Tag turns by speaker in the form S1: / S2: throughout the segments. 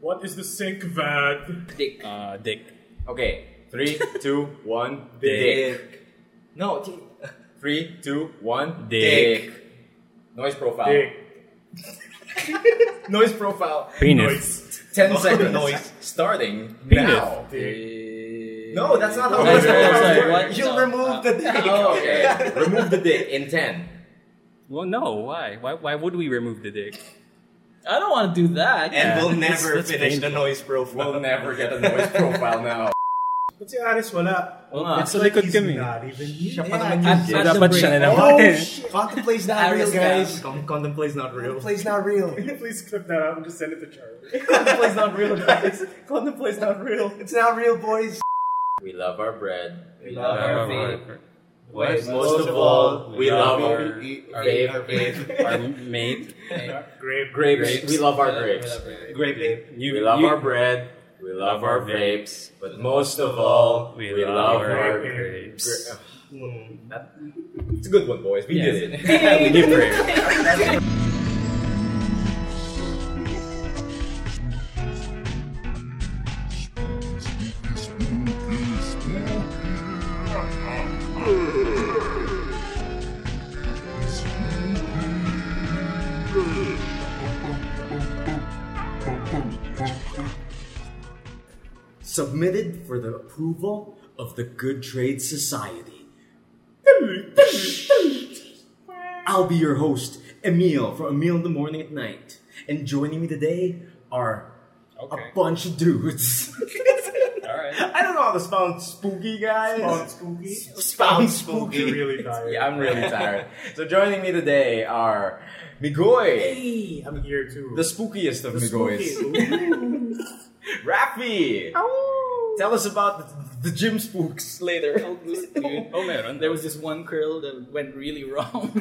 S1: What is the sick vat?
S2: Dick.
S3: Uh, dick.
S2: Okay. Three, two, one.
S3: Dick.
S2: No. T- Three, two, one.
S3: Dick.
S2: Noise profile.
S1: Dick.
S2: Noise profile.
S3: Penis.
S2: Ten seconds.
S4: Noise.
S2: Starting
S3: Penis.
S2: now.
S4: No, that's not how
S2: That's
S4: it's
S2: not how
S4: supposed
S2: it
S4: to work.
S2: works.
S4: You remove the dick.
S2: Oh, okay. Remove the dick in ten.
S3: Well, no. Why? Why? Why would we remove the dick?
S5: I don't want to do that.
S4: And we'll
S3: That's-
S4: never
S3: that's
S4: finish the
S3: painful.
S4: noise profile.
S2: We'll never get a noise profile now.
S1: Ba't si Aris wala?
S5: Oo nga.
S3: It's sa likod
S1: He's
S3: kami.
S1: not even here.
S4: Siya pa naman
S5: At,
S4: yun.
S3: So
S5: at the
S3: dapat
S5: break.
S3: siya na lang.
S4: Oh,
S3: Eh.
S4: shit. Contemplate's not real,
S5: Aries ka.
S4: guys. Contemplate's not real.
S6: Plays not real.
S1: Can you please clip that out and just send it to Charlie?
S4: Contemplate's not real, guys. Contemplate's not real.
S6: It's not real, boys.
S2: We love our bread. We
S4: love
S7: Oh,
S3: Our-
S2: Wait,
S4: Most, of all, we love
S2: our,
S4: our eat-
S2: our
S4: vape,
S2: vape,
S3: Our mate.
S1: Grape.
S2: grapes.
S3: Grapes.
S2: We love our grapes.
S4: Great babe.
S3: You,
S2: We love
S3: you-
S2: our bread. We love our vapes. But most of all, we, love our grapes. That- It's a good one, boys. We
S3: Yes.
S2: did it. we did it.
S7: submitted for the approval of the Good Trade Society. I'll be your host, Emil, for a meal in the morning at night. And joining me today are
S3: Okay.
S7: a bunch of dudes.
S3: All right.
S7: I don't know how to sound spooky, guys.
S1: Spawn spooky?
S7: Sound
S1: You're
S7: spooky.
S1: really tired.
S2: Yeah, I'm really tired. So joining me today are Migoy,
S6: Hey,
S1: I'm here too.
S2: the spookiest of Migoys.
S1: spooky.
S2: Rafi! Tell us about the, the gym spooks later.
S3: Oh, meron.
S5: There was this one curl that went really wrong.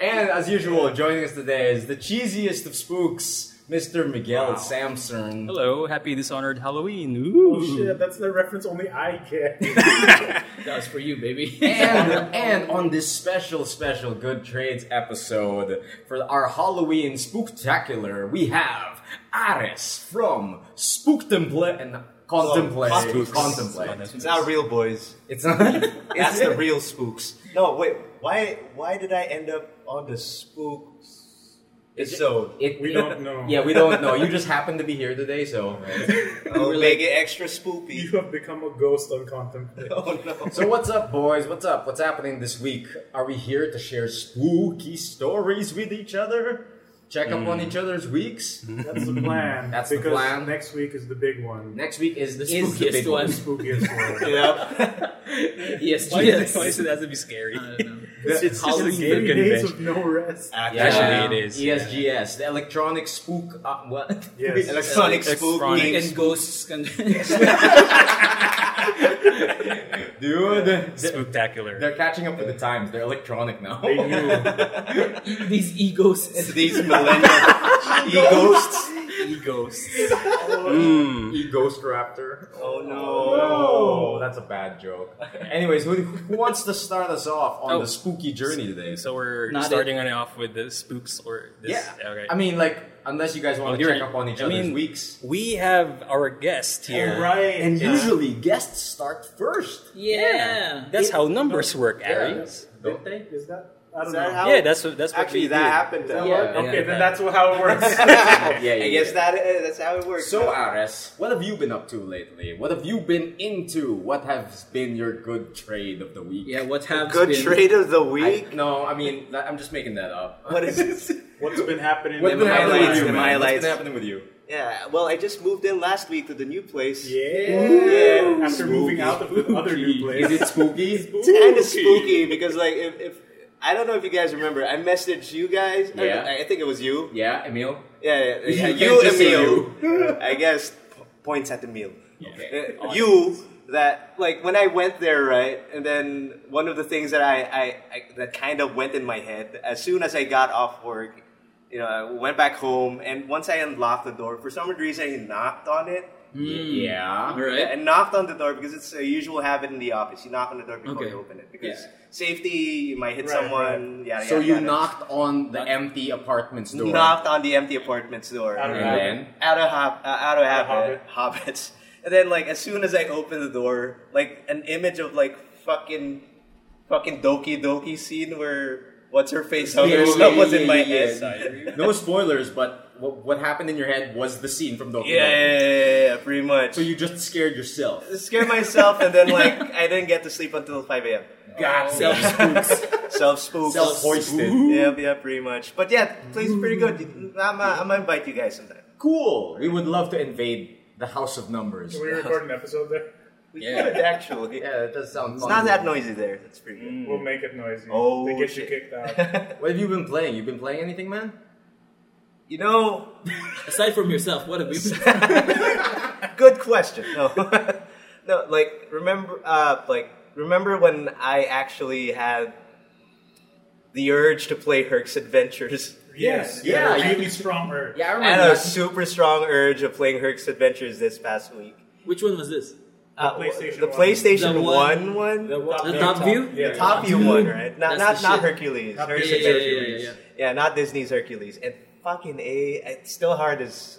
S2: And as usual, joining us today is the cheesiest of spooks, Mr. Miguel Samson.
S3: Hello, happy dishonored Halloween.
S1: Oh
S3: Ooh.
S1: shit, that's the reference only I get.
S5: that was for you, baby.
S2: And, and on this special, special Good Trades episode for our Halloween Spooktacular, we have Aris from Spooktemple and Contemplate.
S4: Oh, Spooks.
S2: Contemplate.
S4: It's not real, boys.
S2: It's not.
S4: That's the real spooks. No, wait. Why? Why did I end up on the spooks episode?
S2: It,
S1: We
S2: it-
S1: don't know.
S2: Yeah, we don't know. You just happen to be here today, so.
S4: Oh, make it extra spoopy.
S1: You have become a ghost on contemplate.
S4: Oh no.
S2: So what's up, boys? What's up? What's happening this week? Are we here to share spooky stories with each other? Check up on each other's weeks.
S1: That's the plan.
S2: That's the
S1: because
S2: plan.
S1: next week is the big one.
S2: Next week is the
S5: Is
S2: spooky
S5: this
S2: big
S5: one?
S2: one.
S1: Spookiest one.
S4: Yep.
S5: yes,
S2: Oh,
S3: Why, Is
S5: yes. Uh,
S3: it, why does it have to be scary?
S5: I don't know.
S3: It's, it's just a
S5: Halloween
S3: game
S1: Three days
S3: convention.
S1: of no rest.
S2: Yeah.
S3: Actually, it is, yeah.
S2: ESGS, the electronic spook. Uh, what?
S1: Yes.
S4: Electronic spook
S3: Electronic
S4: games.
S5: And ghosts can.
S2: Dude, they're,
S3: Spectacular.
S2: they're catching up with the times. They're electronic now.
S1: They knew.
S5: these egos.
S4: These millennial e-ghosts.
S5: egos.
S3: Mm.
S2: E Ghost Raptor.
S4: Oh
S2: Oh, that's a bad joke. Anyways, who, who wants to start us off on
S3: Oh.
S2: the spooky journey today?
S3: So we're
S5: Not
S3: starting on and off with the spooks or this.
S2: yeah.
S3: Okay.
S2: I mean, like, unless you guys want
S3: Well,
S2: to
S3: you're-
S2: check up on each
S3: I
S2: other's
S3: mean-
S2: weeks.
S3: we have our guest here.
S1: Right.
S7: And
S1: Yeah.
S7: usually guests start first.
S5: Yeah.
S3: That's how numbers work, Aries.
S2: Don't they?
S1: Is that? I don't
S4: that
S1: know.
S4: how-
S3: Yeah, that's what that's what we
S4: Actually,
S3: do.
S4: that happened. To
S5: Yeah.
S4: us.
S1: Okay,
S2: Yeah,
S1: then
S2: that-
S1: that's how it works.
S2: yeah, yeah,
S4: I guess
S2: yeah.
S4: that is, that's how it works.
S2: So, Aris, what have you been up to lately? What have you been into? What has been your good trade of the week?
S5: Yeah, what have
S4: good
S5: been,
S4: trade of the
S2: I,
S4: week.
S2: no, I mean, that- I'm just making that up.
S4: what is this?
S1: What's been happening?
S2: What's
S1: in
S2: been
S1: my
S2: happening
S1: life?
S2: with you,
S4: the
S2: man? What's
S4: highlights.
S2: been happening with you?
S4: Yeah. Well, I just moved in last week to the new place.
S1: Yeah.
S4: Yeah.
S1: After moving out of the other new place.
S2: Is it spooky?
S4: It's kind of spooky because, like, if, if I don't know if you guys remember, I messaged you guys. I-
S2: Yeah.
S4: I, think it was you.
S2: yeah, Emil?
S4: Yeah, yeah, yeah.
S2: You
S4: you,
S2: just say
S4: Emil. I guess p- points at the meal.
S2: Okay.
S4: Uh, you that like when I went there, right? And then one of the things that I, I, I that kind of went in my head as soon as I got off work, you know, I went back home, and once I unlocked the door, for some reason I knocked on it,
S2: Yeah.
S5: All right.
S4: and knocked on the door because it's a usual habit in the office. You knock on the door before
S5: Okay.
S4: you open it because
S5: Yeah.
S4: safety, you might hit
S1: Right,
S4: someone. Yeah,
S2: So you knocked on the empty apartment's door.
S4: knocked on the empty apartment's door.
S1: Out of
S2: And then
S4: out of hop, uh, out of
S1: Out of
S4: habit, hobbits. And then like as soon as I open the door, like an image of like fucking fucking Doki Doki scene where what's her face
S2: Yeah,
S4: other
S2: yeah,
S4: stuff
S2: yeah,
S4: was in
S2: yeah,
S4: my
S2: yeah,
S4: head.
S2: yeah.
S4: Yeah,
S2: no spoilers, but what, what happened in your head was the scene from Doki. Doki.
S4: yeah, yeah, yeah, pretty much.
S2: So you just scared yourself.
S4: scare myself and then like I didn't get to sleep until five a.m.
S2: God,
S5: Self spooks.
S4: Self spooked.
S2: self-hoisted.
S4: Yeah, yeah, pretty much. But yeah, the place is pretty good. You- I'm, uh, I'm gonna invite you guys sometime.
S2: Cool. We would love to invade the house of numbers.
S1: Can we record an episode there?
S4: We
S2: Yeah.
S4: could actually.
S2: Yeah, that does sound
S4: It's
S2: fun.
S4: not that noisy there. That's pretty good.
S1: We'll make it noisy.
S4: Oh,
S1: they get
S4: shit.
S1: you kicked out.
S2: What have you been playing? You been playing anything, man?
S4: You know,
S5: Aside from yourself, what have we been
S4: good question. No, no. Like remember, uh, like remember when I actually had the urge to play Herc's Adventures.
S1: yes.
S2: Yeah,
S1: a
S2: you-
S1: Really strong urge.
S2: Yeah, I
S4: I had
S2: remember.
S4: a super strong urge of playing Herc's Adventures this past week.
S5: Which one was this?
S4: Uh,
S1: PlayStation
S4: the
S1: one.
S4: PlayStation
S5: The one-
S4: One one,
S5: The,
S1: Top
S5: the
S1: view.
S5: top view?
S1: Yeah.
S4: the top view one, right? Not not,
S5: That's the
S4: not
S5: shit.
S4: Hercules.
S1: Not
S4: Herc's
S5: Yeah, yeah, yeah,
S4: Adventures.
S5: yeah, yeah.
S4: Yeah, not Disney's Hercules. And fucking A, it's still hard as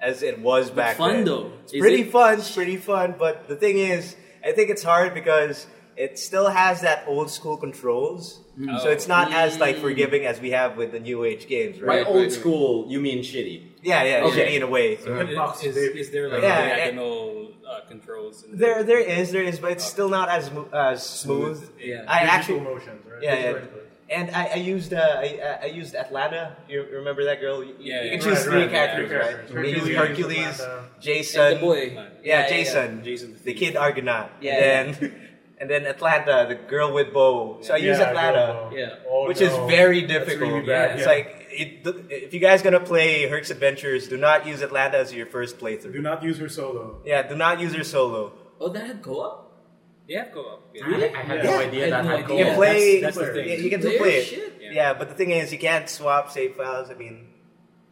S4: as it was back
S5: fun,
S4: then.
S5: though.
S4: It's
S5: Is
S4: pretty
S5: it-
S4: fun, it's pretty fun, but the thing is, I think it's hard because it still has that old school controls.
S5: Mm.
S4: So it's not as
S5: Oh,
S4: like forgiving as we have with the new age games,
S2: By
S4: right?
S2: old school, you mean shitty.
S4: Yeah, yeah,
S2: Okay.
S4: shitty in a way.
S1: Hitbox,
S5: Is,
S1: baby.
S5: is there like
S4: Yeah, yeah.
S5: diagonal uh, controls? And
S4: There, there is, there is, but it's still not as mo- as smooth.
S5: Yeah.
S4: I
S1: Digital
S4: actually,
S1: motions, right?
S4: Yeah, yeah.
S1: Digital motions.
S4: and I, I used, uh, I, I used Atlanta. You remember that girl? You,
S5: Yeah,
S4: you
S5: yeah.
S4: can choose
S1: Right,
S4: three
S1: right,
S4: characters,
S1: yeah.
S4: right? You can use
S1: Hercules,
S4: Hercules,
S1: Atlanta.
S4: Jason,
S5: and the boy.
S4: Yeah, Jason,
S5: Jason.
S4: the kid Argonaut.
S5: Yeah,
S4: and then, and then Atlanta, the girl with bow. So I use
S1: Yeah,
S4: Atlanta,
S1: Globo.
S5: Yeah.
S1: Oh,
S4: which
S1: no.
S4: is very
S1: That's
S4: difficult.
S1: really bad,
S4: It's
S1: yeah.
S4: like it, th- if you guys gonna play Herc's Adventures, do not use Atlanta as your first
S1: do
S4: playthrough.
S1: not use her solo.
S4: Yeah, do not use her solo.
S5: Oh, that had co-op. They have co-op. Yeah.
S2: I, I had no
S1: Yeah.
S2: idea
S5: I
S2: that
S5: had no
S2: had
S5: idea.
S4: You
S5: Yeah,
S4: can
S2: co-op.
S4: play.
S5: that's- that's the thing.
S4: yeah, you can still
S5: Weird
S4: play it.
S5: shit.
S4: Yeah. but the thing is, you can't swap save files. I mean,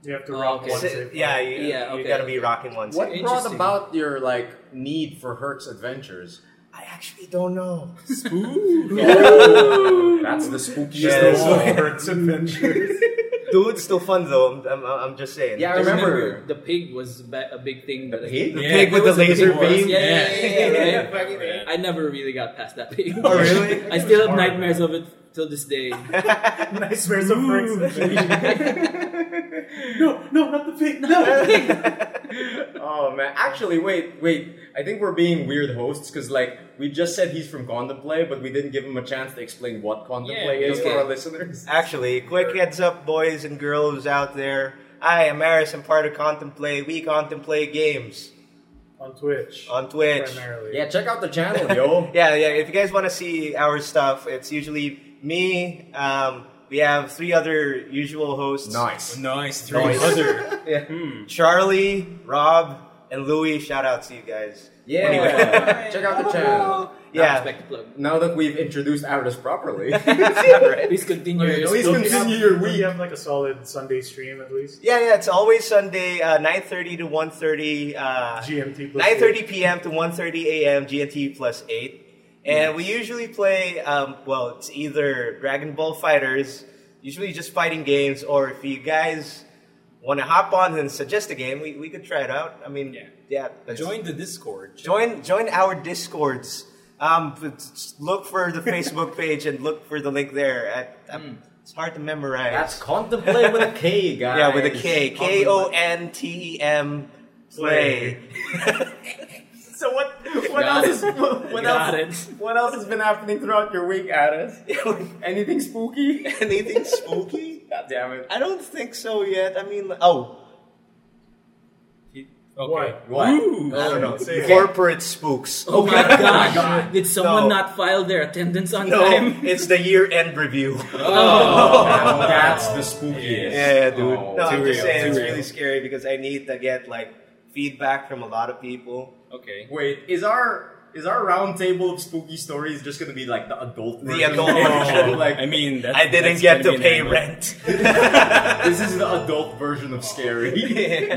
S1: You have to
S5: Oh,
S1: rock
S5: okay.
S1: one
S4: si-
S1: save.
S4: yeah, you,
S5: Yeah,
S4: you
S5: okay,
S4: gotta be
S5: okay.
S4: rocking one.
S2: What
S4: save.
S2: brought
S5: Interesting.
S2: about your like need for Herc's adventures?
S4: I actually don't know.
S2: That's the spookiest.
S4: Yeah,
S2: of
S4: that's
S2: all.
S4: what-
S1: Hertz Adventures.
S4: Dude, it's still fun though. I'm, I'm, I'm just saying.
S2: Yeah, I
S5: I
S2: remember.
S5: remember the pig was ba- a big thing. that I-
S2: Pig?
S4: The pig with the laser beam.
S5: Yeah, yeah, yeah, yeah, yeah,
S4: Yeah.
S5: right. I never really got past that pig.
S4: Oh, really?
S5: I still have
S1: Smart.
S5: nightmares of it till this day.
S1: Nightmares of Hertz Adventures. No, no, not the fake. No.
S2: Oh man, actually, wait, wait. I think we're being weird hosts because like we just said he's from Contemplate, but we didn't give him a chance to explain what Contemplate
S5: Yeah,
S2: is
S5: okay.
S2: for our listeners.
S4: Actually, quick heads up, boys and girls out there. I am Aris, and part of Contemplate. We contemplate games
S1: On Twitch.
S4: on Twitch.
S1: Primarily.
S2: Yeah, check out the channel, yo.
S4: Yeah, yeah. If you guys want to see our stuff, it's usually me. Um, we have three other usual hosts:
S2: nice.
S5: nice,
S2: Nice.
S4: Charlie, Rob, and Louie. Shout out to you guys.
S2: Yeah,
S4: Anyway.
S2: check out the channel.
S5: Yeah.
S4: Yeah,
S5: Respect the plug.
S2: Now that we've introduced Aris properly,
S5: Please continue.
S1: Okay,
S5: your
S1: don't
S2: please
S1: we
S5: story.
S1: have-
S2: continue your
S1: don't
S2: week.
S1: We have like a solid Sunday stream at least.
S4: yeah, yeah. It's always Sunday, uh, nine thirty to one thirty. Uh,
S1: GMT plus.
S4: 9.30 p.m. to 1.30 a.m. GMT plus 8. And we usually play, um, well, it's either Dragon Ball Fighters, usually just fighting games, or if you guys want to hop on and suggest a game, we, we could try it out. I mean, yeah. that's-
S5: the Discord.
S4: join, join our Discords. Um, but s- look for the Facebook page and look for the link there. I, I, It's hard to memorize.
S2: that's Contemplate with a K, guys.
S4: yeah, with a K. K O N T E M. E Play.
S2: So what? What
S5: Got
S2: else? Is, what
S5: Got
S2: else? What else has been happening throughout your week, Aris? Anything spooky?
S4: Anything spooky?
S2: God damn it!
S4: I don't think so yet. I mean, oh,
S1: One.
S2: What?
S4: I don't know.
S1: Say it.
S4: Corporate spooks.
S5: Oh my
S2: my
S5: god. Did someone
S4: No.
S5: not file their attendance on
S4: No,
S5: time?
S4: it's the year-end review.
S7: Oh,
S2: Now that's the spookiest.
S4: yeah, dude.
S2: Oh,
S4: no, I'm
S2: too
S4: just
S2: real,
S4: saying
S2: too
S4: it's
S2: real.
S4: really scary because I need to get like feedback from a lot of people.
S5: Okay.
S2: Wait, is our
S7: is our round table of spooky stories just gonna be like the adult
S4: The
S7: version?
S4: adult
S7: Oh,
S4: version.
S7: like
S6: I mean, that's,
S4: I didn't
S6: that's
S4: get
S6: gonna
S4: to
S6: be
S4: pay
S6: an angle.
S4: rent.
S7: this is the adult version of scary.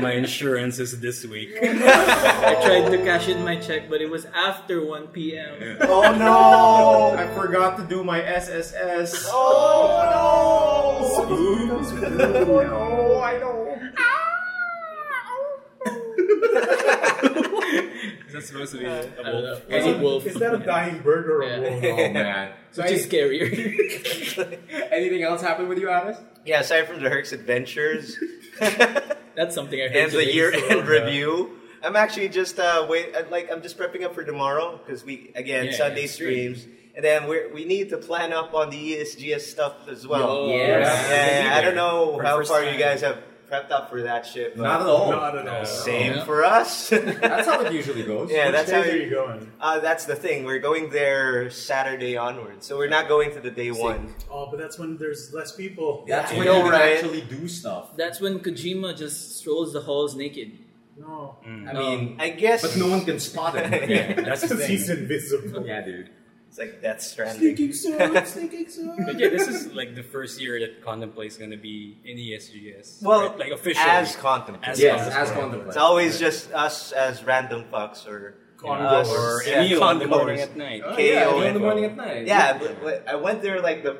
S6: My insurance is this week.
S5: I tried to cash in my check, but it was after 1 p.m.
S7: oh no! I forgot to do my SSS. Oh no!
S1: Oh,
S7: no, I don't.
S6: Is that supposed to be a wolf?
S5: It was a wolf.
S1: Is that a dying bird or a
S5: Yeah.
S1: wolf?
S7: Oh man. So
S5: Which is
S7: any,
S5: scarier.
S7: anything else happened with you, Alice?
S4: yeah, aside from the Herc's adventures
S5: That's something I heard.
S4: and the
S5: today, so-
S4: year-end review, I'm actually just uh, wait. uh, Like I'm just prepping up for tomorrow because we again
S5: Yeah,
S4: Sunday
S5: yeah,
S4: streams, and then we we need to plan up on the E ESGS stuff as well.
S5: Yo.
S4: Yeah, yeah, I don't know
S6: For
S4: how
S6: first
S4: far
S6: time.
S4: you guys have prepped up for that shit. But
S7: Not at all.
S1: Not at all.
S4: Same
S5: Yeah.
S4: for us.
S7: That's how it usually goes.
S4: Yeah,
S1: Which
S4: that's how
S1: days are
S4: you-
S1: you going?
S4: Uh, that's the thing. We're going there Saturday onward, so we're not going to the day one.
S1: Oh, but that's when there's less people.
S7: That's
S4: I
S7: when
S4: know,
S7: you can
S4: right?
S7: actually do stuff.
S5: That's when Kojima just strolls the halls naked.
S1: No.
S7: I mean,
S4: I guess.
S7: but no one can spot it.
S4: Yeah,
S6: that's the
S1: Because he's invisible.
S7: Yeah, dude.
S4: It's like Death Stranding.
S1: Sneaking sword, sneaking sword.
S6: But yeah, this is like the first year that Contemplate is going to be in E ESGS.
S4: Well,
S6: right? like officially.
S4: As contemplated.
S6: As
S7: Yes,
S6: contemplated.
S7: as contemplated.
S4: It's always just us as random fucks or
S1: Congoers.
S4: us-
S6: or
S4: yeah,
S6: Emil in the
S4: congoers.
S6: morning at night.
S7: Oh,
S4: KO
S7: yeah, in
S4: and-
S7: the morning at night.
S4: Yeah, but, but I went there like the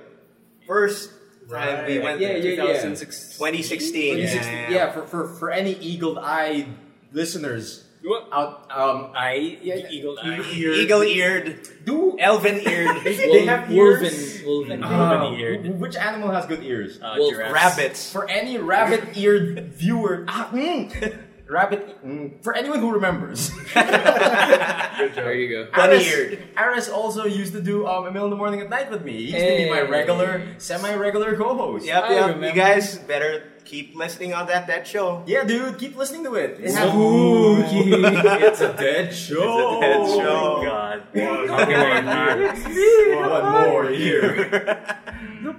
S4: first time we
S1: Right.
S4: went
S7: Yeah,
S4: there.
S7: yeah, yeah.
S6: 2006.
S4: 2016.
S7: 2016 yeah, for, for for any eagle-eyed listeners
S6: What?
S7: out, um,
S6: I
S7: Yeah.
S6: eagle eye.
S1: Ears.
S4: Eagle-eared,
S7: do
S4: elven-eared
S7: They have
S5: wolven,
S7: ears.
S5: wolven.
S6: Uh,
S7: Ah,
S6: eared.
S7: which animal has good ears?
S6: Uh,
S5: Wolf
S6: giraffes.
S4: rabbits.
S7: For any rabbit-eared viewer, ah, mm, rabbit, mm, for anyone who remembers,
S5: there you go.
S4: Bunny-eared.
S7: Aris also used to do um, Emil in the morning at night with me. He used to be my
S5: Hey.
S7: regular, semi-regular co-host.
S4: Yep,
S5: I
S4: yep. You
S5: remember.
S4: guys better keep listening on that that show.
S7: Yeah, dude, keep listening to it. It has-
S6: Spooky.
S7: it's a dead show.
S4: That's
S1: Oh,
S4: show.
S6: God.
S1: One
S6: How can I not?
S1: more.
S7: One more year.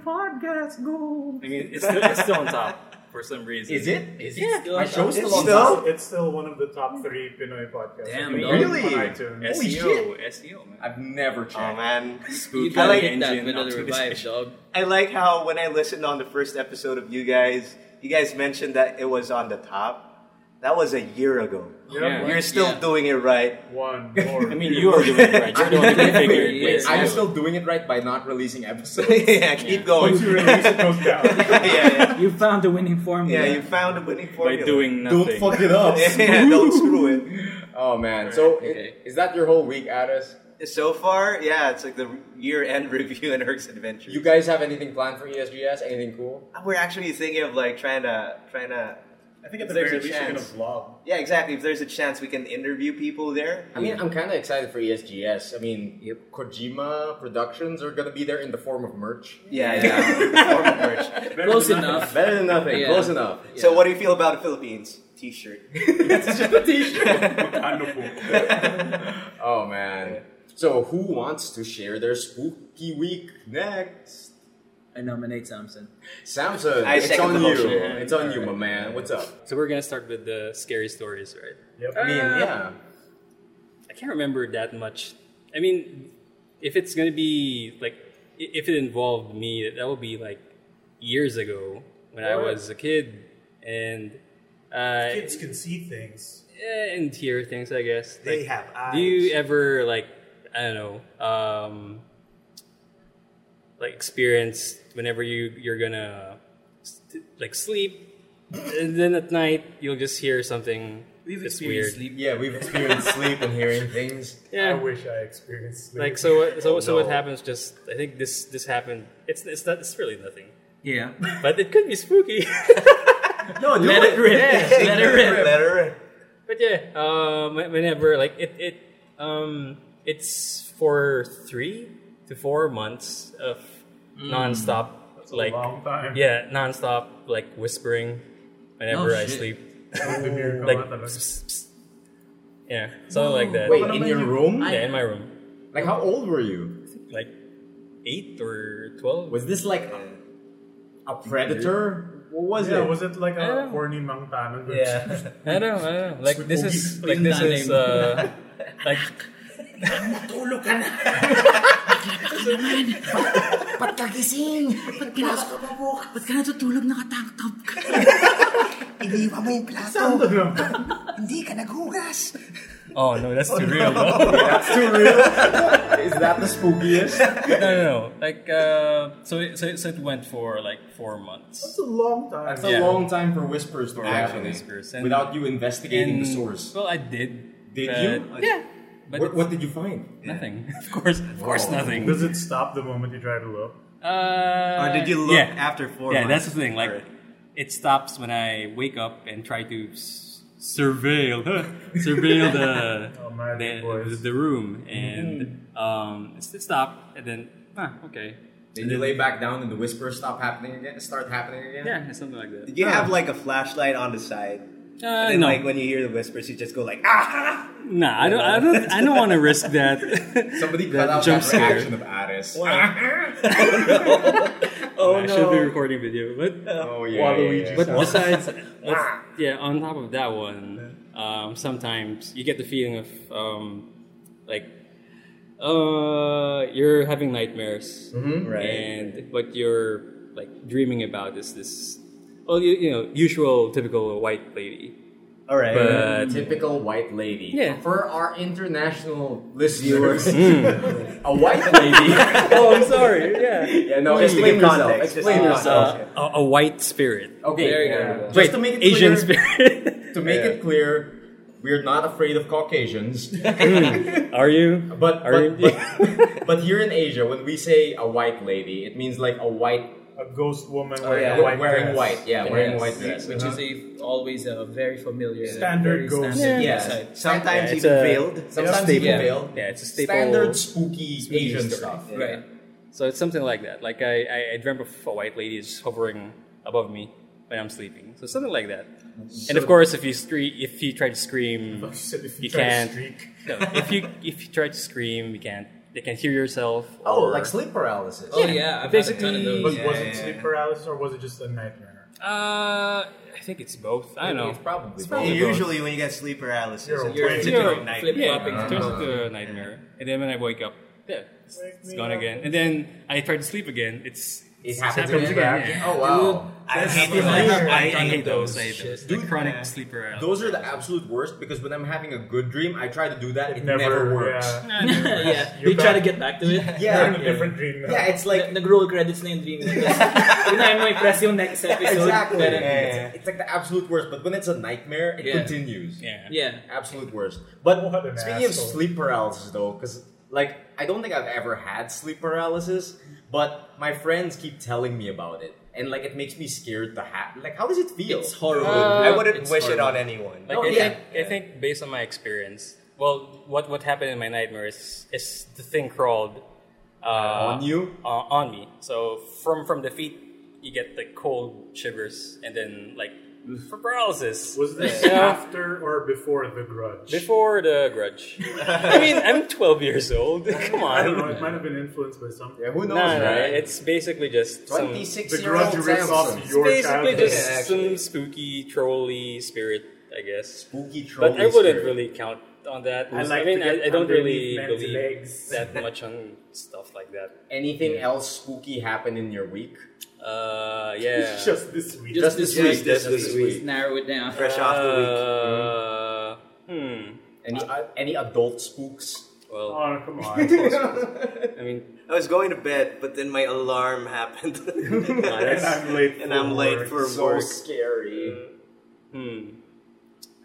S6: I mean, it's still, it's still on top for some reason.
S7: Is it? Is it?
S5: still
S7: My
S5: on
S7: show's still
S4: top? It's
S7: on
S4: still-
S7: top.
S1: It's still one of the top three Pinoy podcasts.
S6: Damn,
S1: On
S7: really?
S1: iTunes.
S7: Holy
S6: SEO, SEO, man.
S7: I've never
S4: Oh
S7: checked.
S4: man.
S5: You
S6: Spooky
S5: gotta
S4: like
S5: hit that
S6: engine
S5: with
S6: up
S5: a
S6: to this
S5: revive,
S6: day.
S5: dog.
S4: I like how when I listened on the first episode of you guys, you guys mentioned that it was on the top. That was a year ago.
S6: Yeah.
S4: You're still
S5: Yeah.
S4: doing it right.
S1: One more.
S6: I mean, you are doing it right. You're the one who figured
S5: Yeah.
S6: this
S7: I'm
S6: out.
S7: still doing it right by not releasing episodes.
S4: yeah, keep going.
S1: Once Oh, you release it, it goes down.
S4: yeah, yeah.
S5: You found the winning formula.
S4: yeah, you found a winning
S6: by
S4: formula.
S6: doing nothing.
S7: Don't fuck it up.
S4: Yeah, yeah, don't screw
S7: Oh man. So i-
S5: Okay.
S7: is that your whole week, Addis?
S4: it. So far, yeah, it's like the year-end review and Herc's Adventures.
S7: You guys have anything planned for E ESGS? Anything cool?
S4: we're actually thinking of like trying to, trying to.
S1: I think at the
S4: There's
S1: very
S4: a
S1: least you're gonna
S4: chance.
S1: vlog.
S4: Yeah, exactly. If there's a chance, we can interview people there.
S7: I mean, I'm kind of excited for E ESGS. I mean, Kojima Productions are gonna be there in the form of merch.
S4: Yeah, yeah. Form of merch.
S5: Close enough.
S7: Better than nothing.
S5: Yeah.
S7: Close enough.
S4: So, what do you feel about the Philippines T-shirt?
S7: it's just a T-shirt.
S1: Wonderful.
S7: oh man. So who wants to share their spooky week next?
S5: I nominate Samson.
S7: Samson,
S4: I
S7: it's
S4: second
S7: on
S4: the
S7: you.
S4: motion.
S7: It's on you, my man. What's up?
S6: So we're gonna start with the scary stories, right?
S1: Yep.
S7: I mean, yeah.
S6: I can't remember that much. I mean, if it's gonna be like, i- if it involved me, that would be like years ago when I
S1: Alright.
S6: was a kid, and uh,
S1: Kids can see things.
S6: and hear things. I guess
S1: They
S6: Like,
S1: have eyes.
S6: Do you ever like I don't know, um, like experience whenever you you're gonna st- like sleep, and then at night you'll just hear something that's weird.
S7: Yeah, we've experienced sleep and hearing things.
S1: I
S6: Yeah,
S1: wish I experienced sleep.
S6: like so what- so so what
S7: No.
S6: happens? Just I think this this happened. It's it's not it's really nothing,
S5: Yeah.
S6: but it could be spooky.
S7: No,
S5: Let it rip. Let it rip.
S4: Let it rip.
S6: But yeah, um, whe- whenever like it, it um, it's for three to four months of nonstop
S1: It's a
S6: like
S1: long time.
S6: yeah nonstop like whispering whenever
S5: No
S6: I
S5: shit.
S6: sleep
S1: The miracle
S6: like
S1: of Oh,
S6: psst,
S1: the-
S6: psst, psst. yeah something like that
S7: Wait, in your room?
S6: yeah in my room
S7: Like, how old were you?
S6: like eight or twelve
S7: Was this like a, a predator? What was
S1: Yeah,
S7: it?
S1: was it like
S6: I
S1: a
S6: don't-
S1: horny mangtanan?
S4: Yeah.
S6: I don't know I don't know like this is
S5: Spooky.
S6: like this is uh, like
S7: Kailangan matulog ka na. Maglaba ka naman. Ba't, ba't kagising? Ba't pinasok ka pa bukas?
S8: Ba't ka natutulog nakatank top ka?
S7: Iniwan mo yung plato. Hindi ka naghugas.
S6: Oh no, that's too real. Though.
S2: Is that the spookiest?
S6: no, no, no. Like uh, so, it, so, it, so it went for like four months.
S2: That's a long time. That's a
S6: Yeah.
S2: long time for whispers to happen.
S6: whispers. And-
S2: Without you investigating the
S6: And-
S2: source.
S6: Well, I did.
S2: Did
S6: but-
S2: you?
S6: Yeah. But
S2: What,
S6: it's
S2: what did you find?
S6: nothing. Of course, of course, nothing.
S1: Does it stop the moment you try to look?
S6: Uh,
S4: Or did you look
S6: yeah.
S4: after four
S6: Yeah,
S4: months?
S6: that's the thing. Like,
S4: Alright.
S6: it stops when I wake up and try to s- surveil, surveil the,
S1: Oh, my big
S6: the,
S1: boys.
S6: the the room,
S4: Mm-hmm.
S6: and um, it s- stopped. And then, ah, okay,
S2: Then you lay back down and the whispers stop happening again. Start happening again.
S6: yeah, something like that.
S4: Did you have like a flashlight on the side?
S6: Uh,
S4: and then,
S6: no,
S4: like when you hear the whispers, you just go like ah.
S6: nah, I don't, I don't, I don't want to risk that.
S2: Somebody
S6: that
S2: cut out
S6: jump
S2: that
S6: scare.
S2: reaction of Aris.
S6: Oh, I should be recording video, but uh,
S2: Oh yeah. yeah, yeah.
S6: But besides, that's- yeah, on top of that one, um, sometimes you get the feeling of um, like uh, you're having nightmares,
S2: Mm-hmm.
S7: Mm-hmm.
S6: and what you're like dreaming about is this. Well, you, you know, usual, typical white lady.
S4: All right.
S2: A
S6: But
S2: typical white lady.
S6: Yeah.
S2: For our international listeners,
S4: Mm.
S2: a white lady.
S6: Hmm. oh, I'm sorry. Yeah,
S2: yeah, no,
S4: Just to
S2: explain
S4: give
S2: yourself.
S4: context, just
S2: Explain
S4: to give
S2: yourself.
S4: context.
S6: a, a white spirit.
S2: Okay.
S6: there you
S2: yeah.
S6: go.
S2: Just
S6: Wait,
S2: to make it
S6: Asian
S2: clear,
S6: spirit.
S2: To make it clear, we're not afraid of Caucasians.
S6: Hmm. Are you?
S2: But
S6: Are
S2: but,
S6: you-
S2: but, but here in Asia, when we say a white lady, it means like a white
S1: A ghost woman wearing
S2: yeah,
S1: a white
S2: wearing
S1: dress.
S2: white, yeah, wearing white dress.
S8: Which is a, always a very familiar very
S1: Standard ghost.
S8: standard
S2: Yeah.
S8: site.
S4: Sometimes
S6: Yeah,
S4: you
S6: it's a-
S4: failed.
S2: Sometimes
S6: Yeah.
S2: even
S6: Staple.
S2: veiled.
S6: Yeah, it's a staple.
S2: Standard spooky Asian stuff.
S8: Right.
S6: So it's something like that. Like I, I, I dreamt of a white lady just hovering above me when I'm sleeping. So something like that. and of course, if you scree- if you try to scream,
S1: Said if you,
S6: You
S1: try to
S6: can't.
S1: streak.
S6: no, if you if you try to scream, you can't. They can hear yourself.
S2: Oh,
S6: or-
S2: like sleep paralysis.
S8: Oh yeah, I've had a ton of
S6: Basically-
S8: those.
S1: But
S4: Yeah,
S1: was
S4: yeah,
S1: it sleep paralysis or was it just a nightmare?
S6: Uh, I think it's both. I don't know.
S2: It's probably
S4: Yeah,
S2: both.
S4: usually when you get sleep paralysis,
S1: You're
S4: it
S1: awake.
S4: turns
S6: You're
S4: into a nightmare.
S6: Yeah,
S8: Flopping
S6: it turns into a nightmare. And then when I wake up, yeah, it's,
S1: Wake
S6: it's
S1: me
S6: gone
S1: up.
S6: again. And then I try to sleep again. It's
S2: It
S6: it's
S2: happens, again.
S6: yeah.
S2: Oh wow.
S4: I hate
S1: Yeah.
S4: those. I,
S6: I hate those. I
S4: those.
S6: hate those. Like chronic sleep paralysis.
S2: Those are the absolute worst because when I'm having a good dream, I try to do that. It, never,
S1: Never,
S2: works.
S1: Yeah,
S8: yeah,
S1: You're
S8: they try to
S1: back.
S8: get back to it.
S1: You're in
S2: Yeah.
S1: a different dream now.
S2: Yeah, it's
S8: Like,
S2: like
S8: Nag-roll credits na yung dream. Unahin mo i-press yung next episode.
S2: exactly.
S8: Pero,
S2: It's, it's like the absolute worst. But when it's a nightmare, it
S8: Yeah.
S2: continues.
S6: yeah.
S8: Yeah.
S2: Absolute worst. But
S1: What an
S2: speaking of
S1: asshole.
S2: sleep paralysis, though, because like I don't think I've ever had sleep paralysis, but my friends keep telling me about it, and like it makes me scared to have. Like, how does it feel?
S8: It's horrible.
S4: I wouldn't
S8: It's
S4: wish it
S8: horrible.
S4: on anyone.
S6: Like
S2: Oh,
S6: I,
S2: yeah.
S6: think, I think based on my experience, well, what what happened in my nightmare is, is the thing crawled uh,
S2: on you?
S6: uh, on me. So from from the feet, you get the cold shivers, and then like for paralysis.
S1: Was this after or before the grudge?
S6: before the grudge. I mean, I'm 12 years old. Come
S1: I don't know.
S6: on.
S1: It might have been influenced by something.
S2: Yeah, who
S6: No,
S2: knows,
S6: no, no,
S2: right?
S6: it's basically just some, it's
S2: twenty-six
S1: The
S2: year
S1: grudge
S2: old
S1: rips
S2: Samson.
S1: off your
S6: basically
S1: childhood.
S6: just
S4: Yeah,
S6: some spooky trolly spirit, I guess.
S2: Spooky troll.
S6: But I wouldn't really count on that. I,
S1: like to
S6: mean,
S1: get
S6: I, I don't really
S1: underneath men's
S6: believe
S1: legs.
S6: that much on stuff like that.
S2: Anything else spooky happen in your week?
S6: Uh, yeah.
S1: Just this week.
S8: Just this week.
S2: Just this
S8: Just
S2: week.
S8: narrow it down.
S4: Fresh
S6: uh,
S4: off the
S6: Hmm.
S2: Any any adult spooks?
S6: Well,
S1: Oh, come on.
S6: I mean,
S4: week. I was going to bed, but then my alarm happened,
S1: and
S6: that's-
S1: I'm late.
S4: and
S1: for
S4: I'm late
S1: work.
S4: for
S2: so
S4: work.
S2: scary.
S6: hmm.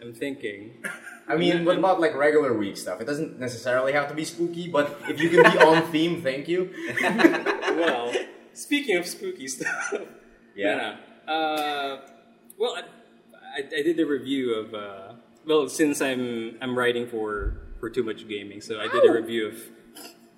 S6: I'm thinking.
S2: I mean, what about like regular week stuff? It doesn't necessarily have to be spooky, but if you can be on theme, thank you.
S6: Well, speaking of spooky stuff. Yeah. Uh, well, I, I, I did a review of. Uh, well, since I'm I'm writing for for too much gaming, so I did a review of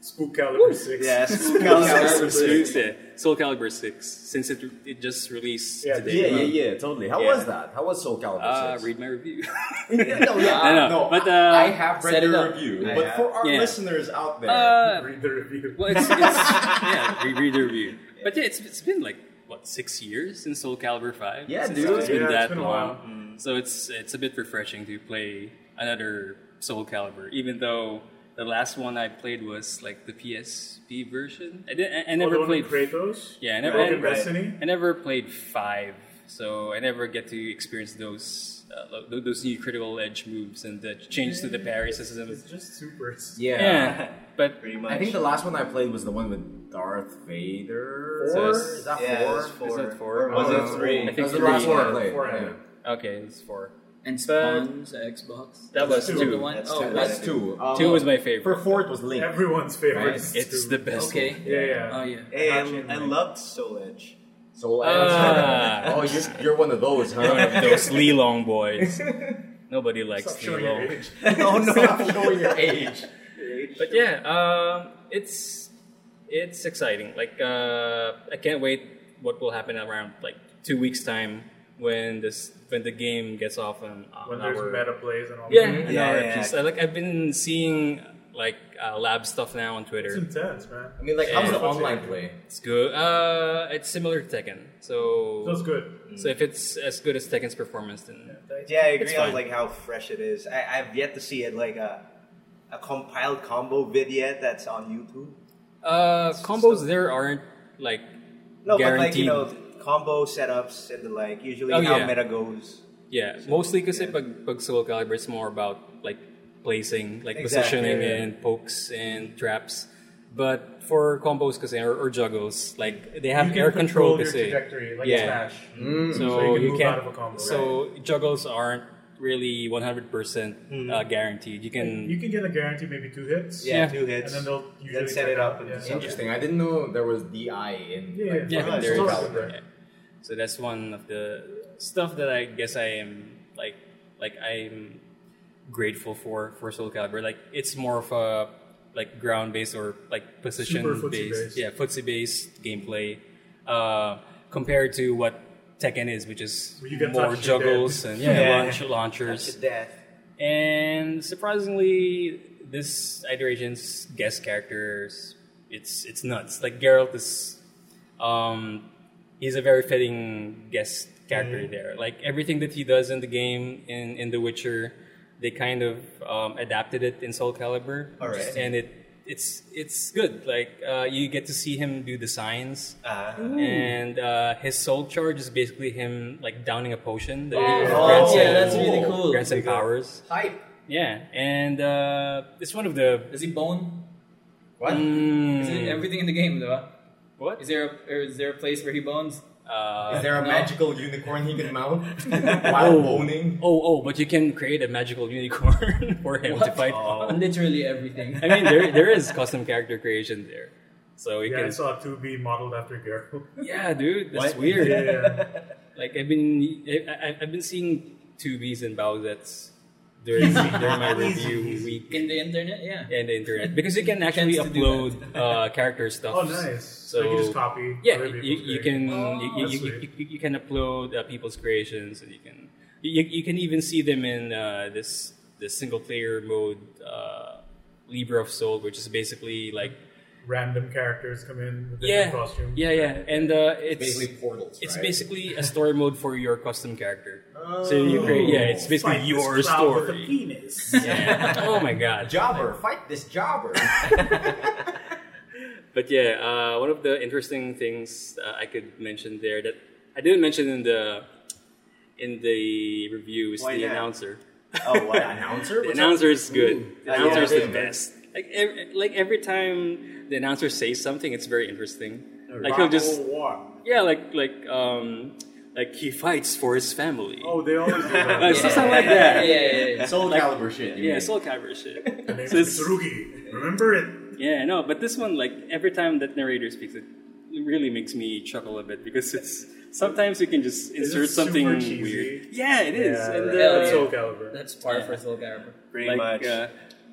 S1: Spook Caliber 6.
S4: Yes.
S6: Soul Calibur 6. Yeah, Soul Calibur 6, since it, it just released
S1: Yeah,
S2: Yeah,
S6: today.
S2: yeah, yeah, totally. How
S6: Yeah.
S2: was that? How was Soul Calibur
S6: Uh,
S2: 6?
S6: read my review.
S2: no, yeah,
S6: I know,
S2: no,
S6: but, uh,
S2: I have
S8: set
S2: read
S8: it
S2: your
S8: up.
S2: review.
S4: I
S2: but
S4: have.
S2: for our
S6: Yeah.
S2: listeners out there,
S6: uh,
S1: Read the review.
S6: well, it's, it's yeah, re- read the review. But yeah, it's, it's been like what six years since Soul Calibur 5.
S2: Yeah,
S6: Since
S2: dude.
S6: It's been
S1: Yeah, it's
S6: that
S1: been a
S6: long.
S1: while. Mm.
S6: So it's it's a bit refreshing to play another Soul Calibur, even though the last one I played was like the PSP version. I didn't. I, I
S1: Oh,
S6: never
S1: the one with
S6: played.
S1: Kratos.
S6: Yeah, I never.
S1: Broken
S6: I,
S1: Destiny.
S6: I never played five, so I never get to experience those uh, lo- tho- those new critical edge moves and the change to the parry system.
S1: It's just supers.
S7: Yeah.
S6: Yeah, but
S4: Pretty much.
S7: I think the last one I played was the one with Darth Vader.
S6: Four?
S7: Is that
S4: yeah,
S7: four?
S4: it was four.
S6: Is it four?
S4: Or was
S7: Uh,
S4: it Oh, three?
S6: I
S7: That
S6: think
S7: was the
S6: three,
S7: last one I
S1: yeah,
S7: played.
S1: four, I
S7: yeah.
S1: think.
S6: okay, it's four.
S8: And Spawn's Xbox.
S6: That was
S1: Two.
S6: two.
S8: One-
S4: That's
S8: oh,
S4: two.
S8: that's
S7: That's two.
S6: Two
S1: Oh.
S6: was my
S7: For
S6: favorite.
S7: four, it was Link.
S1: Everyone's favorite.
S7: Right.
S1: is
S6: It's
S1: two.
S6: the best.
S8: Okay.
S1: Yeah, yeah.
S8: Oh yeah.
S4: Hey, I,
S1: Hatchet,
S4: I
S1: right?
S4: loved Soul Edge.
S7: So,
S6: Ah.
S7: oh, you're, you're one of those, huh?
S6: One. One of those Lilong boys. Nobody likes
S1: Stop showing your
S6: Lilong.
S1: age.
S4: oh
S7: Stop showing your age.
S6: But yeah, um, it's it's exciting. Like uh, I can't wait what will happen around like two weeks time when this when the game gets off an, an
S1: When there's
S6: hour.
S1: meta plays and all
S6: yeah,
S1: that.
S6: an
S4: Yeah,
S6: hour
S4: yeah,
S6: piece.
S4: yeah.
S6: I, like I've been seeing like uh, lab stuff now on
S1: It's
S6: Twitter.
S1: intense, man.
S7: I mean, like, how's the
S6: Yeah.
S7: online play?
S6: It's good. Uh, it's similar to Tekken.
S1: Feels
S6: So
S1: good.
S6: so if it's as good as Tekken's performance, then
S4: Yeah, I
S6: It's
S4: agree on
S6: fine.
S4: like how fresh it is. I, I've yet to see it like a a compiled combo vignette that's on YouTube.
S6: uh, combos there aren't like
S4: No,
S6: guaranteed.
S4: but like you know, combo setups and the like. Usually
S6: Oh,
S4: how
S6: yeah.
S4: meta goes.
S6: Yeah, mostly kasi
S4: yeah.
S6: pag, pag Soul Calibur, it's more about like placing, like
S4: Exactly,
S6: positioning
S4: yeah.
S6: and pokes and traps. But for combos kasi, or, or juggles, like they have
S1: you can
S6: air control,
S1: your
S6: kasi.
S1: trajectory, like
S6: Yeah.
S1: Smash.
S6: So,
S1: So you can
S6: you,
S1: move
S6: can
S1: out of a combo,
S6: So juggles aren't really 100% uh,
S4: Mm-hmm.
S6: guaranteed. You can
S1: You can get a guarantee, maybe two hits.
S6: Mm.
S4: Yeah,
S6: Yeah.
S4: two
S1: And
S4: hits.
S1: then they'll usually
S4: set
S1: check
S4: it up
S1: out,
S4: into
S1: yeah.
S4: something.
S7: Interesting. I didn't know there was DI in.
S1: Yeah,
S7: like,
S1: yeah,
S6: Yeah,
S4: Nice.
S6: there
S4: Soul
S6: is.
S1: Calibur.
S6: Yeah. So that's one of the stuff that I guess I am like like I'm grateful for for Soul Calibur. Like it's more of a like ground based or like position
S1: Super footsie
S6: based,
S1: based.
S6: yeah, footsie based gameplay uh, compared to what Tekken is, which is
S1: Where you can
S6: more
S1: touch your dead.
S6: juggles and yeah,
S4: Yeah.
S6: launch
S4: To
S6: launchers.
S4: death.
S6: And surprisingly, this iteration's guest characters, it's it's nuts. Like Geralt is, um, he's a very fitting guest character
S4: Mm-hmm.
S6: there. Like everything that he does in the game in in The Witcher, they kind of um, adapted it in Soul Calibur,
S4: Alright.
S6: and it it's it's good. Like uh, you get to see him do the signs.
S4: Uh,
S6: And uh, his soul charge is basically him like downing a potion that
S4: Oh,
S6: grants
S4: yeah,
S6: him-
S4: that's
S8: really cool.
S6: Grants him powers.
S7: Hype.
S6: Yeah, and uh, it's one of the.
S8: Is he bone?
S7: What?
S6: Mm,
S8: Is it everything in the game, though?
S6: What?
S8: Is there a, or is there a place where he bones?
S6: Uh,
S7: Is there a
S8: No.
S7: magical unicorn he can mount while boning?
S6: oh, oh, but you can create a magical unicorn for him to fight.
S5: Oh.
S8: Literally everything.
S6: I mean, there there is custom character creation there, so you
S1: Yeah, I
S6: can.
S1: saw two be modeled after Geralt.
S6: Yeah, dude, that's
S7: What?
S6: weird.
S1: Yeah, yeah.
S6: Like I've been I, I, I've been seeing two Bs and Bowsettes during during my review week
S8: in the internet, yeah.
S6: and the internet because you can actually
S8: Chance to do
S6: upload uh, character stuff.
S1: Oh, nice. So, you can just copy.
S6: Yeah,
S1: other
S6: you,
S1: people's
S6: you
S1: creations.
S6: can you, you,
S1: that's
S6: you,
S1: sweet.
S6: you, you- you can upload uh, people's creations, and you can you, you can even see them in uh, this this single player mode uh, Libra of Soul, which is basically like
S1: random characters come in with
S6: yeah
S1: different costumes.
S6: yeah yeah, and uh, it's
S7: Basically portals.
S6: it's
S7: right?
S6: basically a story mode for your custom character. So you create yeah, it's basically
S1: Fight this
S6: your
S1: clown with a
S6: story.
S1: penis.
S6: Yeah. Oh my god.
S7: jobber. Fight this jobber.
S6: But yeah, uh, one of the interesting things uh, I could mention there that I didn't mention in the in the review is
S4: Why
S6: the
S4: not?
S6: announcer.
S4: oh,
S7: the
S4: wow.
S7: announcer.
S6: The
S7: What's
S6: announcer is good. The
S4: I
S6: announcer is the
S7: did.
S6: best. Like every, like every time the announcer says something, it's very interesting. Like he'll
S4: Bravo
S6: just
S4: War.
S6: yeah, like like um like he fights for his family.
S1: Oh, they always do
S6: Uh,
S1: that.
S6: so- something like that.
S8: Yeah, yeah, yeah,
S7: that?
S8: yeah.
S7: Soul caliber shit. you
S6: Yeah,
S7: mean.
S6: Soul Calibur shit.
S1: The name
S6: So
S1: is
S6: it's-
S1: Tsurugi. Remember it.
S6: yeah, no, but this one, like every time that narrator speaks, it really makes me chuckle a bit because it's sometimes you can just insert
S1: just super
S6: something
S1: cheesy.
S6: weird. Yeah, it is.
S1: Yeah,
S6: and,
S1: right.
S6: uh,
S1: That's Soul Calibur.
S8: That's par
S6: Yeah.
S8: for Soul Calibur.
S4: Pretty
S6: like,
S4: much.
S6: Uh,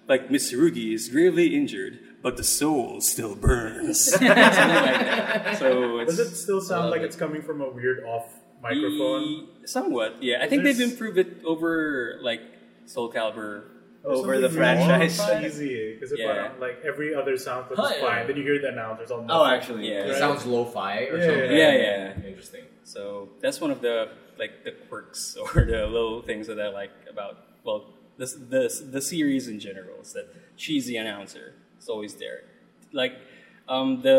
S6: like Miss Rugi is gravely injured, but the soul still burns. Something like that. So it's
S1: Does it still sound
S8: love
S1: like
S8: it.
S1: it's coming from a weird off microphone?
S6: E- somewhat, yeah. I think
S1: There's-
S6: they've improved it over like Soul Calibur.
S4: over the franchise.
S1: easy because
S6: Yeah.
S1: like every other sound clip
S8: Huh,
S1: is
S8: yeah.
S1: fine. Then you hear the announcers all.
S7: Oh, actually,
S6: Yeah.
S7: yeah. It
S6: Right.
S7: sounds lo-fi or
S1: Yeah,
S7: something.
S6: yeah, yeah.
S7: Interesting.
S6: So that's one of the like the quirks or the little things that I like about well the, the, the series in general is that she's the announcer. It's always there. Like um, the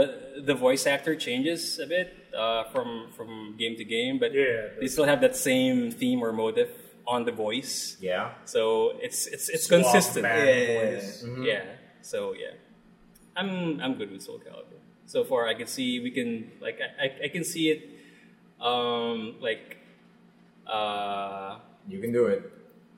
S6: the voice actor changes a bit uh, from from game to game, but
S1: Yeah,
S6: they still have that same theme or motive on the voice.
S2: Yeah.
S6: So it's it's it's
S1: Suave
S6: consistent.
S1: man
S4: Yeah.
S1: voice.
S2: Mm-hmm.
S6: Yeah. So yeah, I'm I'm good with Soul Calibur. So far, I can see we can like I, I, I can see it, um like, uh,
S2: You can do it.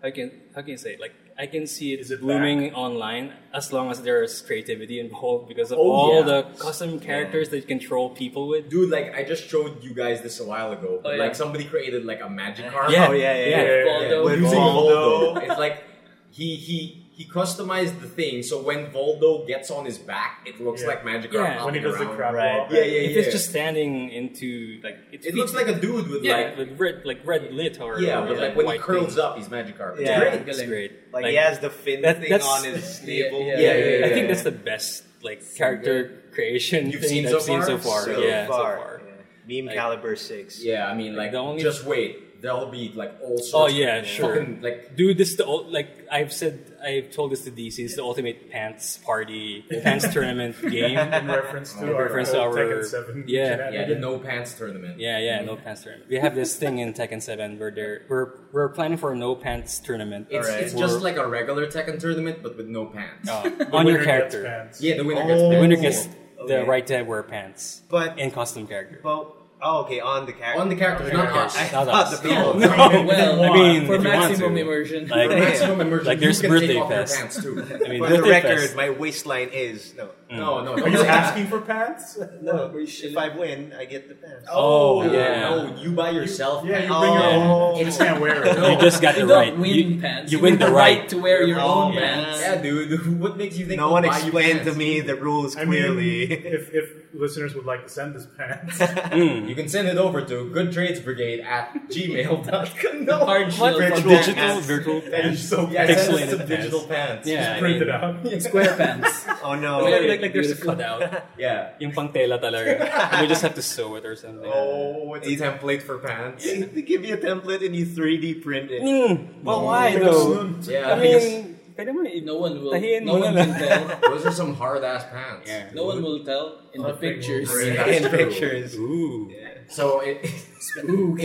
S6: I can how can you say it? like I can see it,
S1: Is it
S6: blooming online as long as there's creativity involved because of
S2: Oh,
S6: all
S2: yeah.
S6: the custom characters that you control people with.
S2: Dude, like I just showed you guys this a while ago. But,
S6: Oh, yeah.
S2: Like somebody created like a magic card.
S4: Oh, yeah, yeah,
S6: yeah,
S4: yeah.
S6: Baldo.
S4: With
S2: Using
S4: Baldo.
S2: Voldo. it's like he he he customized the thing so when Voldo gets on his back, it looks
S1: Yeah.
S2: like magic card
S6: Yeah.
S2: hopping
S1: When he does the
S2: around.
S1: crab
S4: right.
S1: walk.
S2: Yeah, yeah,
S6: If
S2: yeah.
S6: it's just standing into like
S2: it looks like a dude with
S6: yeah,
S2: like
S6: with red like red lit or
S2: yeah,
S6: or,
S2: but like when he
S6: white
S2: curls
S6: thing.
S2: up, he's magic card. It's
S4: Yeah.
S2: great.
S6: It's great.
S4: Like, he has the fin
S6: that-
S4: thing
S6: that's-
S4: on his navel.
S2: yeah, yeah, yeah,
S6: I
S2: yeah.
S6: think that's the best like character creation
S2: You've
S6: thing
S2: seen
S6: I've
S2: so
S6: seen
S2: far?
S6: so far.
S2: So
S6: yeah,
S4: far.
S6: so far.
S4: Yeah. Meme
S6: Like-
S4: Caliber 6.
S2: Yeah, I mean, like,
S6: the only-
S2: just wait. There'll be like all sorts.
S6: Oh,
S2: of
S6: yeah, sure.
S2: Fucking, like,
S6: Dude, this is the ul- like I've said I've told this to DC. It's the ultimate pants party, pants tournament game.
S1: In reference to
S2: In
S1: our
S6: reference to
S1: old
S6: our-
S1: Tekken 7
S6: Yeah,
S2: yeah,
S1: shenanigans.
S2: the no pants tournament.
S6: Yeah, yeah, no pants tournament. We have this thing in Tekken Seven where they're, we're we're planning for a no pants tournament.
S2: It's,
S4: Alright.
S2: it's just like a regular Tekken tournament, but with no pants.
S6: Uh,
S1: The
S6: on your
S1: winner gets
S6: character.
S1: pants.
S2: Yeah, the winner gets
S4: Oh.
S2: pants.
S6: The winner gets
S4: Okay.
S6: the right to wear pants
S4: But,
S6: and custom character.
S4: but, oh, okay, on the character.
S2: on the characters,
S1: Yeah.
S2: not us.
S6: Yes,
S4: I
S6: not
S4: thought
S6: us.
S4: the people.
S6: No,
S8: well,
S6: I mean,
S5: for
S6: if you want
S5: maximum
S6: to.
S5: immersion.
S2: For
S6: Like,
S2: maximum immersion,
S6: Like, there's
S2: you can
S6: birthday
S2: take off your
S6: fest. Mm.
S2: pants too.
S6: I mean,
S4: For the
S6: birthday
S4: record,
S6: fest.
S4: my waistline is no.
S2: no, no,
S1: Are you
S2: no.
S1: asking for pants?
S4: No,
S5: we
S4: if
S5: should-
S4: I win, I get the pants.
S6: Oh, yeah.
S2: No, you by yourself.
S1: Yeah, you
S2: man.
S1: bring your
S4: Oh.
S1: own. You just can't wear it.
S2: No.
S6: you just got
S5: You
S6: the
S5: don't
S6: right.
S5: win
S6: You,
S5: pants.
S6: you win the right.
S5: to wear your
S4: Oh,
S5: own
S4: yeah.
S5: pants.
S2: Yeah, dude. What makes you think
S4: no
S2: we'll
S4: one
S2: buy you
S4: explained to
S2: pants?
S4: me the rules
S1: I mean,
S4: clearly.
S1: if, if listeners would like to send us pants,
S6: mm.
S2: You can send it over to goodtradesbrigade at gmail.com. No,
S5: Hard shell
S4: Virtual
S5: fucking
S6: digital
S4: pants.
S6: virtual
S1: that is so
S2: Yeah, send
S6: Pixelated
S2: us some
S6: pants.
S2: digital pants.
S6: Yeah, I
S1: print
S6: mean,
S1: it out.
S5: square pants.
S4: oh no.
S6: like,
S5: Very
S6: like, like there's a
S5: beautiful.
S6: cutout.
S2: Yeah.
S6: Yung pang tela talaga. we just have to sew it or something.
S2: Oh, it's a template for pants.
S4: They- They give you a template and you 3D print it.
S6: Mm, but why though?
S1: Because-
S2: Yeah,
S6: I
S2: because
S6: mean, pwede mo i-
S5: No one will.
S6: Tahin
S5: No
S6: mo
S5: one
S6: na.
S5: can tell.
S2: those are some hard ass pants.
S6: Yeah.
S5: No one will tell in the
S1: Nothing will
S5: pictures.
S2: I mean, that's
S4: in
S2: true.
S6: Uh,
S4: pictures.
S6: Ooh.
S2: So it,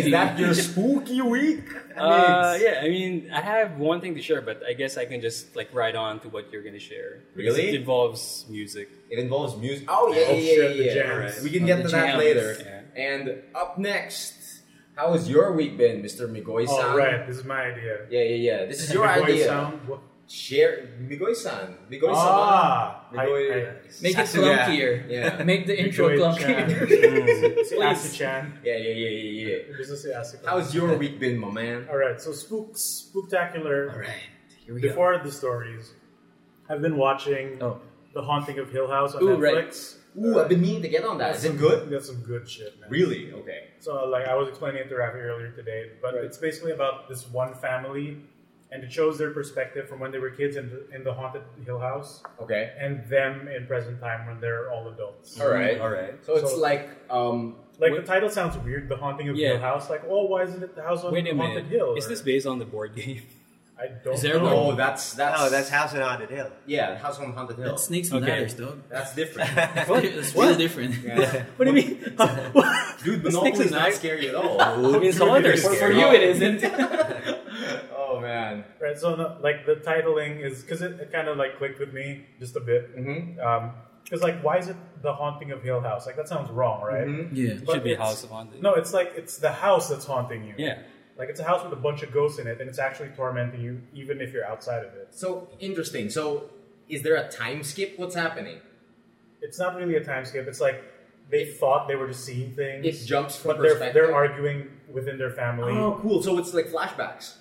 S2: is that your spooky week?
S6: Uh, yeah, I mean, I have one thing to share, but I guess I can just like ride on to what you're gonna share. Because
S2: Really?
S6: It involves music.
S2: It involves music. Oh
S1: Oh,
S2: yeah, yeah, yeah,
S1: shit, the
S2: yeah.
S1: jams.
S2: We can
S5: Oh,
S2: get
S5: the
S2: to that
S5: jams.
S2: later.
S6: Yeah.
S2: And up next, how has your week been, Mister Migoy-san?
S1: All right, this is my idea.
S2: Yeah, yeah, yeah. This is your
S1: Big boy
S2: idea.
S1: sound. What-
S2: Share Migoy-san. Migoy-san.
S1: Ah, I,
S2: Migoy.
S1: I,
S5: Make it
S4: Sasuga.
S5: clunkier.
S2: Yeah.
S5: Make the intro
S1: Migoy Chan.
S5: clunkier.
S1: Say
S5: Please.
S1: Asa Chan.
S2: Yeah, yeah, yeah, yeah, yeah.
S1: Just say Asa Chan.
S2: How's your week been, my man?
S1: All right, so spooks, spooktacular.
S5: Alright. Here we
S1: Before the stories, I've been watching
S5: Oh.
S1: The Haunting of Hill House on
S5: Ooh, right.
S1: Netflix.
S2: Ooh, I've been meaning to get on that. Is it good?
S1: That's some good shit, man.
S2: Really? Okay.
S1: So, like, I was explaining it to Rafi earlier today, but it's basically about this one family, and it shows their perspective from when they were kids in the, in the haunted Hill House,
S2: Okay.
S1: and them in present time when they're all adults.
S2: All right.
S4: All right.
S2: So it's
S1: So-
S2: like um.
S1: Like the title sounds weird, the haunting of
S6: Yeah.
S1: Hill House. Like, oh, why isn't it the house on
S6: Wait a
S1: the haunted
S6: minute.
S1: hill?
S6: Is
S1: Or-
S6: this based on the board game?
S1: I don't
S5: is there a
S1: know.
S2: Oh, that's that's
S4: No, that's House on Haunted Hill.
S2: yeah, House on Haunted Hill.
S5: That's snakes and
S6: Okay.
S5: ladders, dog.
S2: That's different.
S5: It's real different.
S6: What do you mean? What?
S2: Dude,
S6: Snakes
S2: Monopoly is
S6: and
S2: not
S6: knives?
S2: scary at all.
S6: I mean, some others.
S5: For, for you, it isn't.
S2: oh man.
S1: Right, so no, like the titling is because it, it kind of like clicked with me just a bit.
S2: Mm-hmm.
S1: Because like, why is it the haunting of Hill House? Like that sounds wrong, right?
S2: Mm-hmm.
S5: yeah.
S6: It
S1: But
S6: should be
S1: it's-
S6: House of Haunted.
S1: No, it's like it's the house that's haunting you.
S6: Yeah.
S1: Like it's a house with a bunch of ghosts in it, and it's actually tormenting you even if you're outside of it.
S2: So interesting. So is there a time skip? What's happening?
S1: It's not really a time skip. It's like they thought they were just seeing things.
S2: It jumps from
S1: but they're
S2: perspective.
S1: they're arguing within their family,
S2: Oh, cool. So it's like flashbacks.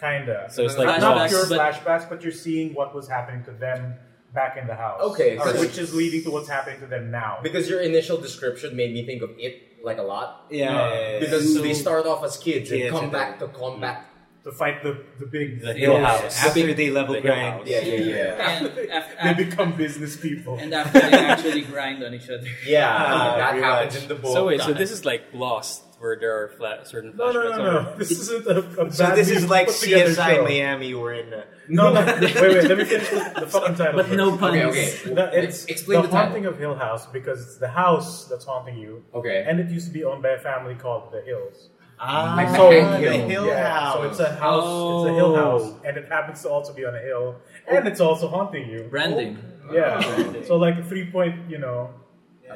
S1: kinda.
S6: So it's
S1: not,
S6: like
S1: not
S5: Flashbacks,
S1: pure
S6: Moss.
S5: but-
S1: flashbacks, but you're seeing what was happening to them back in the house.
S2: Okay,
S1: Alright.
S2: so-
S1: which is leading to what's happening to them now.
S2: Because your initial description made me think of it like a lot.
S4: Yeah.
S2: Because they start off as kids and
S4: Kids
S2: come
S4: and
S2: back to combat
S1: to fight the the big.
S4: The Hill
S1: Yeah.
S4: House.
S5: The
S4: After
S5: big-
S4: they level
S6: the Hill
S4: grind.
S6: House.
S2: Yeah, yeah, yeah.
S8: And, af-
S1: They
S8: af-
S1: become business people.
S8: and after they actually grind on each other.
S2: Yeah,
S4: Ah,
S2: that
S4: pretty
S2: happens
S4: much.
S2: in the book.
S6: So wait, so
S8: Got
S6: this is like Lost, where there are flat, certain
S1: no, no,
S6: flashbacks.
S1: no, no. This isn't a, a
S4: So
S1: badly
S4: this is like
S1: put together
S4: CSI
S1: show.
S4: Miami. We're in. uh,
S1: No, no. Wait, wait. Let me finish the, the fucking title.
S8: But
S1: first.
S8: no puns.
S2: okay, okay.
S1: No, it's
S2: Explain
S1: the,
S2: the title.
S1: haunting of Hill House because it's the house that's haunting you,
S2: Okay.
S1: and it used to be owned by a family called the Hills.
S4: Ah,
S2: Like
S1: so-
S4: the
S2: the
S4: Hill,
S2: Hill
S1: Yeah,
S4: House.
S1: so it's a house. It's a hill house, and it happens to also be on a hill, and it's also haunting you.
S5: Branding.
S1: Yeah.
S2: Oh,
S1: So like three point, you know,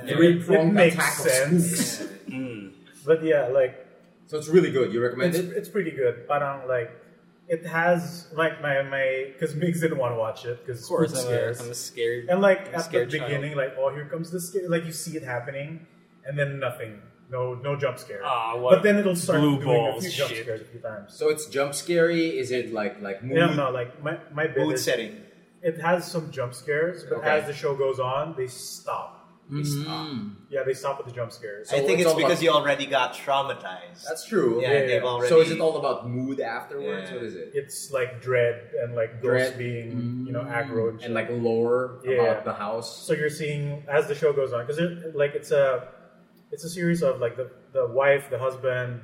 S2: Three
S1: it
S2: pronged
S1: makes
S2: attack of
S1: sense.
S2: spooks.
S1: But yeah, like
S2: So it's really good. You recommend
S1: it's,
S2: it?
S1: it's pretty good. Parang like it has like my my because Migs didn't want to watch it because
S6: Of course, I'm, a, I'm a scared.
S1: And like at
S6: I'm
S1: the
S6: scared child.
S1: beginning, like oh here comes the scare, like you see it happening, and then nothing, no no jump scare.
S6: Ah, what
S1: but then it'll start
S6: blue
S1: doing
S6: balls
S1: a few jump
S6: shit.
S1: scares a few times.
S2: So it's jump scary. Is it like like mood?
S1: Yeah, no, like my my bit
S4: mood
S1: is-
S4: setting.
S1: It has some jump scares, but
S2: Okay.
S1: as the show goes on, they stop.
S6: Mm-hmm.
S1: Yeah, they stop with the jump scares.
S2: So
S4: I think
S2: it's
S4: it's
S2: all
S4: because
S2: about-
S4: you already got traumatized.
S2: That's true.
S4: yeah,
S1: yeah,
S4: they've
S1: yeah.
S4: already.
S2: So is it all about mood afterwards?
S4: Yeah.
S2: What is it?
S1: It's like dread and like ghosts
S2: Dread.
S1: being you know aggro
S2: And like lore
S1: Yeah.
S2: about the house.
S1: so you're seeing as the show goes on because like it's a it's a series of like the the wife the husband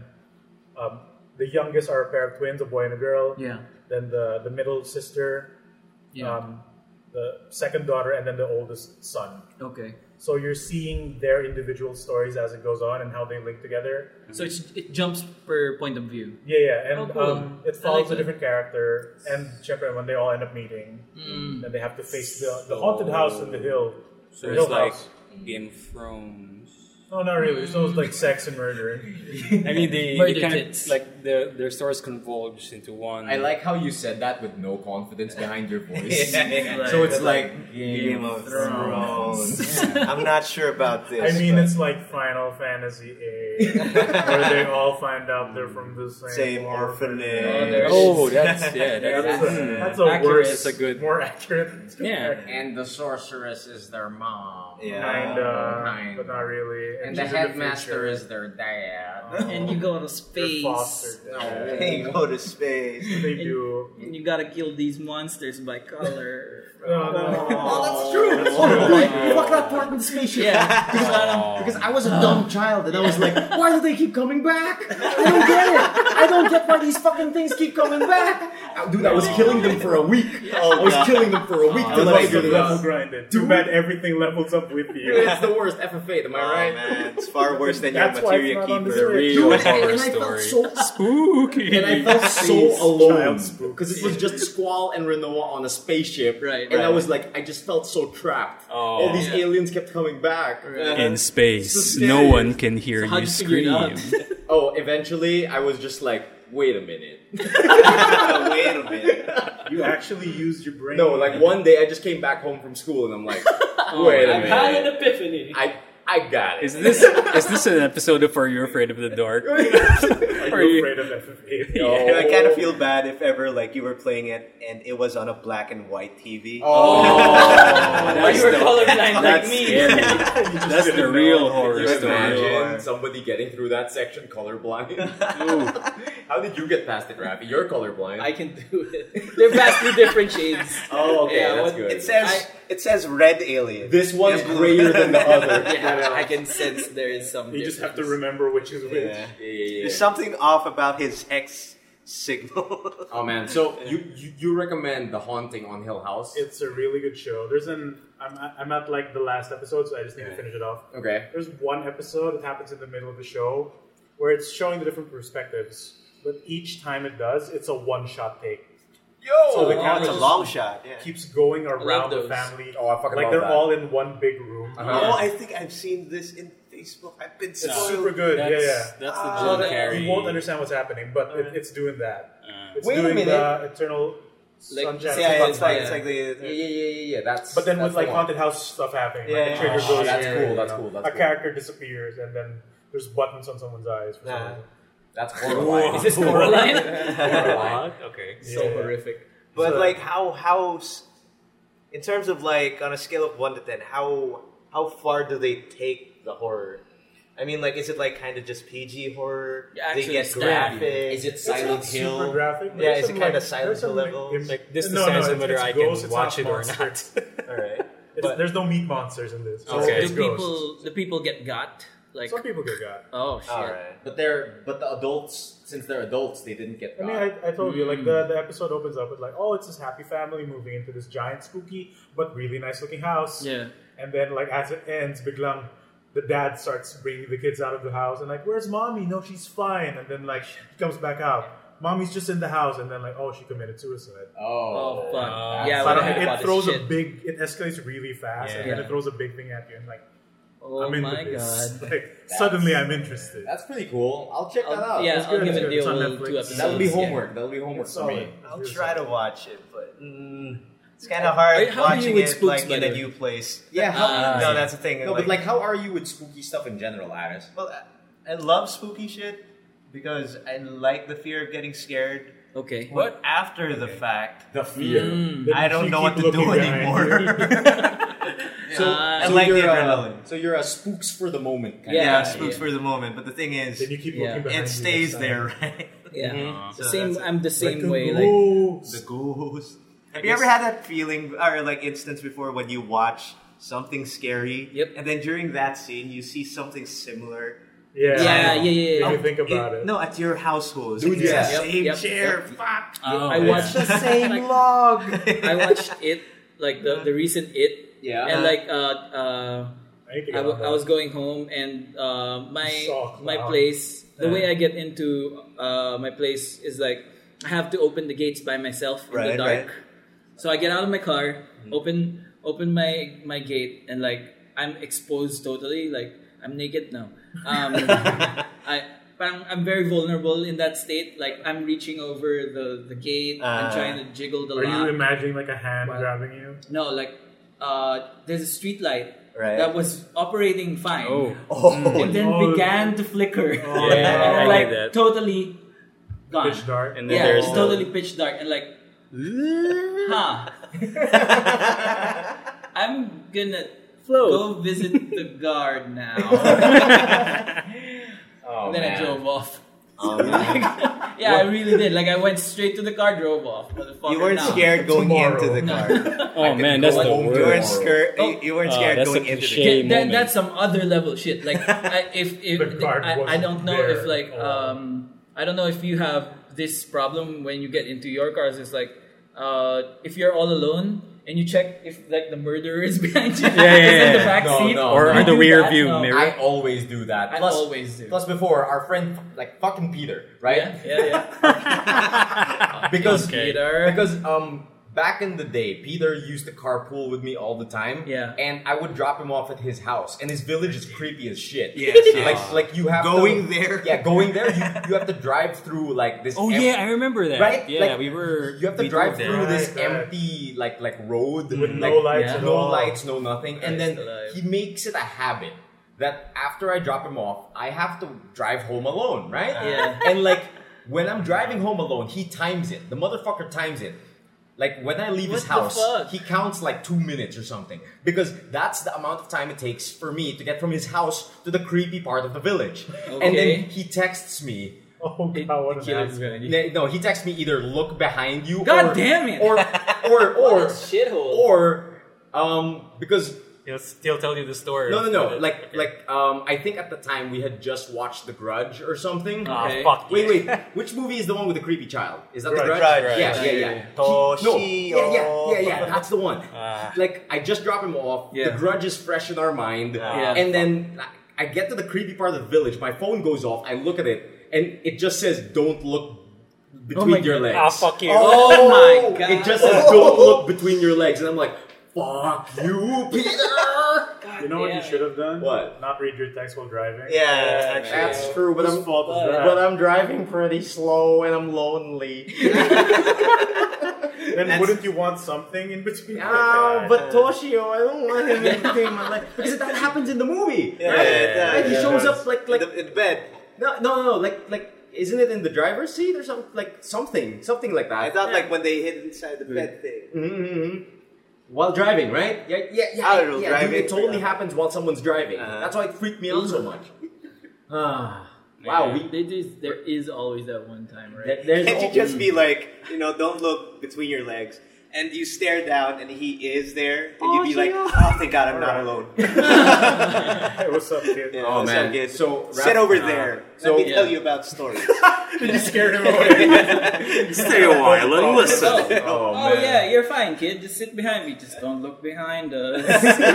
S1: um, the youngest are a pair of twins a boy and a girl
S5: Yeah.
S1: then the the middle sister
S2: Uh,
S5: Yeah.
S1: um, the second daughter and then the oldest son
S5: okay.
S1: so you're seeing their individual stories as it goes on and how they link together
S5: So it's, it jumps per point of view.
S1: yeah yeah and
S5: Oh, cool.
S1: um, it
S5: I
S1: follows
S5: like
S1: a
S5: that.
S1: different character and syempre, when they all end up meeting
S5: Mm.
S1: then they have to face the, the haunted house in the hill the
S6: So it's
S1: hill
S6: like
S1: house.
S6: Game of Thrones.
S1: Oh, not really. There's no like sex and murder.
S6: I mean, they,
S5: Murder
S6: they kind
S5: tits.
S6: of like the, their stories converge into one.
S2: I like how you said that with no confidence behind your voice.
S4: Yeah.
S2: So it's like
S4: Game of Thrones. I'm not sure about
S1: I
S4: this.
S1: mean,
S4: but
S1: it's like Final Fantasy VIII, where they all find out they're from the same,
S4: Same
S2: Oh,
S4: orphanage.
S2: there it
S6: Oh, that's yeah.
S1: Yeah,
S6: That's,
S1: that's, a, that's a
S6: Accurate
S1: worse.
S6: is a good-
S1: more accurate.
S6: yeah.
S2: And the sorceress is their mom.
S4: Yeah.
S1: Kinda,
S2: Kind.
S1: but not really.
S2: And the
S1: she's in
S2: headmaster
S1: future.
S2: is their dad.
S5: And you go to
S1: They're
S5: space.
S1: fostered.
S2: No.
S1: Yeah.
S4: Hey, go to space.
S1: They do.
S5: And you gotta kill these monsters by color.
S1: No, no.
S2: Oh,
S7: that's true. Oh, like, fuck that part in the spaceship.
S5: Yeah.
S7: Because, I, because I was a dumb child and I was like, why do they keep coming back? I don't get it. I don't get why these fucking things keep coming back. Uh, Dude, I was killing them for a week. I was killing them for a week
S1: Oh, I
S7: till I
S1: like the
S7: figured it
S1: level
S7: out.
S1: grinded. Too bad everything levels up with you.
S2: It's the worst FFA, am I
S4: Oh,
S2: right?
S4: man, it's far worse than your
S1: That's why it's
S4: material
S1: not on the
S4: keeper.
S1: Switch.
S6: Real
S7: Dude, and,
S6: horror
S7: and I felt
S6: story.
S7: so
S6: Spooky.
S7: and I felt so alone
S1: Child spooks.
S7: because it was just Squall and Renoa on a spaceship,
S5: Right,
S7: And I
S5: right.
S7: was like, I just felt so trapped.
S6: Oh.
S7: All these
S5: Yeah.
S7: aliens kept coming back.
S6: in space,
S7: So
S6: no
S7: scary.
S6: one can hear
S5: How'd
S6: you
S5: you figure it
S6: scream.
S5: out?
S7: Oh, eventually, I was just like, wait a minute.
S4: Wait a minute.
S1: You actually used your brain.
S7: No, like one day, I just came back home from school, and I'm like, wait a
S8: I've had an
S7: minute.
S8: epiphany.
S7: I I got it.
S6: Is this is this an episode of Are You Afraid of the Dark?
S1: Are
S6: Are
S1: you
S6: you-
S1: afraid of FFA?
S6: Yeah.
S4: I kind of feel bad if ever like you were playing it and it was on a black and white TV.
S7: Oh.
S2: Oh.
S8: Or you were colorblind like
S6: Oh, That's
S8: me.
S6: scary. That's the real horror
S7: Can you
S6: story.
S7: imagine somebody getting through that section colorblind?
S6: Ooh.
S7: How did you get past it, Ravi? You're colorblind.
S8: I can do it. They're vastly different shades.
S7: oh, okay,
S8: Yeah,
S7: that's
S8: what-
S7: good.
S4: It says
S8: I-
S4: it says red alien.
S7: this one's grayer than the other.
S8: Yeah, I can sense there is some.
S1: You just have to
S8: difference.
S1: remember which is which.
S4: Yeah.
S7: Yeah, yeah, yeah.
S4: There's something off about his hex signal.
S2: Oh man, so you, you you recommend The Haunting on Hill House?
S1: It's a really good show. There's an I'm I'm at like the last episode, so I just need to
S2: Okay.
S1: finish it off.
S2: okay.
S1: There's one episode that happens in the middle of the show where it's showing the different perspectives, but each time it does, it's a one shot take.
S2: Yo!
S1: So the
S4: Oh,
S1: camera
S4: it's a long shot. Yeah.
S1: keeps going around the
S8: those.
S1: family.
S2: Oh, I fucking
S1: like
S2: love
S1: they're
S2: that.
S1: all in one big room.
S2: Uh-huh.
S4: Oh, I think I've seen this in Facebook. I've been
S1: It's
S4: spoiled.
S1: super good.
S6: That's,
S1: yeah, yeah.
S6: that's the
S2: Uh,
S4: Ah,
S6: Jim
S4: that-
S1: You
S6: Carrey. uh,
S1: won't understand what's happening, but it, it's doing that. It's
S4: Wait a
S1: doing the
S4: minute.
S1: Eternal
S8: Like,
S1: Sunshine.
S4: Yeah,
S1: of
S8: That's
S4: yeah,
S1: the
S4: it's like
S1: Spotless
S4: it's like
S2: Yeah,
S4: the
S2: yeah, yeah, yeah, yeah. That's
S1: But then
S2: that's
S1: with like
S2: the one.
S1: haunted house stuff happening,
S4: Yeah,
S1: like the
S4: yeah,
S1: trigger
S4: yeah.
S1: goes
S2: That's
S1: here,
S2: cool,
S1: you
S2: that's
S1: know,
S2: cool, that's
S1: a
S2: cool.
S1: character disappears, and then there's buttons on someone's eyes. For
S4: Nah.
S1: some reason.
S2: That's horrifying.
S6: Is
S8: Is this Coraline?
S2: horrifying?
S6: Okay.
S1: Yeah.
S8: So horrific.
S4: But
S1: So-
S4: like how how s- in terms of like on a scale of one to ten, how how far do they take the horror? I mean, like, is it like kind of just PG horror?
S5: Yeah,
S4: they
S5: actually
S4: get
S5: scary.
S4: graphic.
S2: Is it Silent
S1: super
S2: Hill?
S1: graphic. but
S4: Yeah,
S1: there's
S4: is it
S1: some,
S4: kinda
S1: like-
S4: Silent
S1: there's some,
S4: Hill
S1: like,
S4: level?
S1: gimmicks.
S6: Like this
S1: no,
S6: decides
S1: no, it's-
S6: whether
S1: it's
S6: I can
S1: ghosts, it's
S6: watch it or
S1: monsters.
S6: not.
S4: All right.
S1: It's-
S4: But-
S1: there's no meat monsters in this.
S5: So
S6: Okay.
S5: do
S1: it's ghosts.
S5: people do people get got? Like
S1: Some people get got.
S5: oh shit.
S4: All right.
S2: But they're but the adults since they're adults they didn't get.
S1: I mean,
S2: caught.
S1: I, I told you, like, the, the episode opens up with, like, oh, it's this happy family moving into this giant, spooky, but really nice looking house.
S5: Yeah.
S1: And then, like, as it ends, biglang, the dad starts bringing the kids out of the house and, like, where's mommy? No, she's fine. And then, like, she comes back out. Mommy's just in the house. And then, like, oh, she committed suicide.
S2: oh,
S5: Oh fuck.
S6: uh,
S5: yeah,
S1: So I
S5: what
S1: don't-
S5: I
S1: it,
S5: thought
S1: it
S5: is
S1: throws a
S5: shit.
S1: big, it escalates really fast. And then
S5: Yeah.
S1: it throws a big thing at you. And, like,
S5: Oh
S1: I'm into
S5: my
S1: this.
S5: god.
S1: Like, suddenly I'm interested.
S2: that's pretty cool. I'll check that
S5: I'll,
S2: out.
S5: yeah,
S1: It's
S5: I'll
S1: good,
S5: give
S1: it's
S5: it
S1: good. It's on
S5: deal
S1: Netflix.
S5: two episodes.
S2: that will be
S5: yeah.
S2: homework. That will be homework
S1: It's
S2: for me.
S1: solid.
S4: I'll
S1: It's
S4: try
S1: solid.
S4: to watch it, but
S2: Mm,
S4: it's kind of hard
S5: Wait, how are you
S4: watching
S5: with
S4: it
S5: spooks,
S4: like
S5: by
S4: in
S5: the
S4: a
S5: way?
S4: new place.
S2: yeah. How,
S5: Ah,
S4: no,
S5: yeah.
S4: that's the thing.
S2: no, but like, how are you with spooky stuff in general, Aris?
S4: well, I- I love spooky shit because I like the fear of getting scared.
S5: Okay. Mm,
S4: But after the fact,
S2: The fear.
S1: Then
S4: I
S1: you
S4: don't know what
S1: keep
S4: to do
S1: looking behind
S4: anymore.
S1: you.
S2: So,
S5: Ah.
S4: I
S2: so
S4: like the
S2: you're, uh,
S4: adrenaline.
S2: so you're a spooks for the moment. Kind
S4: yeah,
S5: Yeah,
S4: spooks
S5: yeah.
S4: for the moment. But the thing is,
S1: Then you keep
S5: Yeah.
S1: looking behind you
S4: it
S1: next
S4: stays
S1: time.
S4: there, right?
S5: Yeah.
S4: So
S5: same.
S4: that's it.
S5: I'm the
S1: Like
S5: same
S1: a
S5: way. Like
S1: ghost.
S4: The ghost. Have you ever had that feeling or like instance before when you watch something scary?
S5: Yep.
S4: And then during that scene, you see something similar.
S1: Yeah,
S5: Yeah, yeah, yeah, yeah,
S1: If
S5: yeah.
S1: you think about it.
S4: No, at your household.
S2: Dude,
S4: it's
S2: yeah.
S4: the
S5: Yep,
S4: same
S5: yep,
S4: chair. Fuck.
S6: Oh,
S5: I
S6: yeah.
S5: watched
S4: The same log.
S5: I watched it like the the recent it
S2: Yeah.
S5: and like uh uh.
S1: I, need to get
S5: I, w-
S1: on that.
S5: I was going home and uh, my
S1: Saw
S5: my
S1: cloud.
S5: place the
S4: Yeah.
S5: way I get into uh, my place is like I have to open the gates by myself in the
S4: Right,
S5: dark.
S4: right.
S5: So I get out of my car, open open my my gate, and like I'm exposed totally. Like I'm naked now. Um, I. parang I'm very vulnerable in that state. Like I'm reaching over the, the gate. I'm
S4: Ah.
S5: trying to jiggle the
S1: Are you
S5: lock.
S1: imagining like a hand
S5: Wow.
S1: grabbing you?
S5: no, like uh, there's a street light
S4: Right.
S5: that was operating fine
S6: Oh,
S4: oh.
S5: and then
S1: Oh.
S5: began to flicker.
S1: Oh,
S6: Yeah, I
S5: and,
S6: like
S5: like
S6: that.
S5: totally gone.
S1: Pitch dark.
S6: and then
S5: yeah,
S6: there's
S5: it's
S6: the-
S5: totally pitch dark and like, huh? I'm gonna
S6: Float.
S5: go visit the guard now.
S2: Oh,
S5: and then
S2: man.
S5: I drove off.
S4: Oh, man.
S5: Yeah, I really did. Like I went straight to the car, drove off. Motherfucker,
S4: You weren't
S5: now.
S4: scared going
S1: Tomorrow.
S4: into the
S5: No.
S4: car.
S6: Oh man, that's the
S2: home
S4: you weren't
S6: worst.
S4: scared.
S5: Oh.
S4: You weren't
S6: Ah,
S4: scared
S6: that's
S4: going
S6: a
S4: into the
S6: cliche.
S4: car.
S5: Yeah,
S6: Shame
S5: that,
S6: moment.
S5: that's some other level shit. Like, I, if if
S1: The guard
S5: I, I
S1: wasn't
S5: don't know if
S1: there
S5: like
S1: at all.
S5: um I don't know if you have this problem when you get into your cars. It's like uh if you're all alone and you check if like the murderer is behind you,
S6: Yeah, yeah,
S5: is in the
S6: yeah.
S5: back
S2: No,
S5: seat
S2: no,
S6: Or
S5: You
S6: the
S5: do
S6: rear
S5: that?
S6: view
S5: No.
S6: mirror.
S2: I always do that.
S5: I
S2: Plus-
S5: always do.
S2: Plus, before our friend, like fucking Peter, right?
S5: Yeah, yeah, yeah.
S2: because
S5: Okay. Peter.
S2: because um back in the day, Peter used to carpool with me all the time.
S5: Yeah.
S2: and I would drop him off at his house, and his village is creepy as shit.
S4: Yes, yes.
S2: like like you have
S4: Going
S2: to,
S4: there.
S2: Yeah, going there. You, you have to drive through like this.
S6: Oh
S2: em-
S6: yeah, I remember that.
S2: Right?
S6: Yeah,
S2: Like,
S6: we were.
S2: You have to
S6: we
S2: drive
S6: drove
S2: through
S6: there.
S2: this
S1: Right, right.
S2: empty like like road
S1: With
S2: like,
S1: no lights
S5: yeah.
S1: at
S2: no
S1: all.
S2: lights, no nothing. And then
S5: Christ alive.
S2: he makes it a habit that after I drop him off, I have to drive home alone, right?
S5: Yeah.
S2: And like when I'm driving home alone, he times it. The motherfucker times it. Like when I leave his
S5: What the
S2: house,
S5: fuck?
S2: he counts like two minutes or something because that's the amount of time it takes for me to get from his house to the creepy part of the village. And
S5: Okay.
S2: then he texts me
S1: Oh god, what an ass.
S2: Ne- No, he texts me either look behind you.
S5: God
S2: or,
S5: damn it.
S2: Or or
S5: What a
S2: or
S5: shithole.
S2: or um because
S6: He'll still tell you the story.
S2: no no
S6: of
S2: no
S6: it.
S2: like
S6: Okay.
S2: like um I think at the time we had just watched The Grudge or something.
S6: Ah,
S5: okay.
S6: fuck
S2: Wait
S6: yeah.
S2: wait, which movie is the one with the creepy child? Is that The
S1: Grudge.
S2: Grudge?
S4: Grudge.
S2: Yeah, yeah, yeah. He-
S4: Yeah.
S2: no, yeah, yeah, yeah, yeah.
S4: Toshio.
S2: That's the one.
S6: Ah.
S2: Like I just drop him off.
S5: Yeah.
S2: The Grudge is fresh in our mind.
S5: Yeah.
S2: And then I I get to the creepy part of the village. My phone goes off. I look at it, and it just says, "Don't look." Between your legs.
S6: Ah, fuck you.
S5: Oh my God.
S2: It just says, don't look between your legs. And I'm like, fuck you, Peter!
S1: You know what you
S5: Damn it.
S1: should have done?
S2: What?
S1: Not read your text while driving.
S4: Yeah, actually.
S2: That's true, but
S1: Whose
S2: I'm,
S1: fault is that?
S2: but I'm driving pretty slow and I'm lonely.
S1: Then wouldn't you want something in between?
S2: Ah,
S1: Like,
S2: but Toshio, I don't want him in between my legs. Because that happens in the movie,
S4: Yeah,
S2: right?
S4: yeah, yeah,
S2: Right? He
S4: yeah.
S2: shows up like, like,
S4: in, the, in bed.
S2: no, no, no, like, like, isn't it in the driver's seat or something? Like, something, something like that.
S4: I thought like when they hid inside the bed thing.
S2: Mm-hmm. While driving, right? Yeah, yeah, yeah.
S4: I don't know,
S2: yeah,
S4: driving,
S2: dude, it totally
S4: yeah.
S2: happens while someone's driving.
S4: Uh-huh.
S2: That's why it freaked me out so much.
S7: Ah.
S2: Wow, we
S5: They do, there is always that one time, right?
S2: th- there's
S4: Can't you
S2: al-
S4: just be like, you know, don't look between your legs? And you stare down, and he is there, and you'd be like, "Oh, thank God, I'm not alone."
S1: Hey, what's up, kid?
S4: Yeah,
S2: Oh
S4: what's
S2: man,
S4: up, kid?
S2: so
S4: sit
S2: wrap-
S4: over
S2: uh,
S4: there.
S2: So
S4: Let me tell
S5: Yeah.
S4: you about stories.
S2: you scared him away.
S6: Stay a while and listen.
S2: Oh,
S5: Oh, oh,
S2: man.
S5: yeah, you're fine, kid. Just sit behind me. Just don't look behind us.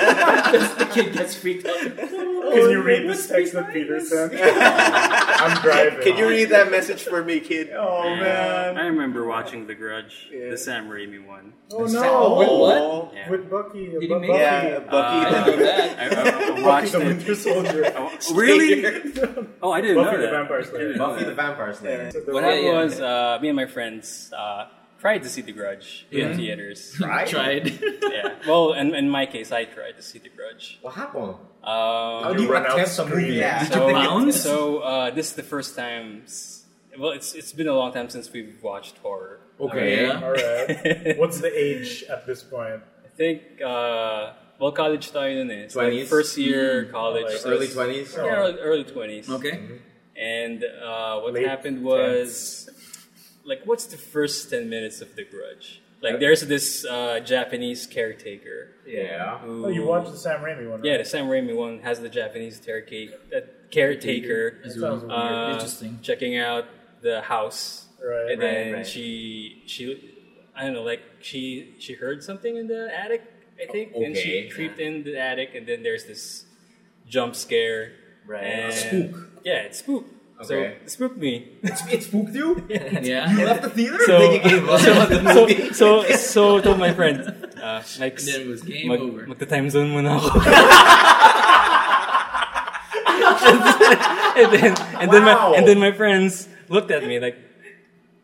S5: the kid gets freaked out. Oh,
S1: Can you read this text that Peter sent? I'm driving.
S4: Can you read that message for me, kid?
S1: Oh man.
S6: I remember watching The Grudge,
S4: Yeah.
S6: the Sam Raimi one.
S1: Oh
S5: Oh,
S1: no.
S5: what?
S6: Yeah.
S1: With Bucky.
S5: Did he
S1: Bu-
S5: make-
S1: Bucky.
S4: Yeah, Bucky.
S5: I
S6: Uh,
S5: know
S4: the,
S5: that.
S6: I, I- I
S1: Bucky
S6: watched
S1: the
S6: it.
S1: Winter Soldier.
S6: I wa- really? Oh, I
S1: Buffy
S6: didn't know
S1: the
S6: that.
S1: Vampire Slayer.
S6: I didn't know
S2: Buffy
S6: that.
S2: the Vampire Slayer.
S1: So the-
S6: What happened
S5: Yeah, yeah.
S6: was uh, me and my friends uh, tried to see The Grudge in theaters.
S2: Right?
S5: Tried.
S6: yeah. Well, in, in my case, I tried to see The Grudge.
S2: What happened? How
S6: Um,
S2: do you
S1: ran out
S2: attempt a movie?
S1: screaming.
S2: Yeah.
S6: so
S5: Bounds?
S6: so uh, this is the first time. s- Well, it's it's been a long time since we've watched horror.
S2: Okay.
S5: Yeah.
S1: All right.
S6: I
S1: What's the age at this point?
S6: think uh, well, college tayo nun eh. So, like,
S2: 20s?
S6: first year college,
S1: Like
S2: Mm-hmm.
S6: so
S2: Early
S6: it's-
S2: twenties.
S1: Oh.
S6: Yeah, early- early twenties.
S5: Okay.
S6: And uh, what
S1: Late
S6: happened was, like, what's the first ten minutes of The Grudge? Like, there's this uh, Japanese caretaker.
S2: Yeah.
S1: Oh,
S6: Who,
S1: you watched the Sam Raimi one.
S6: Yeah,
S1: Right?
S6: the Sam Raimi one has the Japanese caretaker, uh, caretaker
S1: That sounds weird.
S6: uh,
S5: Interesting.
S6: checking out the house,
S1: Right.
S6: and then
S2: right.
S6: she she I don't know, like she she heard something in the attic, I think, and
S2: Okay.
S6: she creeped in the attic, and then there's this jump scare,
S2: Right.
S6: and-
S2: Spook.
S6: Yeah, it spooked.
S2: Okay.
S6: So it spooked me.
S2: It spooked you.
S5: Yeah.
S2: left the theater.
S6: So-
S2: then you gave up on the
S6: so
S2: movie.
S6: so so I told my friend, uh, like,
S5: And then it was game
S6: mag,
S5: over.
S6: magta-time zone muna ako. and then and then my
S2: Wow.
S6: and then my friends looked at me like,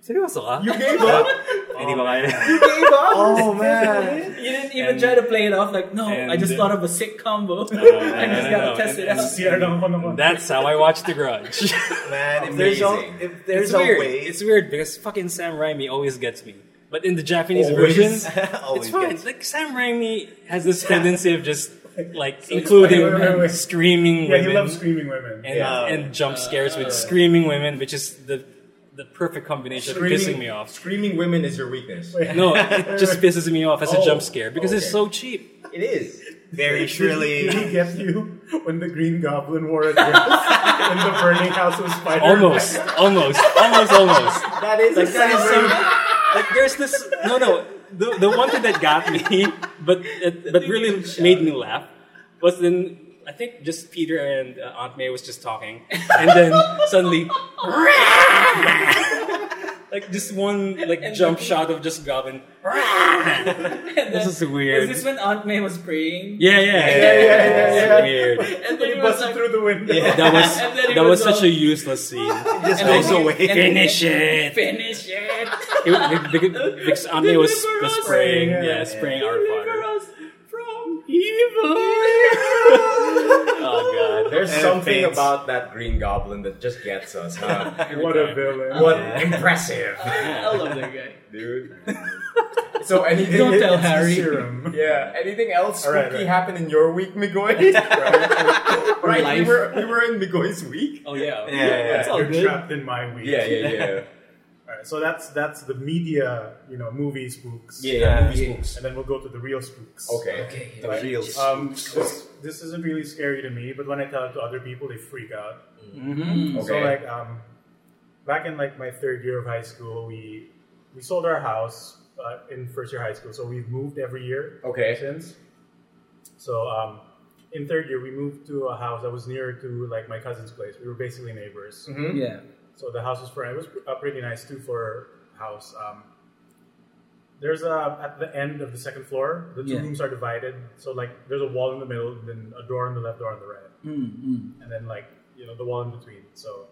S6: seryoso ka?
S2: you gave up.
S6: Hindi ko kaya.
S2: You gave up.
S1: Oh man.
S5: You didn't even
S6: And-
S5: try to play it off like, no,
S6: and- Oh,
S5: I just thought of a sick combo.
S6: no,
S5: I just
S6: no,
S5: gotta
S6: no.
S5: test it
S6: And-
S5: out.
S1: Sierra lang ako naman.
S6: That's how I watched The Grudge.
S4: man, if there's,
S2: Amazing.
S4: al- if there's
S6: it's
S4: a
S6: weird.
S4: way,
S6: It's weird because fucking Sam Raimi always gets me. But in the Japanese
S2: Always.
S6: version,
S4: always
S6: it's fine.
S4: gets-
S6: Like Sam Raimi has this tendency of just like including
S1: Wait, wait, wait, wait.
S6: screaming
S1: Yeah,
S6: women
S1: he loves screaming women.
S6: and,
S4: Yeah. Uh,
S6: and jump scares with screaming women, which is the the perfect combination of pissing me off.
S2: Screaming women is your weakness.
S1: Wait.
S6: No, it just pisses me off as a
S2: Oh,
S6: jump scare because it's
S2: okay.
S6: so cheap.
S2: It is.
S4: very surely.
S1: Did he get you when the Green Goblin wore a dress in the burning house of Spider?
S6: Almost, almost, almost, almost.
S4: that is
S6: Like that is
S4: exactly-
S6: so. Like there's this. No, no. The, the one thing that got me, but it, but really made me laugh, was then I think just Peter and uh, Aunt May was just talking, and then suddenly, like just one like jump shot of just Goblin.
S5: And
S6: This is
S5: then-
S6: weird.
S5: was this when Aunt May was praying?
S6: yeah, yeah, yeah,
S1: yeah, yeah,
S6: This is
S1: yeah.
S6: Weird.
S5: And then
S1: He
S5: it was
S1: busted
S5: like,
S1: through the window.
S6: That was
S5: And then he
S6: that
S5: was
S6: was such
S5: all-
S6: a useless scene.
S4: just
S5: and then
S4: goes
S5: he-
S4: away.
S5: and-
S6: Finish it.
S5: Finish it.
S6: It- it- it- Because Aunt May was,
S5: Deliver
S6: was
S5: us.
S6: spraying,
S1: Yeah,
S6: yeah,
S1: yeah.
S6: spraying art fire.
S5: Deliver us from
S6: Oh god.
S2: There's
S4: And
S2: something
S4: faints.
S2: about that Green Goblin that just gets us, huh?
S1: What a villain!
S2: what
S4: Yeah.
S2: impressive,
S5: I love that guy.
S2: dude. so anything?
S5: Don't tell
S1: It's the
S5: Harry.
S1: serum.
S2: Yeah. Anything else
S1: All
S2: spooky
S1: right, right.
S2: happened in your week, Migoy? right. We
S5: Life.
S2: were we were in Migoy's week.
S5: Oh yeah.
S4: Yeah, yeah,
S5: It's all
S1: You're
S5: good.
S1: trapped in my week.
S2: Yeah, yeah, yeah,
S1: All right, so that's that's the media, you know, movie spooks.
S2: yeah. yeah
S4: Uh,
S2: movie spooks.
S1: And then we'll go to the real spooks.
S2: Okay.
S5: Okay.
S4: The real
S1: Um, this, this isn't really scary to me, but when I tell it to other people, they freak out.
S5: Mm-hmm.
S2: Okay.
S1: So like um, back in like my third year of high school, we we sold our house uh, in first year high school. So we've moved every year
S2: okay.
S1: since. So um, in third year, we moved to a house that was nearer to like my cousin's place. We were basically neighbors.
S2: Mm-hmm.
S5: Yeah.
S1: So the house was for it was pr- uh, pretty nice too for house. Um, there's a at the end of the second floor, the two
S5: Yeah.
S1: rooms are divided. So like there's a wall in the middle, then a door on the left, door on the right
S5: Mm-hmm.
S1: and then like you know the wall in between. So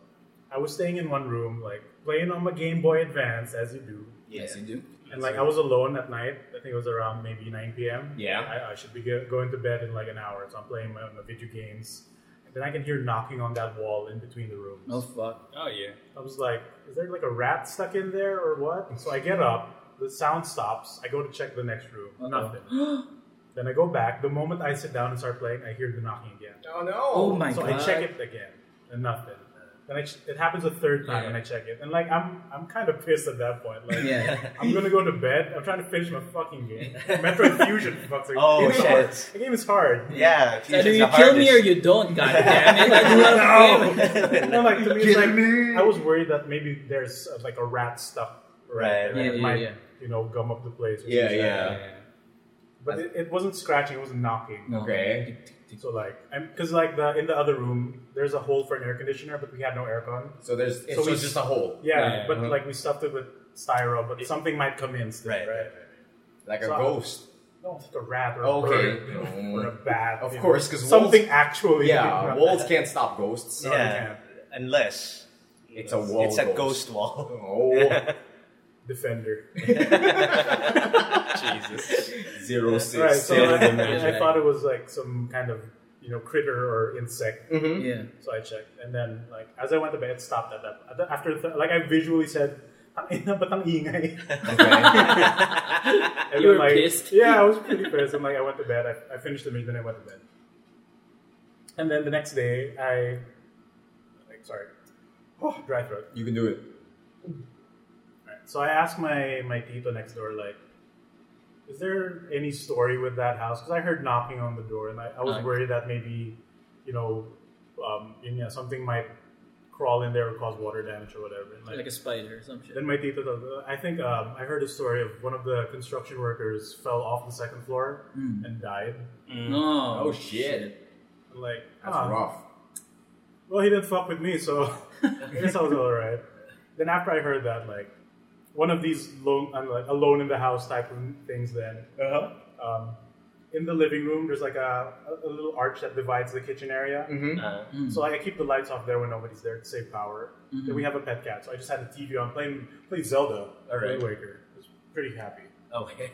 S1: I was staying in one room, like playing on my Game Boy Advance as you do,
S5: Yes, you do.
S1: and like I was alone at night. I think it was around maybe 9 p.m.
S2: Yeah.
S1: I, I should be go- going to bed in like an hour, so I'm playing my, my video games. And then I can hear knocking on that wall in between the rooms.
S5: Oh fuck.
S6: Oh yeah.
S1: I was like, is there like a rat stuck in there or what? So I get up, the sound stops, I go to check the next room, nothing. then I go back. The moment I sit down and start playing, I hear the knocking again.
S2: Oh no.
S5: Oh my
S1: so
S5: god.
S1: I check it again. and nothing. Then I ch- it happens a third time, and I check it, and like I'm I'm kind of pissed at that point. Like
S5: Yeah.
S1: I'm gonna go to bed. I'm trying to finish my fucking game. Metroid Fusion, for fuck's sake.
S4: Oh,
S1: The game is hard.
S4: shit.
S1: The game is hard.
S4: Yeah,
S5: Either
S4: Fusion's
S5: you
S4: the
S5: kill me or
S4: hardest.
S5: you don't, god damn it. I do love no.
S1: No, like to me, it's like I was worried that maybe there's uh, like a rat stuck
S4: Right,
S1: and
S5: right.
S1: it
S5: Yeah,
S1: might
S5: yeah, yeah.
S1: you know gum up the place. or
S2: Yeah,
S1: something like
S2: yeah.
S1: that. But it, it wasn't scratching; it wasn't knocking.
S2: Okay.
S1: So like, because like the in the other room, there's a hole for an air conditioner, but we had no aircon.
S2: So there's it's
S1: So
S2: so
S1: we-
S2: it's just a hole.
S1: Yeah,
S6: Yeah,
S1: but
S6: mhm.
S1: like we stuffed it with styro, but something might come in still, right?
S4: Right,
S2: Like a
S1: So I-
S2: ghost.
S1: No, it's like a rat or a
S2: Okay. Mm.
S1: bird you know, or a bat.
S2: Of
S1: you know.
S2: course, 'cause
S1: something
S2: wolves-
S1: actually.
S2: Yeah, walls can't stop ghosts.
S1: No, they
S4: yeah,
S1: can't.
S4: unless
S2: It's a wall.
S4: it's a ghost wall.
S2: Oh,
S1: Defender.
S6: Jesus.
S2: zero six.
S1: right. So
S2: zero
S1: I,
S2: dimension.
S1: I thought it was like some kind of you know critter or insect.
S5: Yeah.
S1: So I checked, and then like as I went to bed, it stopped at that. at that- After the, like I visually said, "Tangina, ba't ang ingay?"
S2: Okay.
S1: And
S5: You
S1: then,
S5: were
S1: like,
S5: pissed?
S1: Yeah, I was pretty pissed. And like, I went to bed. I, I finished the mission, then I went to bed. And then the next day, I like sorry, oh, dry throat.
S2: you can do it.
S1: Alright, So I asked my my tito next door, like, is there any story with that house? Because I heard knocking on the door, and I, I was
S5: Okay.
S1: worried that maybe, you know, um, you know, something might crawl in there or cause water damage or whatever. And,
S5: Like a spider or some shit.
S1: then my tito, told- I think um, I heard a story of one of the construction workers fell off the second floor and died.
S5: Hmm. No.
S2: Oh shit,
S1: I'm like,
S2: that's
S1: ah,
S2: rough.
S1: well, he didn't fuck with me, so I guess I was all right. Then after I heard that, like, one of these lone, I'm like alone in the house type of things. Then
S4: Uh-huh.
S1: um, in the living room, there's like a, a little arch that divides the kitchen area.
S4: Uh,
S1: So like, I keep the lights off there when nobody's there to save power. Then we have a pet cat, so I just had the TV on playing playing Zelda. All
S4: right.
S1: Wind Waker. I was pretty happy.
S4: okay.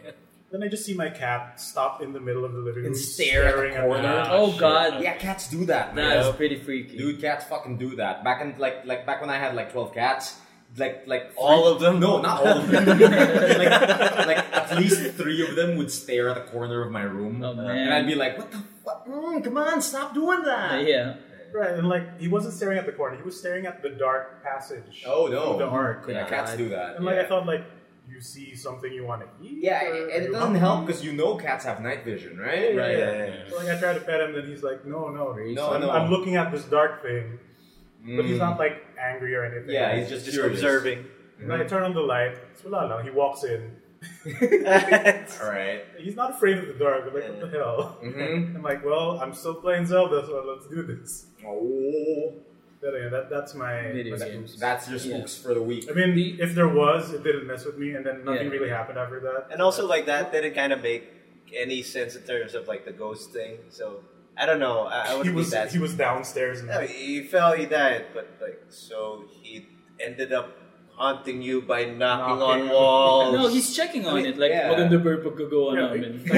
S1: Then I just see my cat stop in the middle of the living room
S5: And stare at the
S1: staring
S5: corner.
S1: me.
S5: Oh, god.
S2: Yeah, cats do that. man.
S5: That is pretty freaky.
S2: Dude, cats fucking do that. Back in like like back when I had like twelve cats, like like
S4: All
S2: three-
S4: of them?
S2: No, not all of them. like, like at least three of them would stare at the corner of my room,
S5: Oh, man.
S2: and I'd be like, "What the fuck? Mm, come on, stop doing that."
S5: yeah.
S1: Right, and like he wasn't staring at the corner; he was staring at the dark passage.
S2: Oh no,
S1: the arc.
S2: Yeah, cats do that.
S1: And like
S2: yeah.
S1: I thought, like you see something you want to eat.
S2: yeah,
S1: or
S2: and- and it
S1: you
S2: doesn't
S1: hungry?
S2: help because you know cats have night vision, right?
S1: Right.
S4: Yeah, yeah, yeah.
S1: So, like I try to pet him, then he's like, "No, no,
S2: No,
S1: I'm,
S2: no. Mm,
S1: I'm looking at this dark thing, but he's not like angry or anything.
S2: Yeah, he's just
S4: Just
S2: curious.
S4: observing.
S1: And I turn on the light. It's wala lang. He walks in.
S2: All right.
S1: He's not afraid of the dark. I'm like, what the hell?
S2: Mhm.
S1: I'm like, well, I'm still playing Zelda, so let's do this.
S2: Oh,
S1: But yeah, that, that's my.
S5: Video
S1: my-
S5: games.
S2: that's your spooks for the week.
S1: I mean,
S5: The-
S1: if there was, it didn't mess with me, and then nothing
S5: Yeah.
S1: really happened after that.
S4: And also, like, that didn't kind of make any sense in terms of, like, the ghost thing. So, I don't know. I, I
S1: he
S4: wouldn't be
S1: was
S4: that.
S1: he was downstairs and
S4: No, he fell, he died, but, like, so he ended up haunting you by knocking on
S1: Knocking.
S4: walls.
S5: No, he's checking on it. Like,
S2: yeah.
S5: maganda ba yung pagkagawa
S1: Yeah.
S5: namin? Like,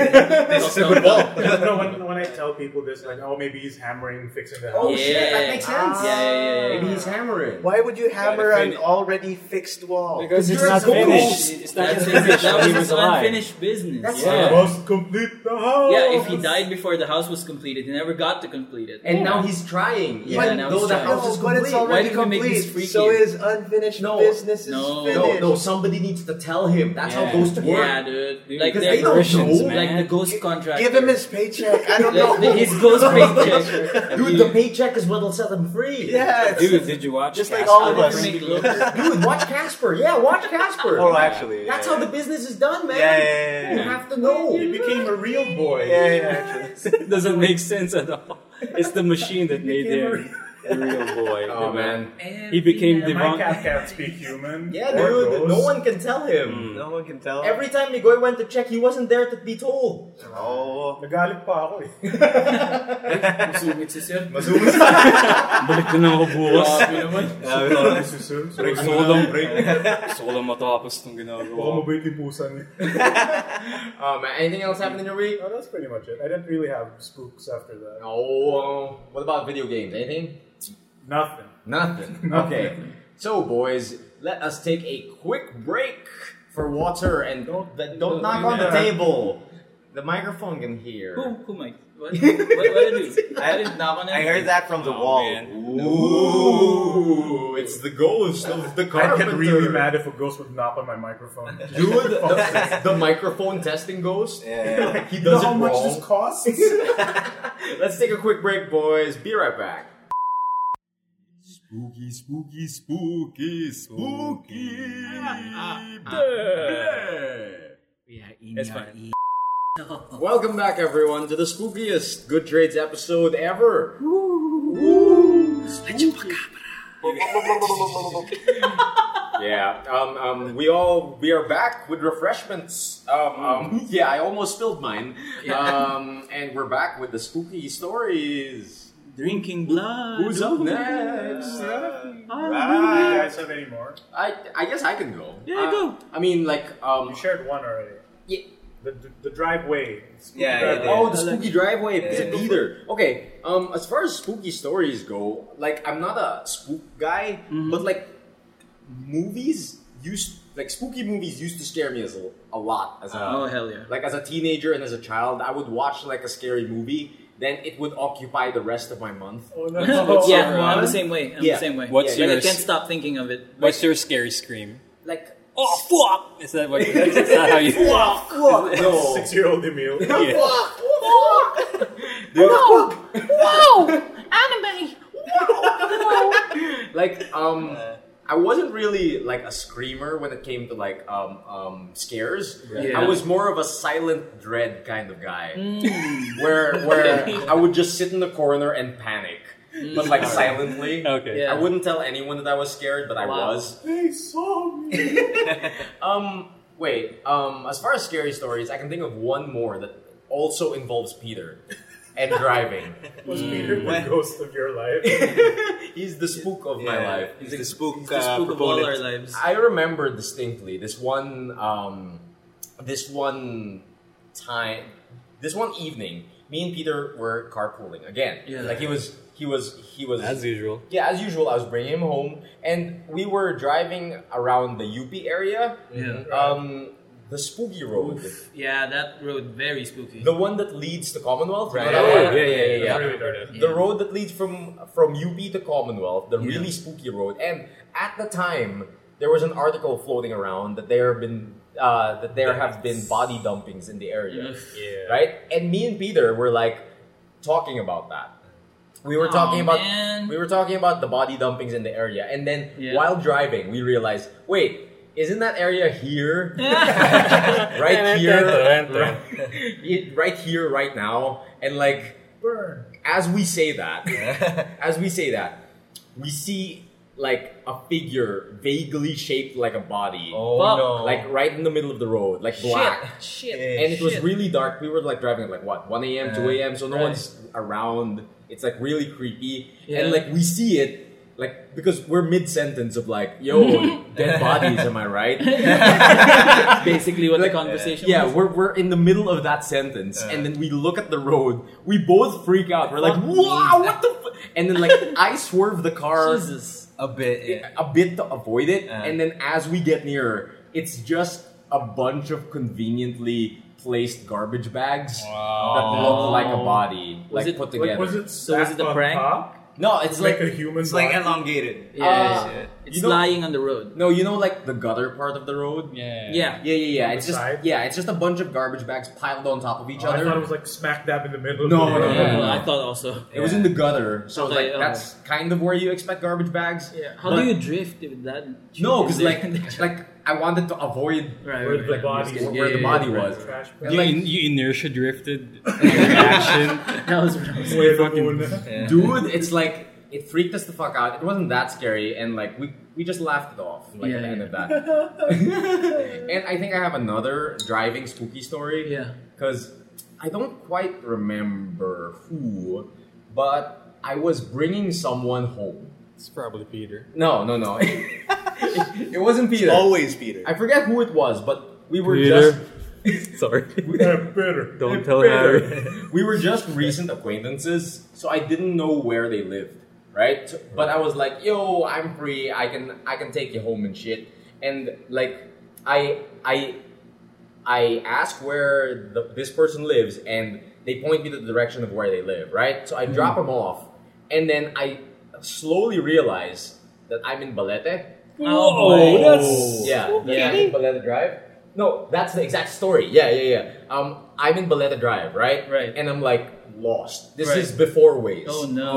S4: This is a good ball.
S1: no, no, when, when I tell people this, like, oh, maybe he's hammering, fixing the house.
S2: Oh
S5: Yeah.
S2: shit, that makes sense.
S5: Yeah, yeah, yeah, yeah,
S2: Maybe
S5: yeah.
S2: he's hammering.
S4: Why would you hammer
S2: Gotta
S4: an
S2: finish.
S4: already fixed wall?
S9: Because it's
S6: Oh,
S2: You're
S9: not
S2: a cuckoo.
S9: finished. It's not
S5: That's
S9: finished.
S5: that
S9: when
S5: was
S9: he
S5: his
S9: was alive.
S5: unfinished business. yeah.
S1: I
S9: Yeah.
S1: must complete the house.
S5: yeah, if he died before the house was completed, he never got to complete it.
S2: And now he's trying.
S5: Yeah,
S2: even
S5: now
S2: though
S5: he's
S2: the
S5: trying.
S2: house is
S4: but
S2: complete.
S4: it's
S5: Why did
S4: already
S5: we make
S4: complete.
S5: this freaky?
S4: So his unfinished
S2: No.
S4: business
S5: No.
S4: is
S2: No,
S4: finished.
S2: no, somebody needs to tell him. That's how ghosts work.
S5: Yeah, dude. Like,
S2: Because they
S5: they're
S2: don't
S5: Christians,
S2: know,
S5: Like,
S9: man.
S5: the ghost contract.
S4: Give him his paycheck. I don't know.
S5: Like, the- his ghost paycheck.
S7: Dude, the paycheck is what'll set them free.
S4: yeah, it's-
S9: Dude, did you watch?
S4: Just like
S9: Casper?
S4: all of
S5: I'll
S4: us.
S5: never make loafers.
S7: Dude, watch Casper. Yeah, watch Casper.
S4: Oh, actually,
S7: That's
S4: yeah.
S7: how the business is done, man.
S4: Yeah, yeah, yeah,
S7: You
S4: yeah.
S7: have to know.
S1: He became a real boy.
S4: Yeah, yeah,
S9: It
S4: actually.
S9: doesn't make sense at all. It's the machine that made him the real boy.
S2: Oh man.
S9: He became
S1: And my
S9: divine.
S1: cat can't speak human.
S7: Yeah,
S1: or
S7: dude,
S1: ghost.
S2: No one can tell him.
S6: Mm.
S4: No one can
S2: Mm.
S4: tell.
S7: Every time Migoy went to check, he wasn't there to be told.
S4: oh,
S1: Nagalit pa ako eh.
S7: Uh,
S5: Masungit si sir.
S9: Balik na lang ako bukas.
S1: Sorry, sir. Sorry.
S9: Gusto ko lang break. Gusto ko lang matapos itong
S1: Baka
S9: ginagawa.
S1: mabait yung pusa niya.
S2: Oh man. Anything else happened in your week?
S1: No, that's pretty much it. I didn't really have spooks after that.
S2: No. uh, What about video games? Anything?
S1: Nothing.
S2: Nothing. Okay. So boys, let us take a quick break for water and don't don't knock on the
S1: that.
S2: table. The microphone can hear.
S5: Who, who might? What, what, what did you do?
S4: I-
S5: I didn't knock on it.
S4: I heard that from the
S2: Oh,
S4: wall.
S2: man. Ooh, it's the ghost of the
S1: I'd
S2: carpenter.
S1: get really mad if a ghost would knock on my microphone.
S2: You were the, the, the microphone testing ghost.
S4: Yeah.
S1: you
S2: He
S1: know
S2: does
S1: how
S2: it
S1: much
S2: wrong.
S1: this costs?
S2: Let's take a quick break, boys. Be right back. Spooky, spooky, spooky, spooky.
S9: It's fine.
S2: Welcome back, everyone, to the spookiest Good Trades episode ever. Spooky. yeah, um, um, we all we are back with refreshments. Um, um, yeah, I almost spilled mine. Um, and we're back with the spooky stories.
S9: Drinking
S5: Uh,
S9: blood.
S2: Who's up next?
S1: Ah, you guys have any more?
S2: I I guess I can go.
S9: Yeah,
S2: Uh,
S9: go.
S2: I mean, like um.
S1: You shared one already.
S2: Yeah.
S1: The, the, the driveway. Spooky
S4: Yeah, yeah,
S1: driveway.
S4: yeah.
S2: Oh, the spooky driveway because
S4: Yeah.
S2: of Peter. Okay, um, as far as spooky stories go, like I'm not a spook guy, but like movies used, like spooky movies used to scare me as a, a lot as a
S5: Oh hell yeah!
S2: like as a teenager and as a child. I would watch like a scary movie, then it would occupy the rest of my month.
S1: Oh,
S5: yeah,
S1: no.
S5: I'm the same way. I'm
S2: Yeah.
S5: the same way.
S6: What's
S5: like, I
S6: yours?
S5: can't stop thinking of it.
S6: What's your scary scream?
S2: Like
S6: Oh fuck! Is that what? is that how you?
S2: no,
S1: Six year old Oh, Emil.
S2: like um I wasn't really like a screamer when it came to like um um scares.
S5: Yeah.
S2: I was more of a silent dread kind of guy. Hmm. Where where I would just sit in the corner and panic. But like silently.
S6: Okay.
S5: Yeah.
S2: I wouldn't tell anyone that I was scared, but I
S5: Wow.
S2: was.
S1: They saw me.
S2: Um wait, um as far as scary stories, I can think of one more that also involves Peter and driving.
S1: Was Peter the
S4: What?
S1: ghost of your life?
S2: He's the spook of my life.
S4: He's the spook,
S5: It's
S6: uh,
S5: the spook of all our lives.
S2: I remember distinctly this one, um, this one time, this one evening. Me and Peter were carpooling again.
S5: Yeah.
S2: Like he was, he was, he was.
S6: As usual.
S2: yeah, as usual, I was bringing him home, and we were driving around the UP area,
S5: Yeah.
S2: um, the spooky road,
S5: Yeah, that road very spooky.
S2: the one that leads to Commonwealth.
S1: Right.
S2: Yeah, yeah, yeah,
S1: That's
S2: yeah.
S1: really dark.
S5: Yeah.
S2: the road that leads from from UP to Commonwealth, the really spooky road. And at the time, there was an article floating around that there have been uh, that there have been body dumpings in the area,
S6: Yeah.
S2: right? And me and Peter were like talking about that. We were talking
S5: Aw,
S2: about
S5: Oh, man.
S2: we were talking about the body dumpings in the area, and then
S5: Yeah.
S2: while driving, we realized, wait, isn't that area here? right here, right, right here, right now, and like
S1: Burn.
S2: as we say that, as we say that, we see like a figure vaguely shaped like a body,
S4: Oh
S5: Fuck.
S4: no!
S2: like right in the middle of the road, like black.
S5: Shit, shit.
S4: Yeah.
S2: And it was
S5: Shit.
S2: really dark. We were like driving at like what, 1 a.m., 2 a.m., so no
S5: Right.
S2: one's around. It's like really creepy.
S5: Yeah.
S2: And like we see it, like because we're mid sentence of like, yo, dead bodies, am I right?
S5: Basically, what
S2: Like,
S5: the conversation
S2: Yeah,
S5: was.
S2: we're, we're in the middle of that sentence, and then we look at the road. We both freak out. We're like,
S5: Fuck me.
S2: "Wow, what the?" F-? And then like I swerve the car
S5: Jesus.
S4: a bit. Yeah.
S2: a bit to avoid it,
S4: Uh.
S2: and then as we get nearer, it's just a bunch of conveniently placed garbage bags that look like a body,
S5: Was
S2: like
S5: it-
S2: put
S5: like,
S2: together.
S1: Was it
S5: So was
S1: stacked
S5: it a
S1: on
S5: prank?
S1: top?
S2: no, it's
S1: Like
S2: like,
S1: a human
S4: It's like
S1: body?
S4: elongated.
S5: Yeah,
S2: Uh,
S5: yeah. it's
S2: you know-
S5: lying on the road.
S2: no, you know, like the gutter part of the road.
S6: Yeah.
S5: Yeah,
S2: Yeah, yeah, yeah. It's
S1: the
S2: just
S1: side?
S2: yeah, it's just a bunch of garbage bags piled on top of each
S1: Oh, I
S2: other.
S1: thought it was like smack dab in the middle.
S2: No,
S1: of the
S2: no,
S1: road.
S2: no, no.
S5: Well, I thought also.
S2: It was in the gutter, so
S5: Okay,
S2: like
S5: oh.
S2: that's kind of where you expect garbage bags.
S5: Yeah. How
S2: But-
S5: do you drift with that?
S2: No, because
S5: Is
S2: like
S5: there-
S2: like I wanted to avoid
S5: Right,
S2: where
S5: right,
S2: the
S5: right.
S2: body
S1: Yeah,
S2: where the
S5: yeah,
S2: body
S1: yeah,
S2: was.
S1: right, trash
S2: And
S1: bag.
S2: like,
S6: You, you inertia drifted your reaction.
S5: that was what I was
S1: Way the
S6: fucking-
S1: moon.
S4: Yeah.
S2: dude, it's like it freaked us the fuck out. It wasn't that scary, and like we we just laughed it off like at the
S5: Yeah,
S2: end of that. and I think I have another driving spooky story.
S5: Yeah.
S2: because I don't quite remember who, but I was bringing someone home.
S6: It's probably Peter.
S2: No, no, no. it, it wasn't Peter.
S4: Always Peter.
S2: I forget who it was, but we were
S6: Peter.
S2: just
S6: Sorry.
S1: Yeah, bitter.
S6: Don't tell
S2: Peter.
S6: Harry.
S2: we were just recent acquaintances, so I didn't know where they lived, right? So- But I was like, "Yo, I'm free. I can I can take you home and shit." And like, I I I I ask where the, this person lives, and they point me to the direction of where they live. Right, so I drop
S6: Mm-hmm.
S2: them off, and then I slowly realize that I'm in Balete.
S6: Oh, that's
S2: Yeah, yeah, I'm in Baleta Drive. No, that's the exact story. Yeah, yeah, yeah. Um, I'm in Baleta Drive, right?
S5: Right.
S2: And I'm like lost. This
S5: Right.
S2: is before Waze.
S5: Oh no.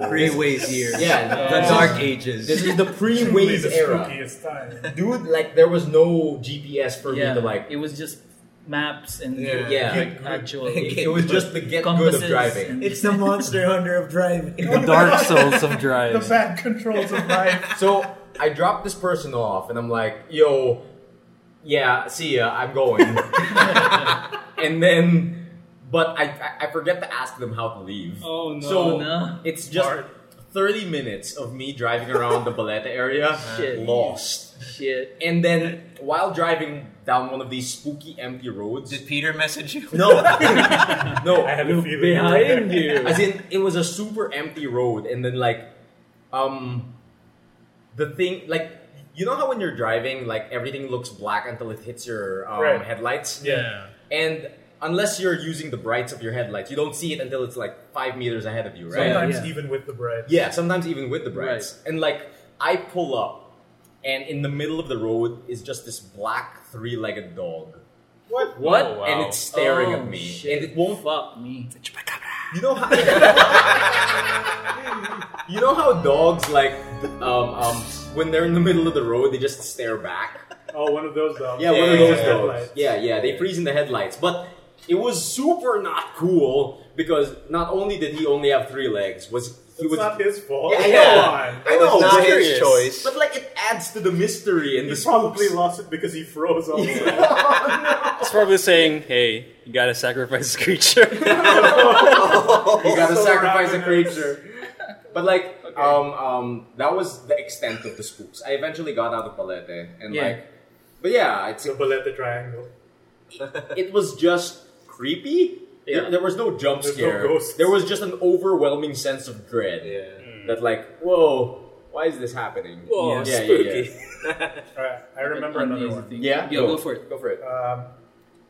S2: Oh,
S4: pre-ways years.
S2: Yeah,
S4: The
S2: this
S4: dark
S2: is-
S4: ages.
S2: This is the
S1: Truly
S2: pre-Waze
S1: the
S2: era,
S1: spookiest time.
S2: dude. Like there was no GPS for
S5: yeah.
S2: me to like.
S5: it was just maps and
S4: Yeah.
S2: Yeah.
S5: like actual
S2: It, it was just the get good
S5: compasses
S2: of driving.
S5: and-
S4: It's the Monster Hunter of driving.
S6: the Dark Souls of
S1: The
S6: drives.
S1: bad controls of life.
S2: So I dropped this person off, and I'm like, "Yo, yeah, see ya. I'm going." and then, but I I- I forget to ask them how to leave.
S6: Oh no.
S2: So
S5: no.
S2: it's just
S1: Hard.
S2: 30 minutes of me driving around the Baleta area,
S5: Shit.
S2: lost.
S5: shit.
S2: And then while driving down one of these spooky empty roads,
S4: Did Peter message you?
S2: no, no,
S1: I have a feeling you were
S6: behind
S1: there.
S6: you.
S2: as in it was a super empty road and then like um the thing like you know how when you're driving like everything looks black until it hits your um,
S1: Right.
S2: headlights
S1: Yeah.
S2: and unless you're using the brights of your headlights you don't see it until it's like five meters ahead of you right
S1: Sometimes
S6: Yeah.
S1: even with the bread.
S2: yeah sometimes even with the brights and like i pull up and in the middle of the road is just this black three-legged dog
S1: What?
S6: What?
S2: and it's staring
S5: Oh,
S2: at me
S5: shit.
S2: and it won't
S5: Fuck me.
S2: You know how You know how dogs like um, um, when they're in the middle of the road they just stare back?
S1: Oh, one of those dogs.
S2: Yeah, one
S4: Yeah,
S2: of those
S4: yeah,
S1: yeah.
S2: dogs. Yeah, yeah, they freeze in the headlights. But it was super not cool because not only did he only have three legs, was he
S1: It's
S2: was
S1: not his fault.
S2: Yeah, I
S1: Come
S2: know.
S1: on.
S2: I know,
S4: It's not
S2: I'm
S4: his
S2: curious.
S4: choice.
S2: But like it adds to the mystery and
S1: He
S2: the
S1: probably
S2: spooks.
S1: lost it because he froze all the way.
S6: It's probably saying, "Hey, you gotta sacrifice this creature."
S2: You gotta
S1: So
S2: sacrifice a
S1: ravenous.
S2: creature. But like, um, um, that was the extent of the spooks. I eventually got out of Palete and
S5: Yeah.
S2: like, but yeah, it's
S1: The Baleta Triangle.
S2: it was just creepy.
S5: Yeah.
S2: There, there was no jump
S1: There's no
S2: scare.
S1: ghosts.
S2: there was just an overwhelming sense of dread. That like, whoa, why is this happening?
S6: Whoa,
S2: yeah,
S6: Oh, spooky.
S1: Alright, I remember
S5: An
S1: another
S5: easy
S1: one.
S5: thing.
S2: Yeah,
S5: Yeah, go for it.
S2: Go for it.
S1: Um,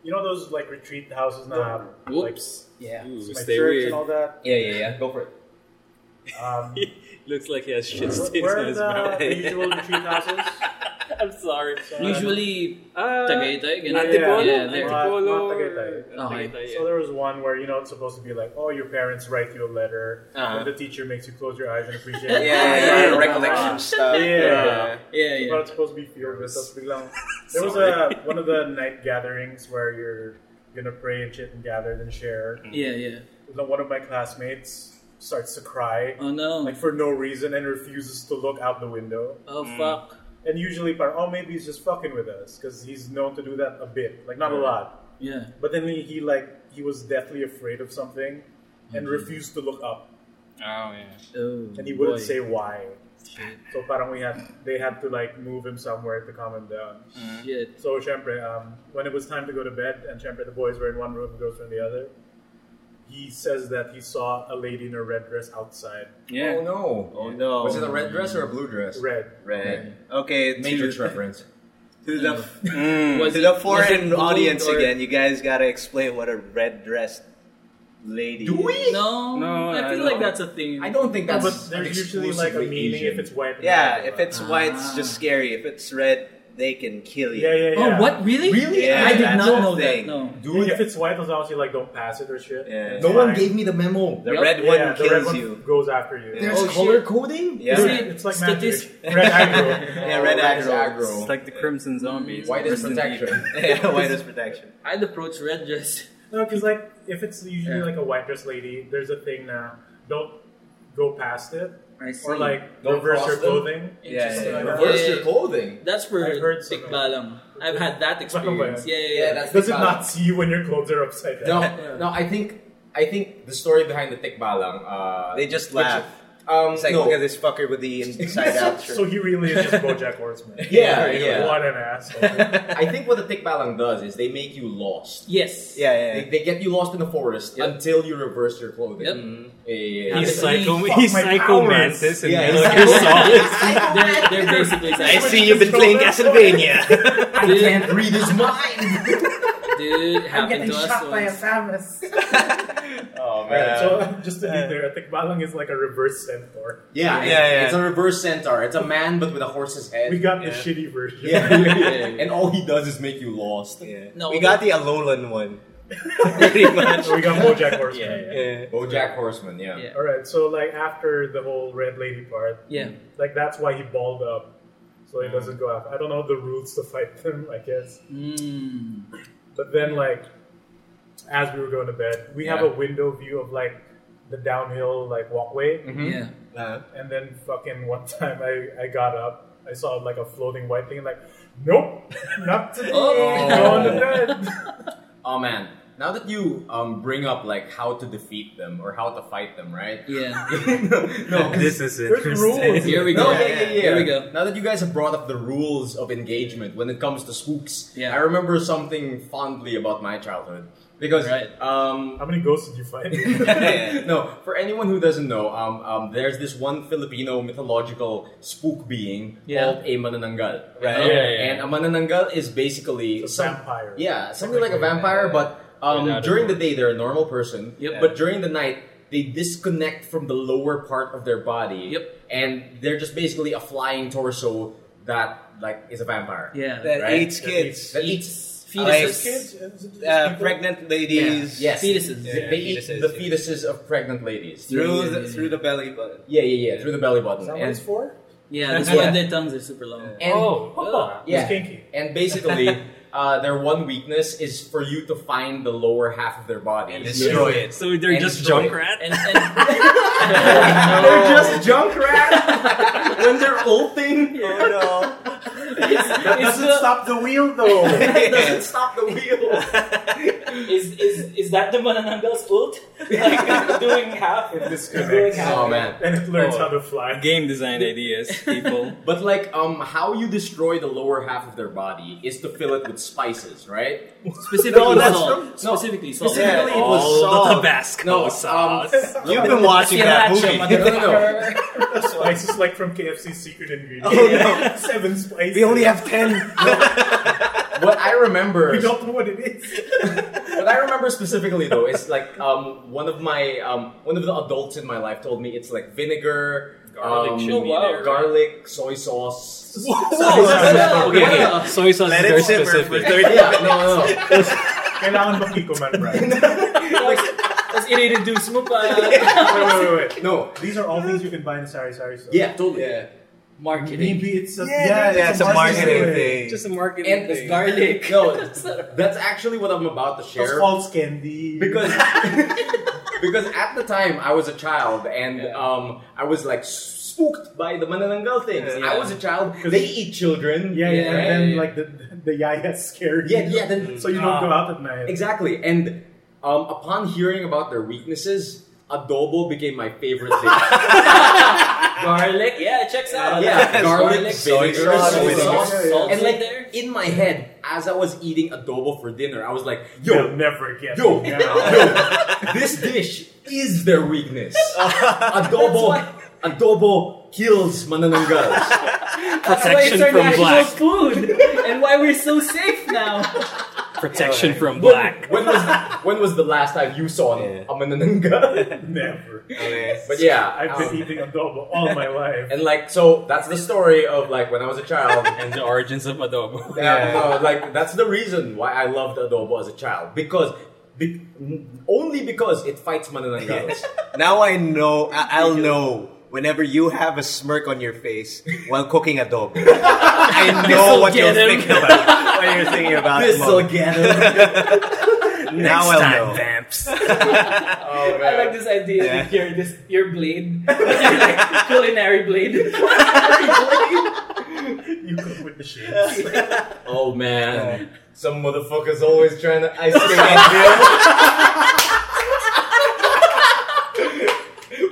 S1: you know those like retreat houses now, like
S5: Whoops.
S4: Yeah.
S6: Ooh,
S1: my
S6: stay
S1: church
S6: weird.
S1: and all that.
S4: Yeah, yeah, yeah. Go for it.
S1: Um,
S6: Looks like he has shit stains
S1: where
S6: in
S1: are
S6: his
S1: the,
S6: mouth.
S1: the usual retreat houses?
S6: I'm sorry.
S5: Usually
S6: uh,
S5: Tagaytay, ganun.
S6: Antipolo,
S5: Yeah,
S1: Antipolo.
S5: there.
S1: Not-
S6: Antipolo,
S1: not Tagaytay.
S6: or-
S5: Okay.
S6: Tagaytay,
S1: So there was one where you know it's supposed to be like, oh, your parents write you a letter,
S4: Uh-huh.
S1: and the teacher makes you close your eyes and appreciate. it.
S4: Yeah, yeah,
S5: yeah.
S6: Oh,
S4: recollection stuff.
S1: Yeah.
S5: Yeah, yeah.
S1: But it's supposed to be filled with us. biglang- There was a one of the night gatherings where you're gonna pray and shit and gather and share.
S5: Yeah, yeah.
S1: One of my classmates starts to cry
S5: Oh no.
S1: like mm. for no reason and refuses to look out the window.
S5: Oh fuck.
S1: And usually, par- oh, maybe he's just fucking with us because he's known to do that a bit, like not a lot.
S5: Yeah.
S1: But then he, he like he was deathly afraid of something and refused to look up,
S6: yeah.
S5: Oh.
S1: and he wouldn't
S5: boy.
S1: say why. So parang we had they had to like move him somewhere to calm him down.
S5: Mm. Shit.
S1: So syempre, um, when it was time to go to bed, and syempre the boys were in one room, the girls were in the other. He says that he saw a lady in a red dress outside.
S2: Oh no.
S4: Oh no.
S2: Was it a red dress or a blue dress?
S1: Red.
S4: Red. Okay,
S2: Major
S4: to,
S2: reference.
S4: to the
S5: Was
S4: to
S5: it-
S4: the
S5: was it
S4: foreign
S5: gold
S4: audience
S5: or-
S4: again. You guys gotta explain what a red dressed lady.
S2: Do we?
S5: No.
S6: No,
S5: I
S6: I
S5: feel
S6: don't.
S5: like that's a thing.
S2: I don't think that's.
S1: but there's usually like a
S2: exclusively
S1: meaning if
S2: Asian.
S1: it's white. and
S4: Yeah,
S1: red,
S4: if
S1: but-
S4: it's white, it's just scary. If it's red, they can kill you.
S1: Yeah, yeah, yeah.
S5: Oh, what? Really?
S2: Really?
S4: Yeah,
S5: I did not
S4: that's the
S5: know
S4: thing.
S5: that. No.
S1: Dude,
S2: Dude,
S1: if it's white, it's obviously like don't pass it or shit.
S4: Yeah.
S2: no
S1: It's
S2: one
S1: fine.
S2: gave me the memo.
S4: The
S5: Yep.
S4: red
S1: Yeah,
S4: one
S1: the red
S4: kills
S1: one
S4: you.
S1: Goes after you.
S4: Yeah.
S2: There's
S5: Oh,
S2: color
S5: shit.
S2: coding.
S4: Yeah.
S5: Is
S1: Dude,
S5: it
S1: It's like
S5: statis-
S1: magic. Red aggro.
S4: Yeah, red
S2: That's
S4: aggro.
S2: aggro.
S6: It's like the Crimson Zombies.
S2: White is
S6: Rest in peace.
S2: protection.
S4: yeah, white is protection.
S5: I'd approach red dress.
S1: No, because like if it's usually
S5: Yeah.
S1: like a white dress lady, there's a thing now. Don't go past it
S5: I see.
S1: or like
S2: Don't
S1: reverse your
S2: cross them.
S1: clothing.
S4: Yeah,
S5: Interesting.
S4: yeah,
S2: Reverse your
S5: Yeah.
S2: clothing.
S5: That's for
S1: I've heard so.
S5: tikbalang. I've had that experience. Yeah, yeah,
S2: Yeah,
S5: yeah.
S2: that's
S1: Does it
S2: tikbalang.
S1: not see you when your clothes are upside down?
S2: No, no. I think I think the story behind the tikbalang. Uh,
S4: They just laugh.
S2: um,
S4: It's like
S2: no.
S4: look at this fucker with the inside out
S1: So
S4: shirt.
S1: he really is just BoJack Horseman.
S2: Yeah, yeah.
S1: What an asshole.
S2: I think what the tikbalang does is they make you lost.
S5: Yes.
S4: Yeah, yeah,
S2: They,
S4: yeah.
S2: they get you lost in the forest
S5: Yep.
S2: until you reverse your clothing.
S5: Yep.
S2: Mhm. Yeah, yeah, yeah.
S5: He's
S6: He's
S5: Yeah. psycho-
S6: psycho.
S1: Fuck
S6: He's
S1: my
S6: psycho
S1: powers.
S6: mantis in
S2: Yeah,
S6: Metal
S2: he's
S6: Gear Solid.
S5: They're, they're basically
S4: I
S5: psycho.
S4: see you've been playing Castlevania.
S2: I can't read his mind.
S5: Dude, it
S8: I'm
S5: happened
S8: getting
S5: to us
S8: shot by a
S5: once.
S8: Samus.
S2: Oh
S1: Alright,
S2: man.
S1: so uh, just to be clear, I think Balang is like a reverse centaur.
S2: Yeah,
S7: Yeah, it's,
S4: yeah.
S7: it's a reverse centaur. It's a man but with a horse's head.
S1: We got
S4: Yeah.
S1: the shitty version.
S7: Yeah.
S2: and all he does is make you lost.
S4: Yeah.
S5: No,
S4: we
S5: but-
S4: got the Alolan one. Pretty much.
S1: we got Bojack Horseman.
S5: Yeah,
S4: Yeah.
S2: BoJack Horseman, yeah.
S5: Yeah.
S1: All right, so like after the whole red lady part,
S5: Yeah.
S1: like that's why he balled up, so
S2: Mm.
S1: he doesn't go after. I don't know the rules to fight them, I guess.
S5: Mm.
S1: But then like, as we were going to bed, we have
S2: Yeah.
S1: a window view of like the downhill like walkway,
S2: Mm-hmm. Hmm?
S5: Yeah.
S4: Uh,
S1: and then fucking one time I I got up, I saw like a floating white thing, and like, nope, not today, going to bed.
S2: Oh man. Now that you um, bring up like how to defeat them or how to fight them, right?
S5: Yeah.
S2: no,
S9: this is
S1: There's rules.
S5: Here we
S2: No,
S5: go.
S2: Oh, yeah, yeah, yeah.
S5: Here we go.
S2: Now that you guys have brought up the rules of engagement when it comes to spooks,
S5: Yeah.
S2: I remember something fondly about my childhood because
S5: Right.
S2: um,
S1: How many ghosts did you find?
S2: no, for anyone who doesn't know, um, um, there's this one Filipino mythological spook being
S5: Yeah.
S2: called a manananggal.
S4: Right.
S2: Um,
S6: Yeah, yeah, yeah.
S2: And a manananggal is
S1: a
S2: basically some-
S1: vampire.
S2: yeah, something like a vampire, but um,
S6: Without a
S2: during the
S6: door.
S2: day they're a normal person.
S5: Yep.
S2: But during the night they disconnect from the lower part of their body.
S5: Yep.
S2: And they're just basically a flying torso that like is a vampire.
S5: Yeah.
S4: that
S2: Right.
S4: eats kids.
S2: That eats
S4: Like,
S1: Kids, is it just
S4: uh,
S1: people?
S4: pregnant ladies.
S2: yes.
S5: Fetuses.
S4: Yeah.
S2: they eat
S4: fetuses,
S2: the
S4: yeah.
S2: fetuses of pregnant ladies.
S4: Through
S5: Yeah, yeah,
S4: the
S5: yeah,
S4: through the belly button.
S2: Yeah, yeah, yeah, through the belly button.
S1: Is that what
S2: And-
S1: it's for?
S5: Yeah, that's
S2: Yeah.
S5: why their tongues are super long.
S2: and
S6: oh,
S5: Ugh.
S1: It's
S2: Yeah.
S1: kinky.
S2: And basically, uh, their one weakness is for you to find the lower half of their body.
S4: And destroy it.
S6: so
S2: And
S6: they're just
S2: destroy it.
S6: junk rat.
S5: And, and
S1: Oh.
S2: They're just junk rat when they're ulting.
S4: Oh no.
S1: That doesn't stop the wheel though.
S2: It doesn't stop the wheel.
S8: Is is is that the Manananggal's ult? Like doing half and doing
S1: Disconnects.
S8: half.
S2: Oh man.
S1: and it learns how to fly.
S6: Game design ideas, people.
S2: But like, um, how you destroy the lower half of their body is to fill it with spices, right?
S5: specifically
S2: No, that's
S5: salt.
S2: from- no.
S5: specifically salt.
S2: Specifically, it was
S6: All
S2: salt.
S6: the Tabasco
S2: No,
S6: sauce.
S2: um,
S4: You've been watching that movie.
S2: no, no, no.
S1: Spices like from KFC secret ingredient.
S4: Oh, no.
S1: Seven spices.
S4: We only have ten.
S2: What I remember.
S1: We don't know what it is.
S2: what I remember specifically though is like um, one of my um, one of the adults in my life told me it's like vinegar,
S6: Garlic
S2: um,
S6: should be
S5: wow.
S6: there.
S2: garlic, soy sauce.
S6: Okay,
S5: Yeah.
S6: okay. Soy sauce
S4: Let
S6: is very
S4: it simmer for-
S6: specific.
S2: yeah, no, no.
S1: Kailangan makiko man, right? Wait,
S5: Tapos i-reduce mo pa.
S1: wait, wait, wait.
S2: No.
S1: These are all things you can buy in Sari Sari store.
S2: Yeah, totally.
S5: Marketing.
S1: Maybe it's a
S4: Yeah, yeah, it's a marketing thing.
S6: Just a marketing
S2: And
S6: thing.
S2: garlic. No, that's actually what I'm about to
S1: It's
S2: share.
S1: false candy.
S2: because because at the time I was a child and um I was like spooked by the manananggal things.
S4: Yeah.
S2: I was a child. They eat children.
S1: yeah, yeah, and
S2: right?
S1: then like the the yaya's scary.
S2: yeah, yeah. Then
S1: So you don't go out at night.
S2: Exactly. And um, upon hearing about their weaknesses, adobo became my favorite dish.
S5: garlic. Yeah, it checks out.
S2: yeah,
S4: Yes,
S2: garlic,
S4: soy
S2: vinegar,
S4: sauce,
S2: soy
S4: vinegar.
S2: sauce.
S1: Yeah, yeah, yeah.
S2: And like
S5: there.
S2: in my head, as I was eating adobo for dinner, I was like,
S1: You'll
S2: yo,
S1: never get
S2: yo,
S1: me.
S2: yo, this dish is their weakness. Adobo, adobo kills manananggals.
S6: Protection from black.
S5: food. and why we're so safe now.
S6: Protection from black.
S2: When was when was the last time you saw a manananggal?
S1: Never.
S2: But yeah,
S1: I've
S2: um,
S1: been eating adobo all my life.
S2: And like, so that's the story of like when I was a child.
S6: And the origins of adobo.
S2: yeah, no, like that's the reason why I loved adobo as a child because be, only because it fights manananggalos.
S4: Now I know. I- I'll know whenever you have a smirk on your face while cooking adobo. I know what you're
S6: get him.
S4: thinking about. What you're thinking about.
S2: This'll
S4: Mom.
S2: get 'em.
S4: now I'll know.
S6: vamps.
S2: Oh,
S8: I like
S2: man.
S8: this idea
S4: Yeah.
S8: that you're this your blade, you're like culinary blade.
S1: you cook with the shades.
S2: Oh, man. Some motherfuckers always trying to ice skate on me.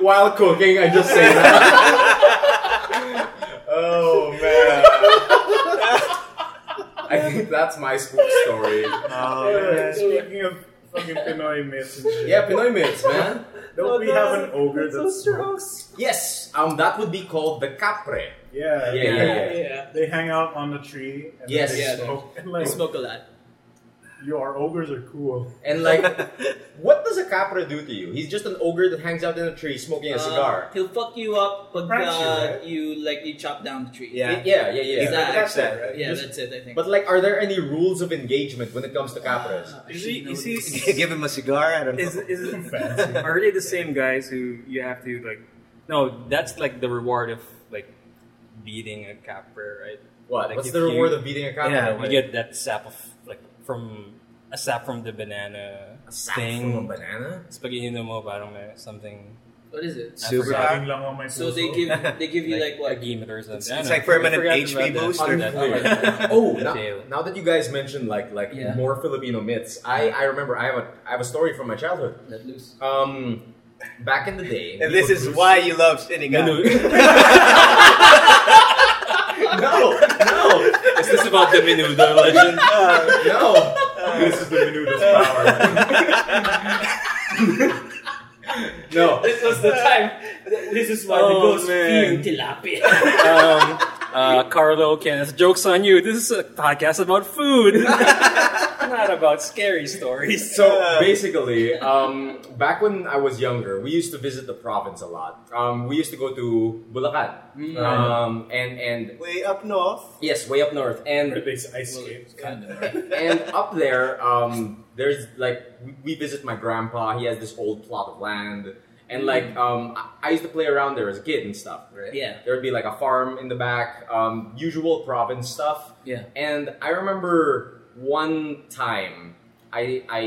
S2: While cooking, I just say that. oh man. I think that's my spook story.
S4: Oh,
S1: Yeah, Ah, Speaking of fucking Pinoy myths and shit,
S2: Yeah, Oh, Pinoy myths, man.
S1: don't we have an ogre that's
S2: Yes, um, that would be called the capre.
S1: Yeah,
S2: Yeah, yeah, yeah.
S1: They hang out on the tree. And
S2: Yes.
S1: they
S2: Yeah,
S1: Oh. smoke. And like,
S5: I smoke a lot.
S1: You are ogres are cool.
S2: And like, what does a capra do to you? He's just an ogre that hangs out in a tree smoking
S5: Uh,
S2: a cigar.
S5: Um, he'll fuck you up, but
S1: Prank you,
S5: uh,
S1: right?
S5: you, like you chop down the tree.
S4: Yeah.
S2: Yeah, yeah, yeah.
S5: Exactly.
S2: That's that, right?
S5: yeah,
S2: Just-
S5: that's it. I think.
S2: but like, are there any rules of engagement when it comes to capras?
S5: Ah, I
S6: Is
S5: should
S6: he-
S5: know
S6: is he-
S5: this.
S4: Give him a cigar. I don't know.
S6: Is is are they the same guys who you have to like? No, that's like the reward of like beating a capra, right?
S2: What?
S6: Like
S2: What's
S6: if
S2: the reward
S6: you-
S2: of beating a capra?
S6: Yeah, you get that sap of like from a sap from the banana
S2: thing.
S6: thing.
S2: banana.
S6: Spaghetti mo parang may something.
S5: What is it?
S6: I forgot.
S1: Lang ang may
S5: So they
S1: puso.
S5: give they give you like
S6: Like, a
S5: what?
S6: gimmick or something. I
S4: it's
S6: don't
S4: like
S6: know. I
S4: permanent
S6: forgot
S4: HP
S6: about
S4: boost
S6: that.
S4: or-
S6: That part.
S2: oh, now,
S6: Jail.
S2: now that you guys mentioned like like
S5: Yeah.
S2: more Filipino myths, I I remember I have a I have a story from my childhood.
S5: Let loose.
S2: Um, back in the day, we
S4: And this
S2: would
S4: is
S2: lose-
S4: why you love Sinigang.
S2: no no
S6: Is this about the Menudo legend?
S2: no.
S1: This is the menudo's power.
S2: No.
S8: This was the time. This is why
S6: Oh,
S8: the ghost
S6: man.
S8: feel tilapia.
S6: um, uh, Carlo, Kenneth, joke's on you. This is a podcast about food, not about scary stories.
S2: So basically, um, back when I was younger, we used to visit the province a lot. Um, we used to go to Bulacan,
S6: Mm.
S2: um, and and
S4: Way up north.
S2: yes, way up north,
S1: Where
S2: and
S1: they ice
S5: Well,
S1: skate.
S5: it's kind of.
S2: and up there, um, there's like we, we visit my grandpa. He has this old plot of land, and
S5: Mm-hmm.
S2: like um, I, I used to play around there as a kid and stuff. Right?
S5: Yeah.
S2: there would be like a farm in the back, um, usual province stuff.
S5: Yeah.
S2: and I remember one time I I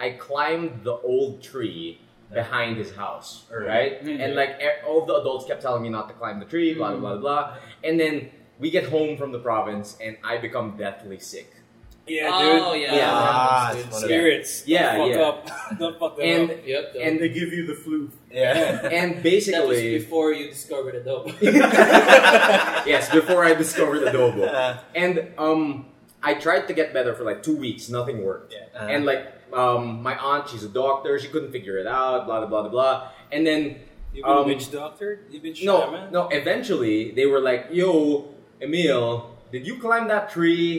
S2: I climbed the old tree behind his house, right?
S5: Mm-hmm.
S2: And like e- all the adults kept telling me not to climb the tree, blah blah blah blah. And then we get home from the province, and I become deathly sick.
S6: Yeah,
S5: Oh yeah.
S2: Yeah.
S4: Ah,
S5: that was
S4: it's one
S5: good.
S4: of
S6: Spirits.
S2: Yeah,
S6: Don't
S2: yeah.
S6: fuck up. Don't fuck them
S2: And
S6: up.
S5: Yep. that
S1: They
S2: and
S1: give you the flu.
S2: yeah, and
S5: That was
S2: basically
S5: before you discovered adobo.
S2: yes, before I discovered adobo.
S4: Uh,
S2: And um, I tried to get better for like two weeks. Nothing worked.
S5: Uh-huh.
S4: uh,
S2: and like um, my aunt, she's a doctor. She couldn't figure it out. Blah blah blah blah blah. And then
S6: You've been
S2: Um,
S6: witch doctor? You've been
S2: no,
S6: shaman?
S2: no. Eventually, they were like, "Yo, Emil, did you climb that tree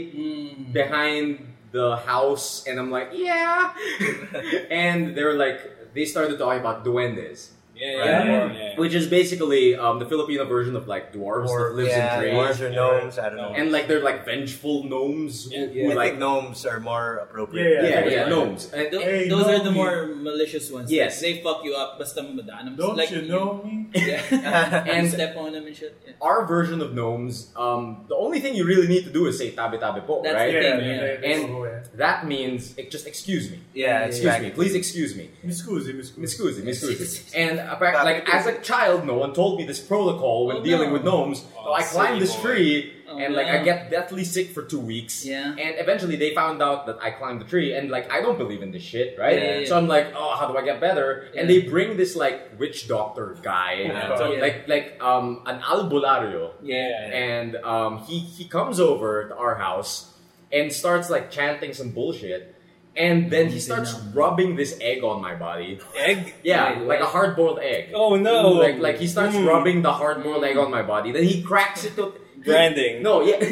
S5: Mm.
S2: behind the house?" And I'm like, "Yeah." and they were like, they started talking about duendes,
S6: Yeah,
S2: right?
S6: yeah, yeah.
S1: Or-
S6: yeah.
S2: which is basically um, the Filipino version of like dwarves that
S4: or
S2: lives
S4: Uh, yeah,
S2: in trees.
S4: dwarves or gnomes. I don't know.
S2: And like they're like vengeful gnomes who,
S4: I
S2: who like
S4: think gnomes are more
S1: Yeah,
S4: appropriate.
S2: yeah,
S1: yeah.
S2: yeah, gnomes. And-
S5: Tho-
S1: Hey,
S5: those
S1: no
S5: are the
S1: meat.
S5: more malicious ones.
S2: Yes.
S5: They fuck you up. Basta madaan.
S1: Don't
S5: like,
S1: you know me?
S5: Yeah. and
S2: And-
S5: step on them and shit. Yeah.
S2: our version of gnomes, um, the only thing you really need to do is say tabe tabe po,
S5: That's
S2: right?
S5: the
S1: Yeah,
S5: thing, yeah.
S1: they- they
S2: And-
S1: go away.
S2: That means eh, just excuse me,
S4: Yeah,
S5: Yeah,
S4: it's
S2: excuse me, please excuse me,
S1: Mi scusi, mi scusi.
S2: excuse me, excuse me. And apparently, like as a child, no one told me this protocol when
S5: Oh,
S2: dealing
S5: no.
S2: with gnomes. So
S6: Oh,
S2: I climbed this
S6: silly boy.
S2: tree
S5: Oh,
S2: and like
S5: no.
S2: I get deathly sick for two weeks.
S5: Yeah.
S2: And eventually they found out that I climbed the tree and like I don't believe in this shit, right?
S5: Yeah, yeah,
S2: So I'm like, oh, how do I get better? And
S5: Yeah. Oh,
S2: they bring this like witch doctor guy,
S1: Yeah.
S2: so,
S5: Yeah.
S2: like like um an albulario
S5: Yeah.
S2: and um, he he comes over to our house and starts like chanting some bullshit, and then he starts rubbing this egg on my body.
S6: Egg?
S2: Yeah,
S5: Wait,
S2: like a
S5: what?
S2: hard boiled egg.
S6: Oh no!
S2: Like like he starts
S6: Mm.
S2: rubbing the hard boiled egg on my body. Then he cracks it to
S6: Branding.
S2: No, yeah,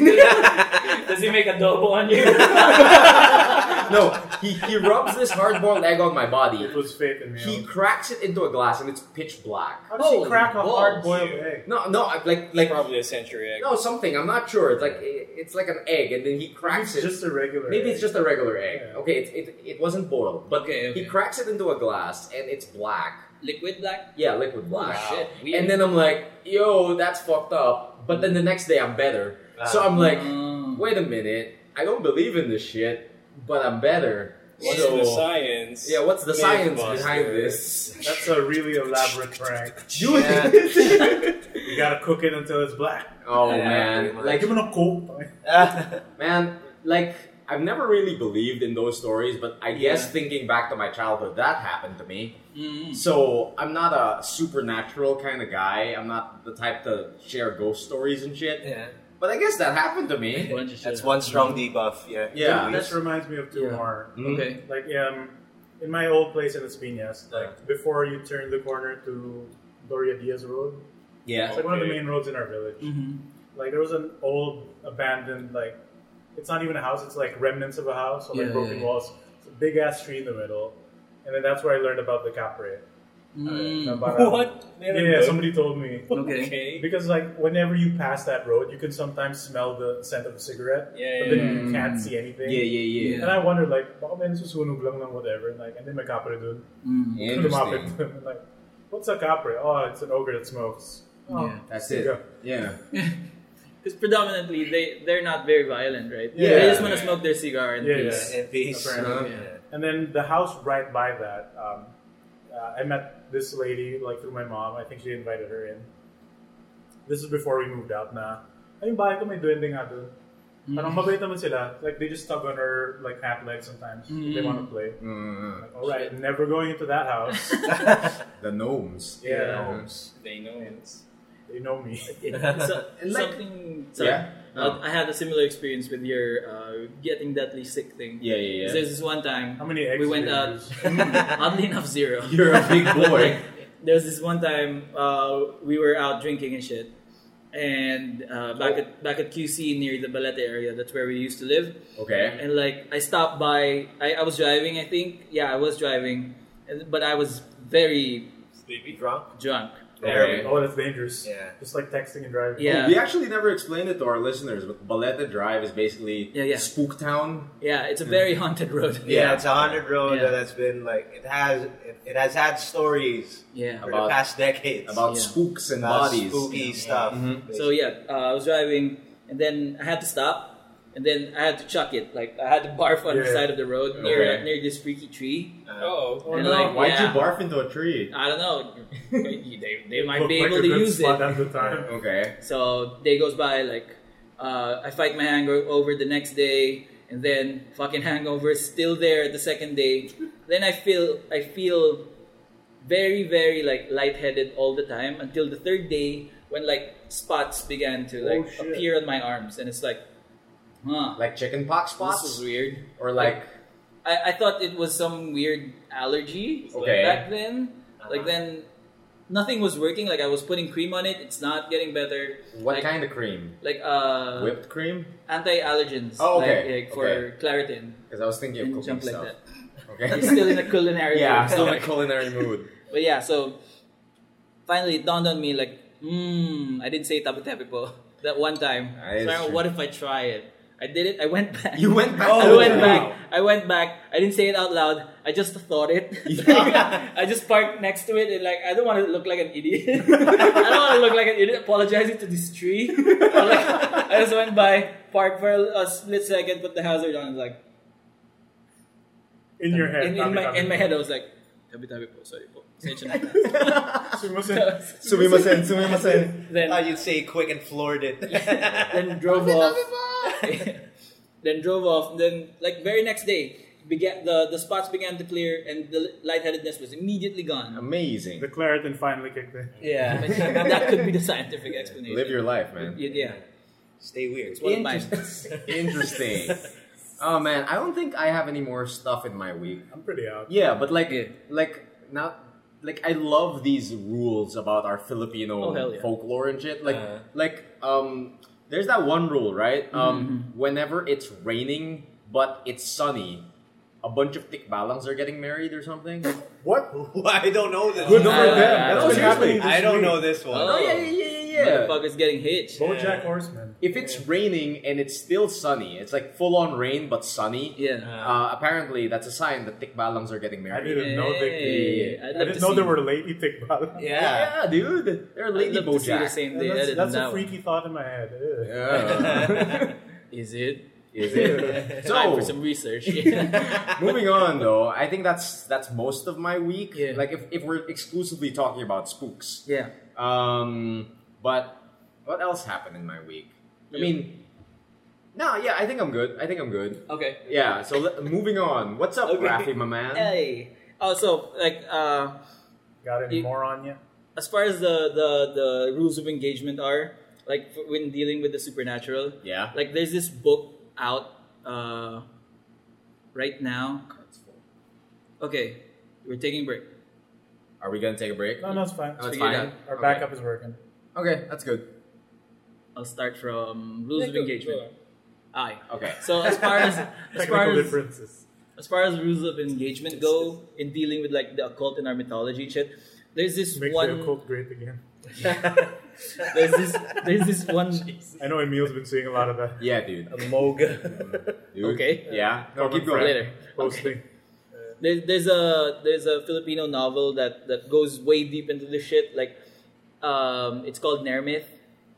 S8: Does he make adobo on you?
S2: no. He he rubs this hard boiled egg on my body.
S1: It was fate in me.
S2: He cracks it into a glass and it's pitch black.
S1: How does he
S5: Holy
S1: crack a
S5: balls.
S1: hard boiled egg?
S2: No, no, I- like like
S6: Probably a century egg.
S2: no something. I'm not sure. It's like it- it's like an egg, and then he cracks
S1: It's
S2: it.
S1: just a regular
S2: Maybe it's
S1: egg.
S2: just a regular egg.
S1: Yeah.
S2: Okay, it, it, it wasn't boiled, but
S5: Okay, okay.
S2: he cracks it into a glass and it's black.
S5: Liquid black.
S2: Yeah, liquid black.
S5: Oh, shit. Weird.
S2: And then I'm like, yo, that's fucked up. But then the next day I'm better. so I'm like,
S5: Mm.
S2: wait a minute, I don't believe in this shit, but I'm better.
S6: What's
S2: so,
S6: the science?
S2: yeah, what's the science behind
S6: Mythbuster.
S2: this?
S1: That's a really elaborate prank.
S2: Doing
S4: Yeah.
S2: it.
S1: You gotta cook it until it's black.
S2: oh
S4: Yeah,
S2: man,
S4: pretty
S2: like
S1: Give it a coat.
S4: Uh,
S2: Man, like I've never really believed in those stories, but I guess
S5: Yeah.
S2: thinking back to my childhood, that happened to me.
S5: Mm.
S2: So I'm not a supernatural kind of guy. I'm not the type to share ghost stories and shit.
S4: yeah.
S2: But I guess that happened to me.
S5: Bunch of shit.
S4: That's one strong debuff. Yeah.
S2: Yeah.
S1: This reminds me of two
S5: Yeah.
S1: more.
S2: Mm.
S5: Okay.
S1: Like um, in my old place in Espinas, like before you turn the corner to Gloria Diaz Road,
S2: Yeah.
S1: it's like one of the
S6: Okay.
S1: main roads in our village.
S5: Mm-hmm.
S1: Like there was an old abandoned like It's not even a house. It's like remnants of a house or like
S9: Yeah,
S1: broken
S9: yeah, yeah.
S1: walls. It's a big ass tree in the middle, and then that's where I learned about the capre.
S5: Mm.
S1: About, um, Yeah, yeah, somebody told me
S9: Okay.
S1: because like whenever you pass that road, you can sometimes smell the scent of a cigarette,
S6: Yeah,
S1: but
S6: yeah,
S1: then you can't see anything.
S2: Yeah, yeah, yeah.
S1: And I wonder, like, "Oh, baka may nasusunog lang ng whatever, and, like, and then may kapre dun.
S5: Mm.
S1: Lumapit dun.
S2: Interesting.
S1: Like, what's a kapre? Oh, it's an ogre that smokes. Oh,
S2: That's
S1: there
S2: it.
S1: you go.
S2: Yeah.
S5: Because predominantly they they're not very violent, right?
S1: Yeah.
S5: They just want to smoke their cigar and
S1: Yeah,
S5: peace.
S1: yeah.
S4: And these-
S2: Apparently,
S4: yeah.
S1: And then the house right by that, um, uh, I met this lady like through my mom. I think she invited her in. This is before we moved out na. Ay, yung bahay ko may duwende nga dun. Parang
S5: Mm.
S1: mabait naman sila. Like, they just tug on her, like, hat leg sometimes. if They want to play.
S2: Mm,
S1: Like, all right, never going into that house.
S2: the gnomes.
S1: Yeah.
S6: They know
S1: they know me.
S5: So,
S2: And like-
S5: something. Sorry,
S2: Yeah.
S5: Uh, I had a similar experience with your uh, getting deadly sick thing.
S2: Yeah, yeah,
S5: 'Cause
S2: yeah.
S5: There's this one time.
S1: How many eggs?
S5: We went
S1: did you
S5: out.
S1: use?
S5: Oddly enough, zero.
S2: You're a big boy.
S5: There was this one time uh, we were out drinking and shit, and uh, back at back at QC near the Balete area, that's where we used to live.
S2: Okay.
S5: And like I stopped by, I, I was driving, I think. Yeah, I was driving, and- but I was very
S4: Drunk?
S5: drunk.
S2: Okay.
S1: Oh, that's dangerous.
S4: Yeah.
S1: Just like texting and driving.
S5: Yeah.
S2: Oh, We actually never explained it to our listeners, but Baleta Drive is basically
S5: Yeah, yeah.
S2: Spook Town.
S5: Yeah, it's a very haunted road.
S4: Yeah, it's a haunted road
S5: Yeah.
S4: that has been like it has it, it has had stories
S5: Yeah.
S4: for
S2: About-
S4: the past decades
S2: About
S5: Yeah.
S2: spooks and
S4: about
S2: bodies.
S4: spooky stuff.
S2: Mhm.
S5: So yeah, uh, I was driving, and then I had to stop, and then I had to chuck it. Like I had to barf on the
S1: Yeah.
S5: side of the road near
S2: Okay.
S5: near this freaky tree.
S6: Oh,
S1: Oh,
S5: and
S1: no.
S5: like,
S2: Why'd
S5: yeah,
S2: you barf into a tree?
S5: I don't know. they, they might
S1: Looked
S5: be
S1: like a
S5: able to
S1: good
S5: use
S1: spot
S5: it.
S1: at the time.
S2: Okay.
S5: So day goes by. Like uh, I fight my hangover the next day, and then fucking hangover is still there the second day. then I feel I feel very very like lightheaded all the time until the third day when like spots began to like
S1: shit.
S5: appear on my arms, and it's like, huh,
S2: Like chicken pox spots?
S5: this is weird.
S2: or like,
S5: I, I thought it was some weird allergy
S2: Okay.
S5: back then. Like then, nothing was working. Like I was putting cream on it. It's not getting better.
S2: what
S5: like-
S2: kind of cream?
S5: Like uh,
S2: Whipped cream?
S5: anti-allergens.
S2: Oh, okay.
S5: Like, like for
S2: Okay.
S5: Claritin
S2: Because I was thinking of
S5: and
S2: cooking
S5: jump like
S2: stuff.
S5: that.
S2: Okay.
S5: I'm still in a culinary.
S2: yeah, I'm still
S5: so
S2: in a culinary mood.
S5: but yeah, so finally it dawned on me like, mmm, I didn't say tapu tapu po that one time.
S2: That is
S5: so I-
S2: true.
S5: what if I try it? I did it. I went back.
S2: You went back.
S5: Oh, I
S2: to
S5: went
S2: it.
S5: back. I went back. I didn't say it out loud. I just thought it. I just parked next to it and like I don't want to look like an idiot. I don't want to look like an idiot apologizing to this tree. But, like, I just went by, parked for a, a split second, put the hazard on, and like
S1: In your head.
S5: in, in
S1: tabi,
S5: my
S1: tabi.
S5: in my head I was like, tabi tabi po, sorry po, Pasensya na."
S1: Sumimasen.
S2: Sumimasen, sumimasen.
S5: then
S4: Oh, you'd say quick and floored it.
S5: then drove off. then drove off. Then like very next day, began the the spots began to clear and the lightheadedness was immediately gone.
S2: Amazing.
S1: The Claritin finally kicked in.
S5: Yeah, that could be the scientific explanation.
S2: Live your life, man.
S5: Y- yeah,
S4: Stay weird.
S5: it's one of mine.
S2: Interesting. oh man, I don't think I have any more stuff in my week.
S1: I'm pretty out.
S2: Yeah, but like, like now, like I love these rules about our Filipino
S5: Oh, hell yeah. Uh-huh.
S2: folklore and shit. Like, like um, there's that one rule, right? Um,
S5: Mm-hmm.
S2: whenever it's raining but it's sunny, a bunch of tikbalangs are getting married or something.
S5: Oh.
S1: What?
S4: I don't know this.
S1: Good for
S5: Uh,
S1: them. That's
S2: no,
S1: what's
S2: seriously.
S1: happening.
S4: I don't know this one.
S5: Oh.
S2: Oh yeah, yeah, yeah, yeah, yeah.
S5: Motherfucker's getting hitched.
S1: Bojack Horseman.
S2: If it's raining and it's still sunny, it's like full on rain but sunny.
S5: Yeah.
S2: Uh, apparently, that's a sign that tikbalangs are getting
S1: I
S2: married.
S1: didn't know they. I
S5: Hey, I'd love
S1: didn't
S5: to
S1: know
S5: see-
S1: there were lady tikbalang.
S4: Yeah.
S2: Yeah, dude. They're
S5: I'd
S2: Lady
S5: love to see
S2: Bojack.
S5: the same day. I
S1: that's
S5: didn't
S1: that's a
S5: know.
S1: freaky thought in my head. Ugh.
S2: Yeah.
S5: Is it?
S2: Is it?
S5: Time for
S2: So,
S5: some research.
S2: moving on though, I think that's that's most of my week.
S5: Yeah.
S2: Like if, if we're exclusively talking about spooks.
S5: yeah.
S2: Um but what else happened in my week? I
S5: Yeah.
S2: mean No, yeah, I think I'm good. I think I'm good.
S5: Okay.
S2: Yeah, so let, moving on. What's up,
S5: Okay.
S2: Rafi, my man?
S5: Hey. Also, Oh, like, uh,
S1: Got any
S5: You-
S1: more on you?
S5: as far as the, the, the rules of engagement are, like, for, when dealing with the supernatural,
S2: Yeah.
S5: like, there's this book out uh, right now. Okay, we're taking a break.
S2: Are we gonna take a break?
S1: No, no, it's fine.
S2: Oh, it's
S5: Figure it
S2: fine.
S1: Our
S2: Okay.
S1: backup is working.
S2: Okay, that's good.
S5: I'll start from rules of engagement. Aye.
S2: Okay.
S5: So as far as as far
S1: Technical
S5: as
S1: differences.
S5: as far as rules of engagement go in dealing with like the occult in our mythology and shit, there's this
S1: Make the
S5: one
S1: occult great again.
S5: there's this there's this one
S1: I know Emil's been seeing a lot of that
S2: Yeah, dude.
S4: Moga.
S2: Dude.
S5: Okay.
S2: Yeah. No,
S1: Common
S2: keep going.
S5: later.
S1: posting.
S5: There's there's a there's a Filipino novel that that goes way deep into this shit. Like um it's called Nair Myth.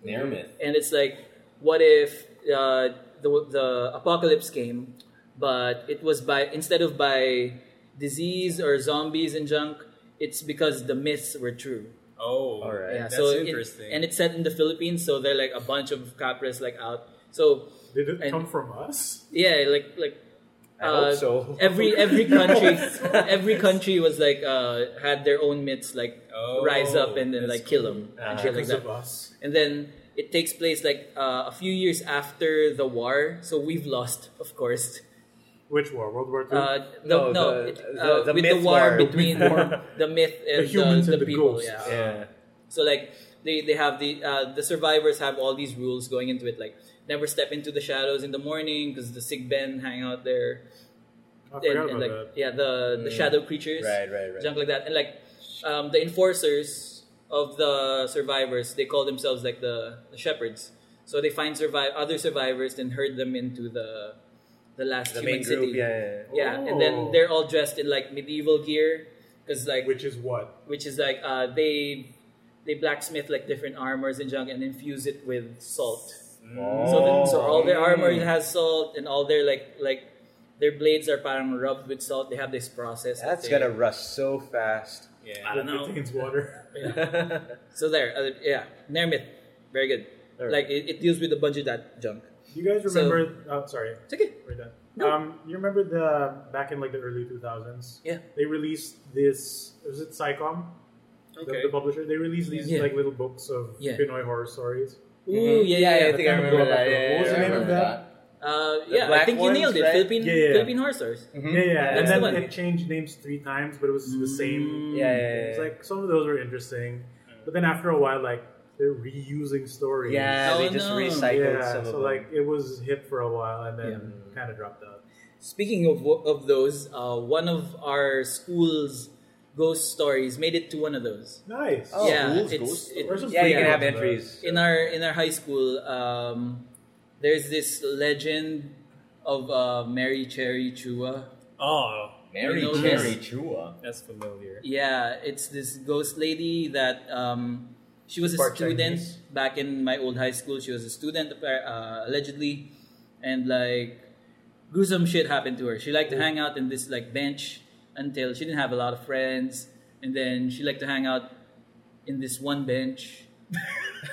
S2: Nermith.
S5: and it's like, what if uh, the the apocalypse came, but it was by instead of by disease or zombies and junk, it's because the myths were true.
S9: Oh, all
S5: Yeah,
S9: That's
S5: so it-
S9: interesting.
S5: and it's set in the Philippines, so they're like a bunch of capres like out. So
S1: Did it
S5: And-
S1: come from us?
S5: yeah, like like. uh,
S4: so.
S5: Every every country, every country was like uh, had their own myths, like
S9: Oh, uh-huh.
S5: rise up and then
S9: that's
S5: like kill them and shit
S1: Because
S5: like that
S1: of us.
S5: and then it takes place like uh, a few years after the war. So we've lost, of course.
S1: Which war? World War II?
S5: Uh, the,
S4: No,
S5: no,
S4: the-
S5: it,
S4: the-
S5: uh,
S4: the
S5: with
S4: myth
S5: the war
S4: war.
S5: between
S1: The myth war.
S5: the myth and the,
S1: humans
S5: the
S1: and the
S5: people.
S1: ghosts.
S5: Yeah.
S4: yeah.
S5: So like they, they have the uh, the survivors have all these rules going into it, like never step into the shadows in the morning because the sick Ben hang out there.
S1: I forgot
S5: and, and,
S1: about
S5: like
S1: that.
S5: yeah, the the
S4: Mm.
S5: shadow creatures
S4: Right, right, right.
S5: junk like that. And like um, the enforcers of the survivors, they call themselves like the, the shepherds. So they find survive other survivors and herd them into the the last
S4: The
S5: human
S4: main
S5: city.
S4: group, yeah.
S5: Yeah, and
S1: Oh.
S5: then they're all dressed in like medieval gear, because like
S1: Which
S5: which,
S1: is what?
S5: is like uh, they they blacksmith like different armors and junk and infuse it with salt. So, the, so all their armor
S4: Mm.
S5: has salt, and all their like like their blades are parang rubbed with salt. They have this process. that
S4: That's
S5: they-
S4: gonna rust so fast.
S5: I
S1: That
S5: don't know.
S1: contains water.
S5: So there, uh, yeah, Nermith, very good.
S4: Alright.
S5: Like it, it deals with a bunch of that junk.
S1: You guys
S5: So-
S1: remember? oh, sorry.
S5: It's okay.
S1: We're done.
S5: No.
S1: Um, you remember the back in like the early 2000s?
S5: Yeah.
S1: They released this. Was it Psycom? The-
S9: Okay.
S1: The, publisher. They released these
S5: Yeah.
S1: like little books of
S5: Yeah.
S1: Pinoy horror stories.
S5: Ooh, yeah, yeah,
S4: I
S5: yeah.
S4: think I remember that. Yeah,
S1: What was
S4: yeah,
S1: the
S4: yeah, I
S1: name of
S4: remember
S1: that?
S5: Uh,
S4: The
S5: yeah, I
S4: black
S5: think you
S4: ones,
S5: nailed it.
S4: right?
S5: Philippine,
S1: Yeah, yeah.
S5: Philippine horror stories.
S1: Yeah, yeah.
S5: That's
S1: and
S5: the
S1: then
S5: one.
S1: it changed names three times, but it was the same.
S4: Yeah, yeah, yeah,
S1: It's
S4: yeah.
S1: like some of those were interesting, but then after a while, like they're reusing stories.
S4: Yeah,
S5: Oh,
S4: they just
S5: no.
S4: recycled
S1: Yeah,
S4: some of
S1: so
S4: them.
S1: like it was hip for a while and then kind of dropped out.
S5: Speaking of wo- of those, uh, one of our school's ghost stories made it to one of those.
S1: Nice.
S4: Oh,
S5: yeah,
S2: school's
S5: it's,
S2: ghost
S5: it-
S1: Where's the
S4: yeah, you can
S1: freedom
S4: have
S1: of that?
S4: entries.
S5: in our in our high school. Um, there's this legend of uh, Mary Cherry Chua.
S9: oh,
S2: Mary
S5: You know
S2: Cherry
S5: this.
S2: Chua.
S9: that's familiar.
S5: Yeah, it's this ghost lady that um, she was a
S4: Part
S5: student
S4: Chinese.
S5: back in my old high school. She was a student appar- uh, allegedly, and like gruesome shit happened to her. She liked to hang out in this like bench until she didn't have a lot of friends, and then she liked to hang out in this one bench.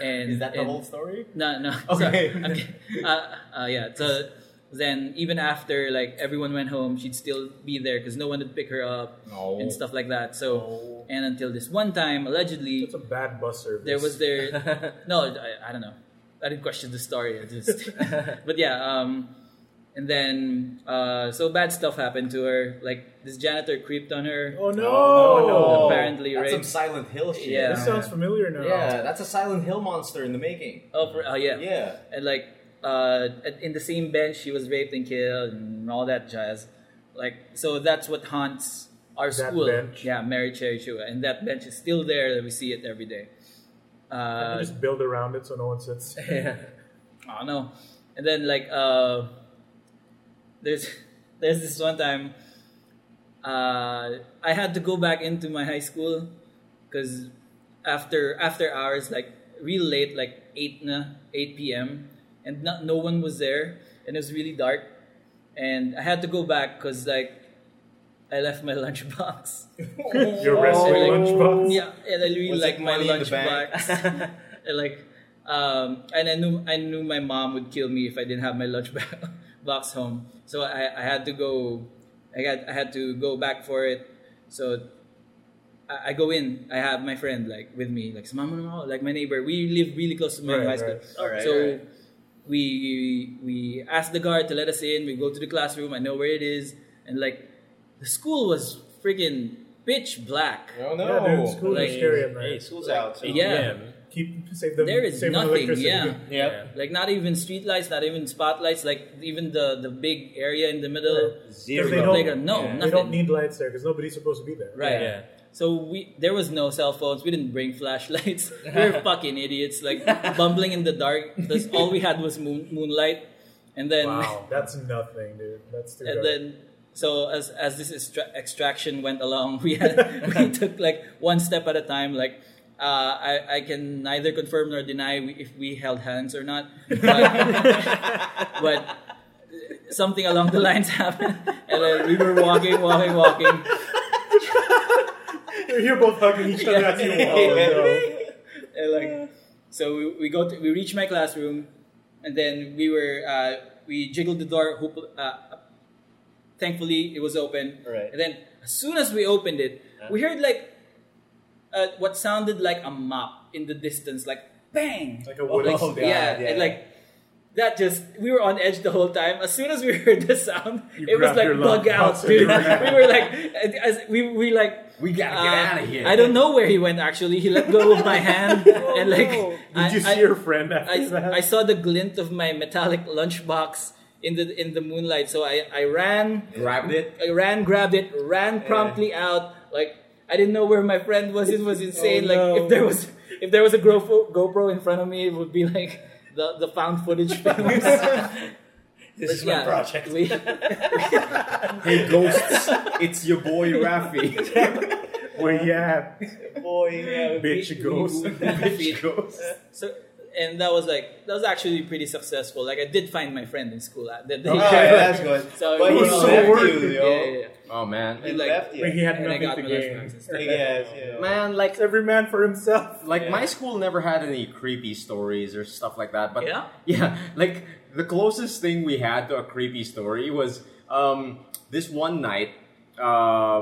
S5: And
S2: Is that the
S5: and-
S2: whole story?
S5: no, no.
S2: Okay.
S5: So, okay. Uh, uh, yeah. So then, even after like everyone went home, she'd still be there because no one would pick her up
S2: No.
S5: and stuff like that. So and until this one time, allegedly,
S1: It's a bad bus service.
S5: there was there. no, I, I don't know. I didn't question the story. I just, but yeah. Um, and then uh, so bad stuff happened to her. Like this janitor creeped on her.
S1: Oh no!
S2: Oh,
S5: Apparently,
S2: that's
S5: right?
S2: some Silent Hill shit.
S5: Yeah.
S1: This sounds familiar now.
S2: Yeah, that's a Silent Hill monster in the making.
S5: Oh, for, oh yeah.
S2: Yeah.
S5: and like uh, at- in the same bench she was raped and killed and all that jazz like so that's what haunts our
S1: That
S5: school
S1: bench?
S5: yeah mary cherry Chua. and that bench is still there that we see it every day
S1: You
S5: uh,
S1: just build around it so no one sits.
S5: I don't know. And then like uh, there's there's this one time uh, I had to go back into my high school because after after hours like real late like eight na eight p.m. and not, no one was there and it was really dark and I had to go back because like I left my lunchbox.
S1: Your wrestling
S5: Oh.
S1: lunchbox.
S5: Yeah, and I really
S2: Was
S5: like
S2: it
S5: my
S2: money in the
S5: lunchbox. and like, um, and I knew I knew my mom would kill me if I didn't have my lunch ba- box home. So I, I had to go. I got I had to go back for it. So I, I go in. I have my friend like with me, like mama, like my neighbor. We live really close to my
S4: Right,
S5: high school.
S4: right. All right,
S5: so.
S4: all right.
S5: We we ask the guard to let us in. We go to the classroom. I know where it is, and like the school was friggin' pitch black.
S2: Oh
S1: Yeah, dude, school
S5: Like,
S1: is scary at night.
S2: Hey, school's out. so-
S5: Yeah.
S1: keep save them.
S5: There is
S1: save them
S5: nothing,
S1: electricity.
S5: yeah.
S4: Yep.
S5: Like not even streetlights, not even spotlights, like even the the big area in the middle.
S1: Because they
S4: Zero.
S1: don't,
S5: Playground. No,
S1: they
S5: nothing.
S1: don't need lights there because nobody's supposed to be there.
S5: Right.
S6: Yeah.
S5: So we there was no cell phones. We didn't bring flashlights. we were fucking idiots, like bumbling in the dark. That's all we had was moon, moonlight, and then
S1: Wow, that's nothing, dude. That's too.
S5: and
S1: dark.
S5: then so as as this extra- extraction went along, we had we took like one step at a time, like. Uh, I, I can neither confirm nor deny we, if we held hands or not, but, but something along the lines happened, and then we were walking, walking, walking,
S1: You're both hugging each other as you walk.
S4: Yeah.
S5: And, like, so we, we go to, we reach my classroom, and then we were uh, we jiggled the door. Hoop, uh, thankfully, it was open.
S4: Right.
S5: And then as soon as we opened it, we heard like uh, what sounded like a mop in the distance, like bang.
S1: Like a wooden
S4: Oh,
S1: stick.
S5: yeah,
S4: yeah.
S5: and like. That just we were on edge the whole time. As soon as we heard the sound,
S1: You
S5: it was
S1: grabbed
S5: like
S1: your
S5: bug out,
S1: lunchbox and
S5: dude.
S1: you ran.
S5: we were like, as we we like
S2: We gotta get
S5: uh,
S2: out of here.
S5: I don't know where he went actually. He let go of my hand and like I,
S1: Did you see
S5: I,
S1: your friend after that?
S5: I, I saw the glint of my metallic lunchbox in the in the moonlight. So I, I ran
S2: Grabbed it.
S5: I ran, grabbed it, ran promptly out. Like I didn't know where my friend was. It was insane. like if there was if there was a GoPro, GoPro in front of me, it would be like the, the found footage films.
S4: This is
S5: yeah,
S4: my project.
S5: we-
S2: Hey ghosts, it's your boy Rafi.
S1: Where you at?
S4: Boy, yeah.
S1: Bitch ghost.
S5: Feet. So and that was like that was actually pretty successful. Like I did find my friend in school uh, that day.
S4: Oh, yeah, that's good.
S5: So
S4: but
S5: it
S4: he
S5: was so
S4: left
S1: worth
S4: you,
S1: it.
S4: yo.
S5: yeah, yeah,
S2: Oh man.
S5: yeah.
S4: He
S5: Like,
S4: left you.
S1: When he had
S5: and I
S1: nothing
S5: got
S1: to
S5: my
S1: gain.
S5: lunchbox and stuff.
S4: I guess, yeah.
S2: Man, like
S1: It's every man for himself.
S2: Like
S4: Yeah.
S2: my school never had any creepy stories or stuff like that. But
S5: Yeah?
S2: like the closest thing we had to a creepy story was um this one night, uh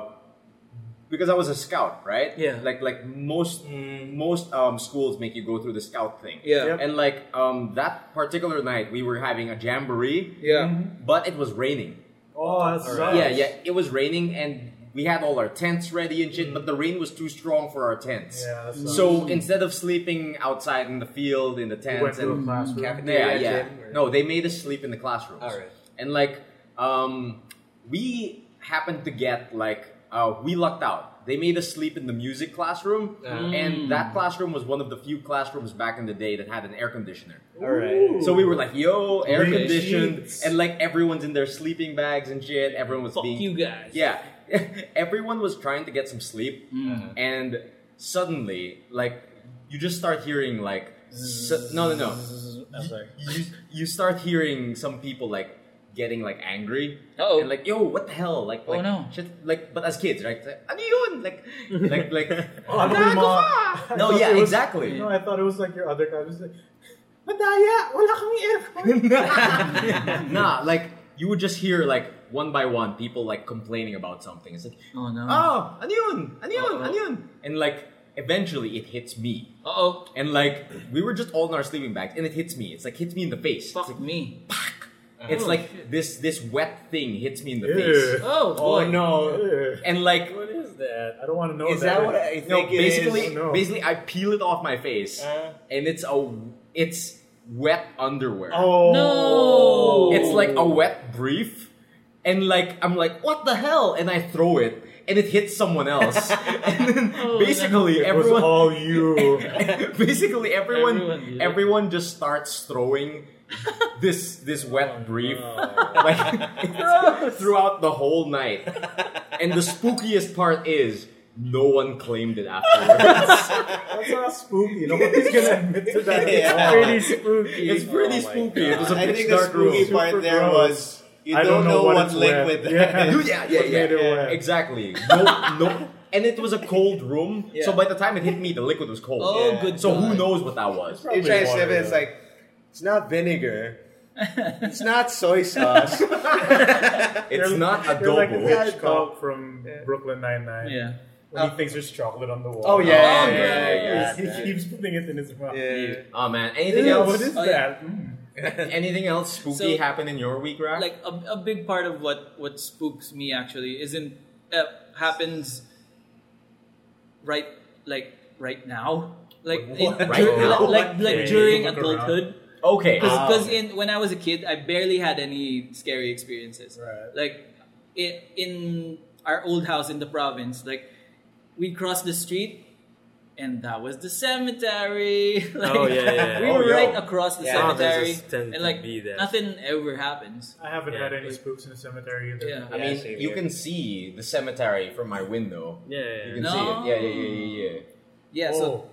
S2: because I was a scout, right?
S5: Yeah.
S2: Like like most most um schools make you go through the scout thing.
S5: Yeah.
S1: Yep.
S2: And like um that particular night we were having a jamboree,
S5: Yeah.
S1: Mm-hmm.
S2: but it was raining.
S1: Oh, that's
S4: Alright.
S2: Yeah, yeah. It was raining and we had all our tents ready and shit, but the rain was too strong for our tents.
S1: Yeah, that sucks.
S2: so instead of sleeping outside in the field in the tents
S1: to a
S2: and
S1: classroom.
S2: cafeteria, yeah, no, they made us sleep in the classrooms.
S4: All right.
S2: And like, um, we happened to get like uh, we lucked out. They made us sleep in the music classroom,
S6: Mm.
S5: Mm.
S2: and that classroom was one of the few classrooms back in the day that had an air conditioner.
S4: All right.
S2: So we were like, "Yo, air
S1: Really?
S2: conditioned,"
S1: Sheets.
S2: and like everyone's in their sleeping bags and shit. Everyone
S1: Mm.
S2: was
S5: Fuck
S2: being
S5: you guys.
S2: yeah, everyone was trying to get some sleep,
S5: Mm.
S2: and suddenly, like, you just start hearing like, s- no, no, no, you, you start hearing some people like getting like angry
S5: Uh-oh.
S2: and like, yo, what the hell, like,
S5: Oh,
S2: like,
S5: no.
S2: shit, like, but as kids, right? Like, ano yun? Like, like, like,
S1: Oh, I'm with Ma. I
S2: No,
S1: thought
S2: yeah,
S1: it was-
S2: exactly.
S1: No, I thought it was like your other guy. It was like, Madaya, wala kami aircon.
S2: nah, like, you would just hear like one by one people like complaining about something. It's like,
S5: Oh no.
S2: oh, ano yun? Ano yun?
S5: Uh-oh.
S2: Ano yun? And like, eventually, it hits me.
S5: Uh oh.
S2: And like we were just all in our sleeping bags, and it hits me. It's like hits me in the face. It's
S5: Fuck
S2: like,
S5: me.
S2: it's
S5: Oh,
S2: like
S5: shit.
S2: this this wet thing hits me in the
S1: Ew.
S2: face,
S5: Oh boy.
S4: no.
S1: Ew.
S2: and like
S6: What is that?
S1: I don't want to know
S4: Is that what
S1: I,
S4: I think
S2: no,
S4: it is?
S2: basically
S1: No.
S2: basically I peel it off my face,
S4: Uh.
S2: and it's a it's wet underwear.
S1: oh,
S5: No.
S2: It's like a wet brief, and like I'm like what the hell, and I throw it, and it hits someone else, and then basically
S1: It was
S2: everyone
S1: all you.
S2: basically everyone
S5: Everyone
S2: everyone,
S5: did.
S2: just starts throwing this this wet brief like throughout the whole night. And the spookiest part is no one claimed it afterwards.
S1: That's not spooky. Nobody's gonna admit to that.
S4: Yeah.
S1: It's pretty
S6: spooky.
S2: it's pretty spooky. It was a
S4: I
S2: pitch
S4: think the
S2: dark room.
S4: spooky
S1: Super
S4: part there
S1: gross.
S4: was you
S1: I
S4: don't, know, what,
S1: it's
S4: liquid
S1: wet.
S4: that
S1: Yeah.
S4: is.
S2: Dude, yeah, yeah,
S1: made
S2: yeah.
S1: it wet.
S2: Exactly. No, no. And it was a cold room, so
S5: Yeah.
S2: by the time it hit me, the liquid was cold.
S5: Oh
S4: Yeah.
S5: good.
S2: So who
S5: God.
S2: knows what that was?
S4: You try to sip
S1: Probably
S4: it, it's
S1: water,
S4: like it's not vinegar. It's not soy sauce.
S2: It's not
S1: You're like
S2: adobo.
S1: the witch cop from Brooklyn Nine Nine.
S5: Yeah.
S1: When he thinks there's chocolate on the wall.
S4: oh yeah, yeah, yeah,
S2: yeah,
S4: Oh, yeah,
S1: He keeps putting it in his mouth.
S4: yeah.
S2: oh man, anything
S1: Ew,
S2: else?
S1: what is
S5: Oh, yeah.
S1: that? Mm.
S2: Anything else spooky
S5: So-
S2: happened in your week, Rack?
S5: like a, a big part of what what spooks me actually isn't uh, happens right like right now like
S2: What?
S5: in,
S2: Right
S5: dur-
S2: now?
S5: like like
S1: Okay.
S5: during
S1: Look around.
S5: adulthood
S2: Okay. um,
S5: because in when I was a kid I barely had any scary experiences
S1: Right.
S5: like in, in our old house in the province like we crossed the street and that was the cemetery like,
S9: Oh, yeah, yeah, yeah.
S5: we
S2: Oh,
S5: were
S2: yo.
S5: right across the
S8: Yeah.
S9: Mountains
S5: cemetery
S9: just tend
S5: and
S9: to
S5: like
S9: be there.
S5: nothing ever happens
S1: I haven't
S9: Yeah.
S1: had any spooks in the cemetery either. Oh.
S5: yeah
S2: I
S8: Yeah,
S2: mean,
S8: same
S2: you
S8: here.
S2: can see the cemetery from my window.
S9: Yeah, yeah,
S2: You
S9: yeah.
S2: can
S5: No.
S2: see it. Yeah, yeah, yeah, yeah, yeah.
S5: yeah
S1: oh,
S5: so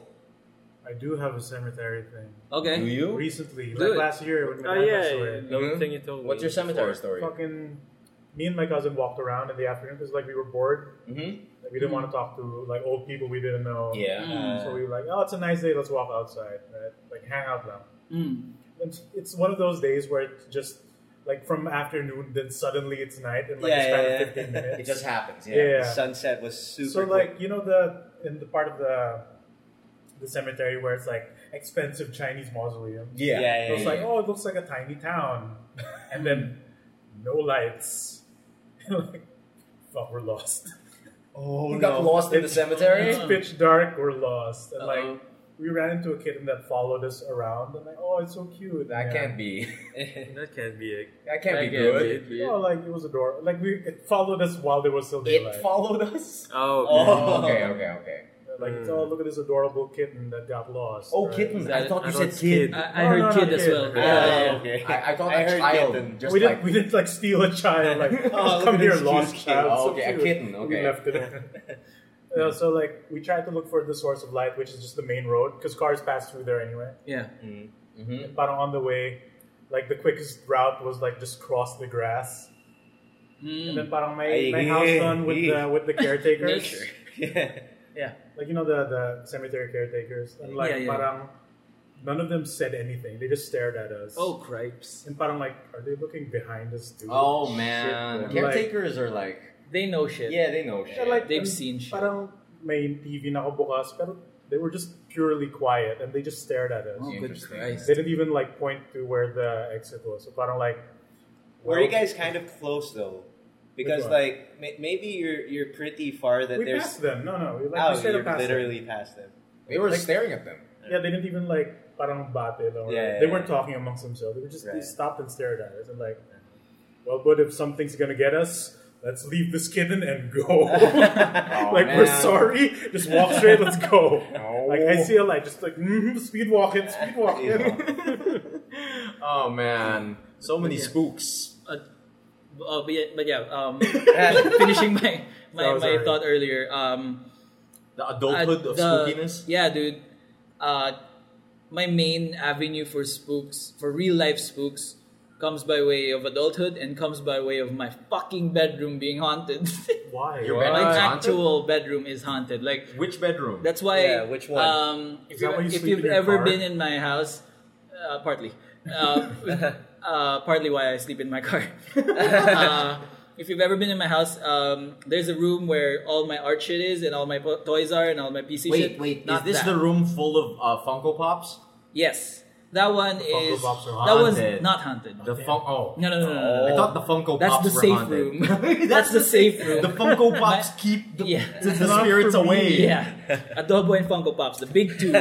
S1: I do have a cemetery thing.
S2: Do
S5: okay
S2: you?
S1: Recently,
S5: Do
S1: like
S5: it.
S1: last year when my
S9: Oh
S1: dad
S9: yeah,
S1: passed
S9: yeah,
S1: away.
S9: the
S2: Mhm.
S9: thing you told me.
S2: What's your cemetery story?
S1: Fucking, me and my cousin walked around in the afternoon because like we were bored.
S2: Mm-hmm.
S1: Like, we didn't want to talk to like old people we didn't know.
S2: Yeah.
S5: Mm.
S1: So we were like, oh, it's a nice day. Let's walk outside, right? Like hang out now.
S5: Mm.
S1: It's, it's one of those days where it's just like from afternoon, then suddenly it's night, and like
S4: Yeah,
S1: it's
S4: yeah,
S1: kind
S4: yeah.
S1: of fifteen minutes.
S2: It just happens. Yeah.
S1: yeah.
S4: The sunset was super.
S1: so
S4: quick.
S1: like you know the in the part of the the cemetery where it's like expensive Chinese mausoleum.
S2: Yeah.
S4: Yeah,
S1: It
S4: yeah,
S1: was like, oh, it looks like a tiny town, and then no lights. like, fuck, we're lost.
S4: oh
S2: You got lost in the cemetery.
S4: Uh-huh.
S1: It's pitch dark. We're lost, and
S5: Uh-oh.
S1: like we ran into a kitten that followed us around, and like, oh, it's so cute.
S2: That
S1: yeah.
S2: can't be.
S9: That can't be it.
S2: That can't be
S9: That can't
S2: good.
S9: be
S1: No, like it was adorable. Like we it followed us while there was still daylight.
S2: It followed us.
S9: Oh, okay.
S2: Oh, okay, okay, okay.
S1: like, it's,
S9: Mm.
S1: oh, look at this adorable kitten that got lost.
S2: Oh,
S1: right?
S2: kitten. I
S5: That-
S2: thought you
S9: I
S2: said
S9: don't-
S2: kid.
S9: kid.
S5: I, I
S1: No,
S5: heard
S1: Oh, no, no,
S5: kid as
S1: kid.
S5: well
S1: Yeah,
S5: Yeah,
S2: yeah,
S5: yeah.
S4: okay.
S2: I, I thought
S4: I
S2: a
S4: heard
S2: child.
S4: kitten.
S2: Just
S1: we
S2: like
S1: didn't. We didn't like steal a child.
S2: Oh,
S1: Like
S4: look
S1: come
S4: at
S1: here,
S4: this
S1: lost
S4: cute
S1: child.
S2: kitten.
S1: so
S2: oh, Okay, a
S1: cute.
S2: kitten, okay.
S1: We left it. Uh, so like we tried to look for the source of light, which is just the main road, because cars pass through there anyway.
S5: yeah
S2: hmm
S1: But on the way, like the quickest route was like just cross the grass. And
S5: Mm.
S1: then parang may,
S4: Ay,
S1: may house
S4: eh,
S1: done with
S4: eh.
S1: the with the caretakers.
S5: Nature.
S4: Yeah.
S1: Like you know the the cemetery caretakers. And like
S5: Yeah, yeah.
S1: parang none of them said anything. They just stared at us.
S5: oh cripes
S1: And parang like, are they looking behind us too?
S2: Oh man,
S1: Shit, man.
S2: caretakers are like,
S5: they know shit
S2: yeah, they know shit.
S1: Yeah, Oh, like,
S5: they've
S1: and
S5: seen shit
S1: Parang may TV na ako bukas, pero they were just purely quiet and they just stared at us.
S5: oh good
S2: Interesting.
S5: Christ
S1: They didn't even like point to where the exit was. So parang like,
S4: Were you guys kind of close though?
S1: Which
S4: Because
S1: one?
S4: like may- maybe you're you're pretty far that
S1: we
S4: there's
S1: passed them. No, no, we like
S4: oh,
S1: we straight up
S4: you're
S1: passed them.
S4: literally past them.
S2: they were
S1: like-
S2: staring at them.
S1: Yeah, they didn't even like parang bate or
S4: Yeah, yeah,
S1: they
S4: yeah.
S1: weren't talking amongst themselves. They were just they
S4: Right.
S1: stopped and stared at us and like, well, but if something's gonna get us, let's leave this kitten and go.
S4: Oh,
S1: like
S2: man.
S1: we're sorry, just walk straight. Let's go.
S2: No.
S1: Like I see a light, just like mm, speed walking, speed walking.
S2: Oh man, so many spooks.
S5: Oh, but yeah, but yeah um, finishing my my,
S1: So
S5: my
S1: sorry.
S5: thought earlier um
S2: The
S5: at
S2: adulthood of
S5: Uh, the-
S2: spookiness.
S5: Yeah, dude. Uh, my main avenue for spooks, for real life spooks, comes by way of adulthood and comes by way of my fucking bedroom being haunted.
S1: Why?
S2: Your
S1: Why?
S5: my
S2: bedroom's haunted?
S5: actual bedroom is haunted. Like
S2: Which bedroom?
S5: that's why.
S4: Yeah, which one?
S5: Um, if
S1: Is that
S5: you,
S1: why you
S5: if
S1: sleep
S5: you've
S1: in your
S5: ever
S1: car?
S5: been in my house, uh, partly. Uh, uh, partly why I sleep in my car. uh, if you've ever been in my house, um, there's a room where all my art shit is and all my po- toys are and all my PC
S2: wait,
S5: shit.
S2: wait. Is
S5: Not
S2: this
S5: that.
S2: the room full of uh, Funko Pops?
S5: Yes, that one
S1: Funko
S5: is
S1: Pops are
S5: that one's
S2: haunted.
S5: not haunted.
S2: The fun- oh.
S5: no, no, no, no, no,
S2: I
S5: no.
S2: thought the Funko
S5: That's
S2: Pops
S5: the
S2: were
S5: safe
S2: haunted.
S5: room. That's the safe room.
S2: The Funko Pops keep the,
S5: Yeah.
S2: the, the
S1: Not
S2: spirits
S1: for me.
S2: away.
S5: Yeah, Adobo and Funko Pops, the big two.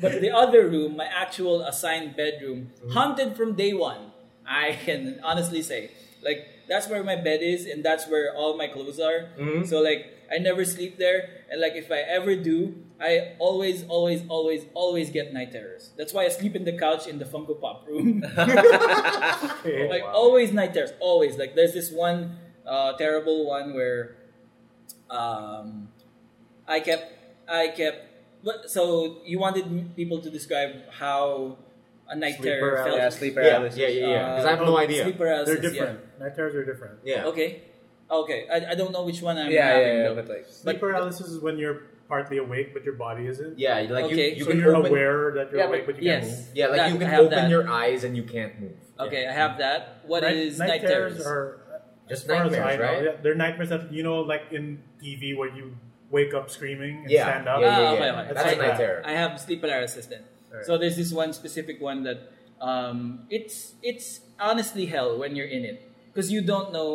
S5: but the other room, my actual assigned bedroom, haunted from day one. I can honestly say, like that's where my bed is, and that's where all my clothes are. So like, I never sleep there, and like if I ever do, I always, always, always, always get night terrors. That's why I sleep in the couch in the Funko Pop room.
S2: Oh,
S1: Okay.
S4: Oh,
S5: like always night terrors always like there's this one uh, terrible one where um, i kept i kept but- so you wanted m- people to describe how a night
S4: Sleep
S5: terror
S4: paralysis.
S5: felt
S4: Yeah, sleep
S2: yeah,
S4: paralysis.
S2: yeah, yeah. Because
S5: Uh,
S2: I have no
S1: oh,
S2: idea.
S5: sleep paralysis
S1: They're
S5: yeah.
S1: different. Night terrors are different.
S2: yeah.
S5: okay okay I, I don't know which one i'm
S4: yeah,
S5: having
S4: yeah, yeah,
S5: though.
S4: but like
S1: Sleep paralysis is when you're partly awake but your body isn't.
S2: Yeah, like
S5: Okay.
S2: you, you
S1: so
S2: can
S1: you're
S2: open,
S1: aware that you're
S2: Yeah,
S1: awake
S2: but-
S1: but you can't move.
S5: yes
S2: Yeah, like
S5: that,
S2: you
S5: I
S2: can
S5: have
S2: open
S5: that.
S2: your eyes and you can't move.
S5: okay i have that What is
S1: night, night, terrors,
S5: terrors
S1: are
S2: Just
S1: As far as
S2: nightmares,
S1: I know,
S2: right?
S1: yeah, they're nightmares that you know, like in TV, where you wake up screaming and
S2: Yeah,
S1: stand up.
S2: yeah, yeah,
S5: Ah,
S2: yeah.
S5: okay, okay.
S2: That's
S5: I-
S2: a night terror.
S5: I have sleep paralysis then.
S1: Alright.
S5: So there's this one specific one that um, it's it's honestly hell when you're in it because you don't know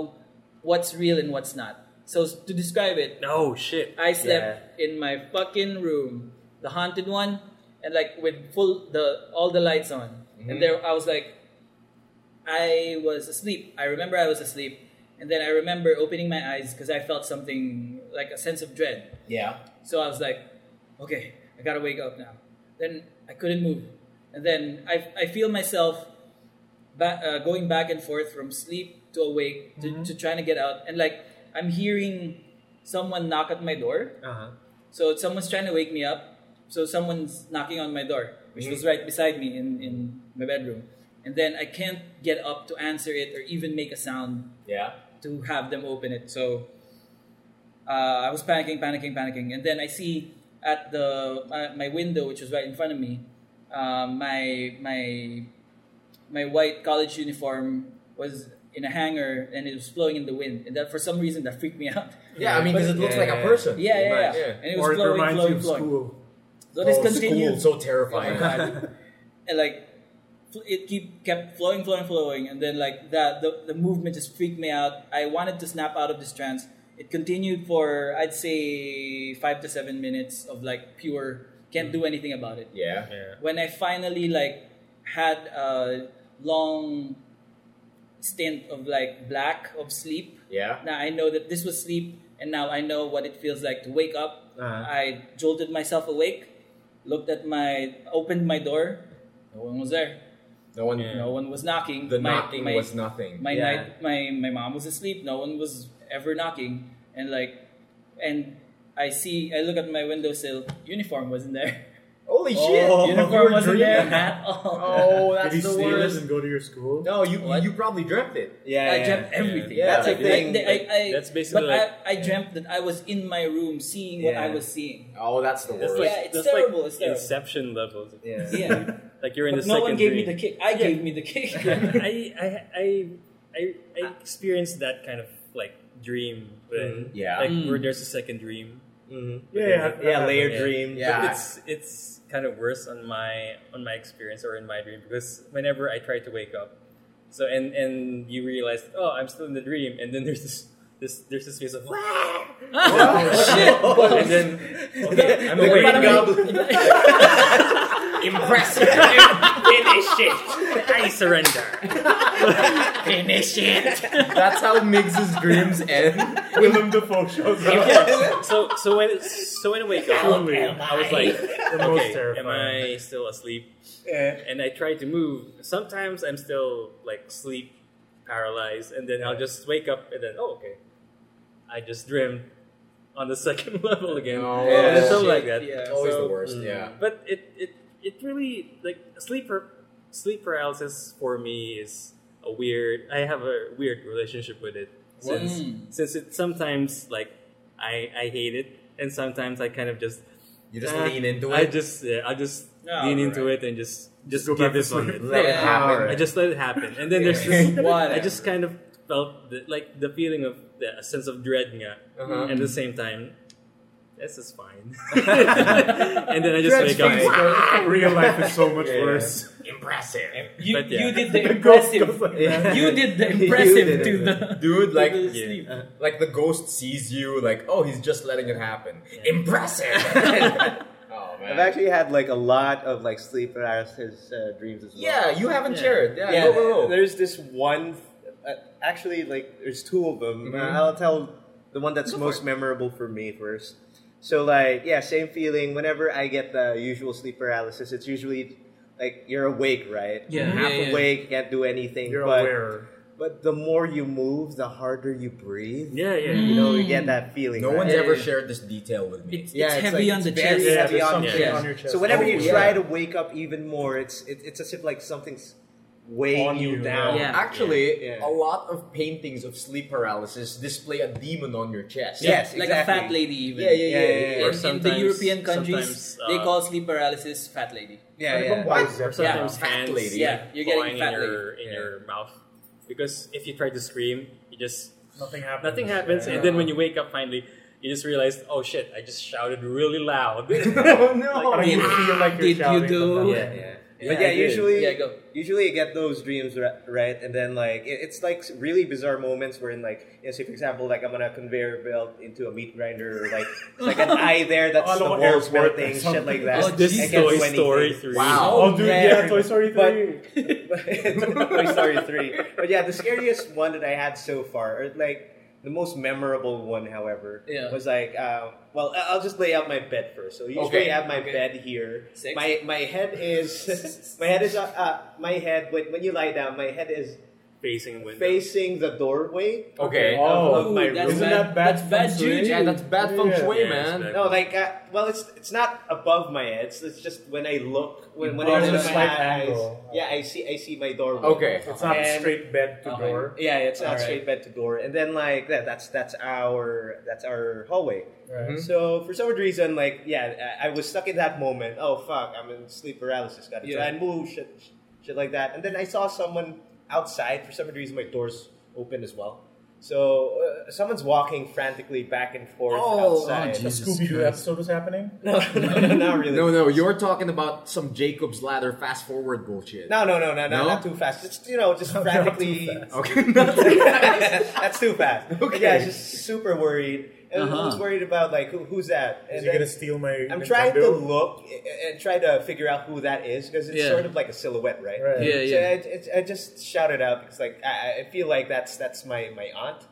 S5: what's real and what's not. So to describe it,
S6: No shit.
S5: I slept in my fucking room, the haunted one, and like with full the all the lights on.
S2: Mm-hmm.
S5: And there I was like I was asleep. I remember I was asleep. And then I remember opening my eyes because I felt something like a sense of dread.
S2: Yeah.
S5: So I was like, okay, I gotta wake up now. Then I couldn't move. And then I, I feel myself ba- uh, going back and forth from sleep to awake to, to trying to get out. And like, I'm hearing someone knock at my door.
S2: Uh-huh.
S5: So someone's trying to wake me up. So someone's knocking on my door, which was right beside me in, in my bedroom. And then I can't get up to answer it or even make a sound
S2: Yeah.
S5: to have them open it. So uh, I was panicking, panicking, panicking, and then I see at the my, my window, which was right in front of me, uh, my my my white college uniform was in a hanger and it was blowing in the wind, and that for some reason that freaked me out.
S2: Yeah, I mean, because it looks
S4: Yeah,
S2: like a
S4: yeah, yeah.
S2: person.
S5: Yeah, yeah, yeah.
S2: Yeah.
S5: And it was
S1: Or it
S5: blowing,
S1: reminds you
S5: blowing,
S1: of
S5: blowing.
S1: school.
S5: So this
S2: Oh,
S5: continued.
S2: School, so terrifying.
S5: and like fl- it keep kept flowing, flowing, flowing, and then like that the, the movement just freaked me out. I wanted to snap out of this trance. It continued for I'd say five to seven minutes of like pure can't do anything about it.
S2: yeah.
S5: When I finally like had a long stint of like black of sleep.
S2: Yeah.
S5: Now I know that this was sleep, and now I know what it feels like to wake up
S2: Uh-huh.
S5: I jolted myself awake, looked at my, opened my door. No one was there.
S2: No one.
S5: No one was knocking.
S2: The
S5: My-
S2: knocking
S5: my,
S2: was nothing.
S5: My
S2: yeah.
S5: night, my my mom was asleep. No one was ever knocking, and like, and I see. I look at my windowsill. Uniform wasn't there.
S2: Holy shit!
S1: Oh, you were
S5: Uniform wasn't there
S1: dreaming.
S5: at all.
S2: Oh,
S1: Did
S2: that's
S1: he
S2: the
S1: steal it
S2: worst.
S1: and go to your school?
S2: No, you
S5: What?
S2: you probably dreamt it.
S4: Yeah,
S5: I
S4: yeah.
S5: dreamt everything.
S2: Yeah,
S4: That's the
S5: I-
S4: thing.
S5: I, I, I-
S6: That's basically
S5: But
S6: like-
S5: I, I dreamt that I was in my room seeing what I
S4: Yeah.
S5: was seeing.
S2: Oh, that's the
S6: That's
S2: worst.
S6: like,
S5: Yeah, it's
S6: that's
S5: terrible,
S6: Like
S5: it's terrible.
S6: Inception levels.
S4: Yeah.
S5: Yeah.
S6: Like you're in the
S5: But no
S6: second
S5: one gave me
S6: grade.
S5: the kick. I gave me the kick.
S6: I, I, I, I, I experienced that kind of like dream when
S2: Yeah.
S6: like
S5: Mm.
S6: where there's a second dream.
S2: Mm-hmm.
S1: Yeah,
S6: within
S1: yeah,
S6: it.
S4: Yeah, layered
S6: Yeah.
S4: dreams.
S2: Yeah.
S6: But it's it's kind of worse on my on my experience or in my dream because whenever I try to wake up, so and and you realize oh I'm still in the dream and then there's this this there's this face of
S2: Oh,
S5: Oh,
S6: and then okay, I'm
S2: The
S6: awake.
S2: Green Goblin.
S6: Impressive. Finish it. I surrender. Finish it.
S2: That's how Miggs's dreams end.
S1: Willem Dafoe shows up.
S6: So so when so when I wake up,
S1: Truly,
S6: I was like,
S1: the most
S6: okay, am
S1: terrifying.
S6: I still asleep? And I try to move. Sometimes I'm still like sleep paralyzed, and then I'll just wake up and then oh okay, I just dreamt on the second level again.
S2: No.
S6: And
S2: Yeah.
S6: something like
S5: Shit,
S6: that.
S5: yeah.
S2: Oh, Always
S6: So-
S2: the worst. Yeah.
S6: But it it it really like sleep par- sleep paralysis for me is a weird. I have a weird relationship with it since
S5: Mm.
S6: since it sometimes like I I hate it and sometimes I kind of just
S2: You just
S6: Uh,
S2: lean into
S6: I
S2: it.
S6: just yeah, I just
S5: Yeah,
S6: lean into it and just just
S1: Oh, go
S6: give
S1: back to
S6: it on
S1: sleep.
S6: it.
S2: Let it
S5: Yeah.
S2: happen.
S6: I just let it happen, and then there's
S2: Yeah.
S6: this. I just kind of felt the, like the feeling of the a sense of dread, nga,
S2: Uh-huh.
S6: and at the same time, this is fine. and then I just wake up.
S1: Real life is so much
S2: Yeah.
S1: worse.
S2: Impressive.
S5: You,
S6: But yeah.
S5: you did the
S1: Ghost
S5: impressive.
S1: goes like
S2: Yeah.
S5: You did the
S2: You
S5: impressive
S2: did it.
S5: to the
S2: Dude, like,
S5: to the
S6: yeah.
S5: sleep.
S2: like the ghost sees you, like, oh, he's just letting it happen. Impressive. oh man.
S4: I've actually had like a lot of like sleep paralysis uh, dreams as well.
S2: yeah, you haven't
S6: Yeah.
S2: shared. Yeah,
S4: yeah.
S2: go, go, go.
S4: There's this one. Uh, actually, like there's two of them. Uh,
S2: Mhm.
S5: Mm-hmm.
S4: I'll tell the one that's most memorable for me first. So like yeah, same feeling. Whenever I get the usual sleep paralysis, it's usually like you're awake, right?
S5: Yeah.
S4: half
S5: Yeah, yeah.
S4: awake, can't do anything.
S1: You're
S4: but,
S1: aware.
S4: But the more you move, the harder you breathe.
S6: Yeah, yeah.
S4: You know, you get that feeling.
S2: No
S4: right?
S2: one's
S5: Yeah,
S2: ever
S5: yeah.
S2: shared this detail with me.
S5: It's,
S4: Yeah,
S5: it's
S4: it's
S5: heavy
S4: like-
S5: on the
S4: it's very
S5: chest.
S1: Yeah,
S4: heavy
S1: there's
S4: on
S1: something
S5: chest.
S1: on your chest.
S4: So whenever
S2: Oh,
S4: you
S2: yeah.
S4: try to wake up even more, it's it, it's as if like something's weighing
S1: On you,
S4: down.
S5: yeah.
S2: Actually,
S4: Yeah.
S2: a lot of paintings of sleep paralysis display a demon on your chest.
S4: Yes,
S5: like
S4: exactly.
S5: a fat lady even.
S2: Yeah, yeah, yeah. yeah,
S4: Yeah,
S2: yeah.
S5: Mm. In,
S6: Or
S5: in the
S6: sometimes-
S5: European countries,
S6: sometimes, uh,
S5: they call sleep paralysis fat lady.
S4: Yeah, yeah.
S1: Why
S2: What?
S1: is that?
S6: Sometimes
S2: fat
S6: hands
S2: lady.
S5: Yeah, you're
S6: flying
S5: getting fat
S6: in your in
S2: Yeah.
S6: your mouth because if you try to scream, you just
S1: Nothing happens.
S6: nothing happens,
S1: Yeah.
S6: and then when you wake up finally, you just realize oh shit, I just shouted really loud.
S2: oh no!
S1: Like, you feel like you're
S5: Did you
S1: shouting, but
S5: do-
S4: yeah, yeah. but yeah,
S5: I did.
S4: usually-
S5: yeah, go.
S4: usually you get those dreams ri- right and then like it- it's like really bizarre moments where in like you know, say for example like i'm on a conveyor belt into a meat grinder or like like an eye there that's the
S1: Alam mo,
S4: walls
S1: airport
S4: melting
S1: or
S4: shit like that
S5: Oh,
S4: I
S6: This
S4: can't do
S6: Toy
S4: anything.
S6: Story 3.
S2: Wow.
S1: Oh, dude,
S5: man.
S1: yeah, Toy Story 3.
S4: But- Toy Story 3. But yeah, the scariest one that I had so far, or like the most memorable one, however,
S5: Yeah.
S4: was like, um, well, I- I'll just lay out my bed first. So usually
S2: Okay.
S4: I have my
S5: Okay.
S4: bed here.
S5: Six.
S4: My my head is my head is uh, uh, my head when when you lie down, my head is
S6: Facing window.
S4: facing the doorway.
S2: Okay.
S1: oh,
S4: of my
S5: that's
S4: room.
S1: isn't
S5: bad.
S1: that bad
S5: That's bad
S1: feng shui?
S5: juju.
S2: Yeah, that's bad feng
S1: Yeah.
S2: shui,
S6: Yeah,
S2: man.
S6: it's bad.
S4: No, like uh, well, it's it's not above my head. It's, it's just when I look when, when
S1: Oh,
S4: I
S1: it's
S4: look
S1: a
S4: at my
S1: slight
S4: eyes.
S1: angle.
S4: Yeah, I see I see my doorway.
S2: Okay.
S1: It's not
S4: And-
S1: straight bed to
S5: Okay.
S1: door.
S4: Yeah, it's not
S5: Alright.
S4: straight bed to door, and then like that, that's that's our that's our hallway.
S1: Right.
S2: Mhm.
S4: So for some reason, like yeah, I, I was stuck in that moment. Oh fuck, I'm in sleep paralysis. Got to
S5: Yeah.
S4: try and move, shit, shit like that. And then I saw someone outside. For some reason, my door's open as well. So uh, someone's walking frantically back and forth
S2: Oh,
S4: outside.
S2: oh,
S1: The
S2: Jesus
S1: Scooby Doo
S2: Christ.
S1: episode was happening?
S4: no, no, no, not really.
S2: No, no, you're talking about some Jacob's Ladder fast forward bullshit.
S4: No, no, no, no, no,
S2: No?
S4: not too fast. Just you know, just frantically.
S2: Okay.
S4: That's too fast.
S2: Okay.
S4: Yeah, just super worried. And
S5: Uh-huh.
S4: I was worried about like who, who's that.
S1: Is
S4: And
S1: he
S4: then
S1: gonna steal my?
S4: I'm
S1: Nintendo?
S4: trying to look a- and try to figure out who that is because it's
S5: Yeah.
S4: sort of like a silhouette, right?
S1: Right.
S5: Yeah,
S4: So
S5: yeah.
S4: I, it's- I just shouted out because like I, I feel like that's that's my, my aunt.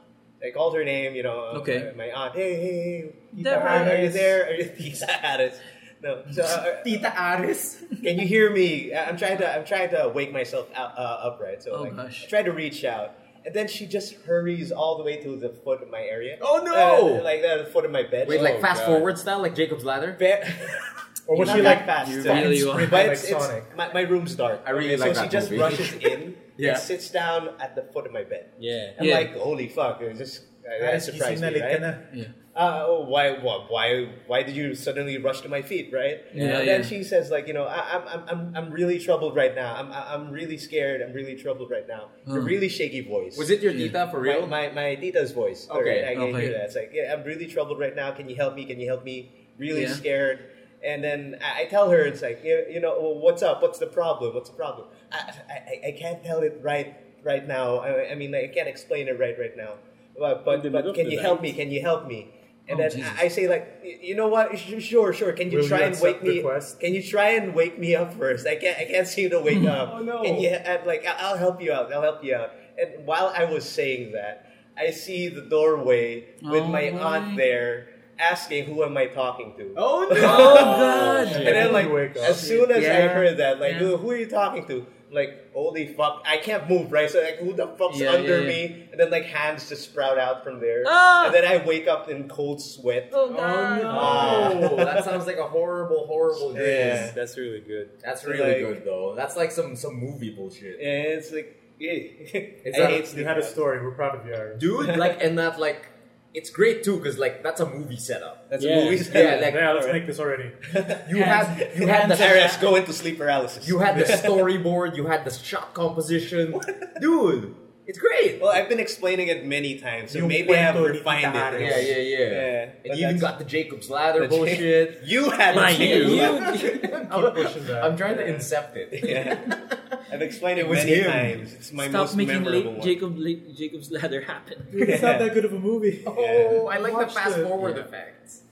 S4: I called her name, you know. uh,
S5: Okay.
S4: My, my aunt. Hey, hey, hey.
S5: There
S4: Tita Ann, are you
S1: Aris.
S4: there? Are you Tita Aris? No. So, uh,
S7: Tita Aris.
S4: can you hear me? I- I'm trying to I'm trying to wake myself up, uh, upright. So
S5: Oh,
S4: like,
S5: gosh.
S4: I try to reach out, and then she just hurries all the way to the foot of my area.
S2: Oh, no!
S4: Uh, like uh, the foot of my bed.
S2: Wait, like fast
S6: God.
S2: forward style, like Jacob's Ladder?
S4: Bed-
S1: Or was
S4: Not
S1: she
S4: that
S1: like?
S4: fast?
S5: You
S4: though.
S5: really
S4: It's-
S5: want-
S4: but
S1: like
S4: it's, it's-
S1: Sonic.
S4: my, my room's dark.
S2: I really
S4: so
S2: like
S4: she
S2: that
S4: just
S2: movie.
S4: rushes in
S2: Yeah.
S4: and sits down at the foot of my bed.
S6: Yeah.
S4: I'm
S5: Yeah.
S4: like, holy fuck! It just uh, that
S1: Guys,
S4: surprised
S1: gising na
S4: me,
S1: late ka na.
S4: right? uh, oh, why, why, why, why did you suddenly rush to my feet, right?
S5: Yeah,
S4: and
S5: yeah.
S4: then she says, like, you know, I, I'm, I'm- I'm, I'm really troubled right now. I'm, I- I'm really scared. I'm really troubled right now. A really shaky voice.
S2: Was it your Tita for real?
S4: My, my, my tita's voice.
S2: Okay,
S4: Alright, I can
S5: okay.
S4: hear that. It's like, yeah, I'm really troubled right now. Can you help me? Can you help me? Really
S5: Yeah.
S4: scared. And then I, I tell her, it's like, you, you know, well, what's up? What's the problem? What's the problem? I, I, I- I can't tell it right right now. I, I mean, I can't explain it right right now. But, but,
S9: In the middle
S4: but
S9: of
S4: can
S9: the
S4: you
S9: night.
S4: help me? Can you help me? And
S5: Oh,
S4: then
S5: Jesus.
S4: I I say like, "Y- you know what? Sh- Sure, sure. Can you
S1: Will
S4: try
S1: you
S4: and
S1: accept
S4: wake me?
S1: the quest?
S4: Can you try and wake me up first? I can't. I can't seem to wake up.
S9: Oh, no.
S4: Can you, I'm like, "I- I'll help you out. I'll help you out. And while I was saying that, I see the doorway with
S5: Oh,
S4: my
S5: my.
S4: aunt there, asking, "Who am I talking to?"
S2: Oh
S5: Oh, God.
S4: and then like,
S1: You wake up.
S4: as soon as I
S5: Yeah.
S4: heard that, like,
S5: Yeah.
S4: who, who are you talking to? Like, holy fuck, I can't move, right? So like, who the fuck's
S5: Yeah,
S4: under
S5: yeah, yeah.
S4: me? And then like hands just sprout out from there,
S5: Ah!
S4: and then I wake up in cold sweat.
S5: Oh,
S2: Oh, that sounds like a horrible, horrible dream.
S4: Yeah.
S6: That's really good.
S2: That's really
S4: Like-
S2: good though. That's like some some movie bullshit,
S4: And it's like, eh.
S2: It's
S4: I
S2: a-
S4: hate
S1: You
S4: sleep
S1: had a
S4: apnea.
S1: story. We're proud of you. Aaron.
S2: dude. Like, and that like, it's great too, cause like that's a movie setup.
S4: That's
S6: Yeah.
S4: a movie.
S2: Yeah, like
S1: Yeah, let's make this already.
S2: you had you had the
S4: Aris go into sleep paralysis.
S2: you had the storyboard, you had the shot composition, dude. It's great.
S4: well, I've been explaining it many times, so
S1: You
S4: maybe I have
S1: went to
S4: refined
S1: Itaharas.
S4: it.
S2: Yeah, yeah, yeah.
S4: Yeah, but
S2: and you even
S4: that's-
S2: got the Jacob's Ladder
S4: The Jac-
S2: bullshit.
S4: You had
S2: My
S4: it.
S1: Keep pushing that.
S2: I'm trying to incept it.
S4: Yeah. I've explained it,
S2: It was
S4: many
S2: him.
S4: times. It's my
S5: Stop
S4: most
S5: making
S4: memorable
S5: late
S4: one.
S5: Jacob late Jacob's ladder happen.
S1: Dude, it's not that good of a movie.
S2: Oh, I like the
S1: Watch
S2: fast
S1: the-
S2: forward
S5: yeah.
S2: effects.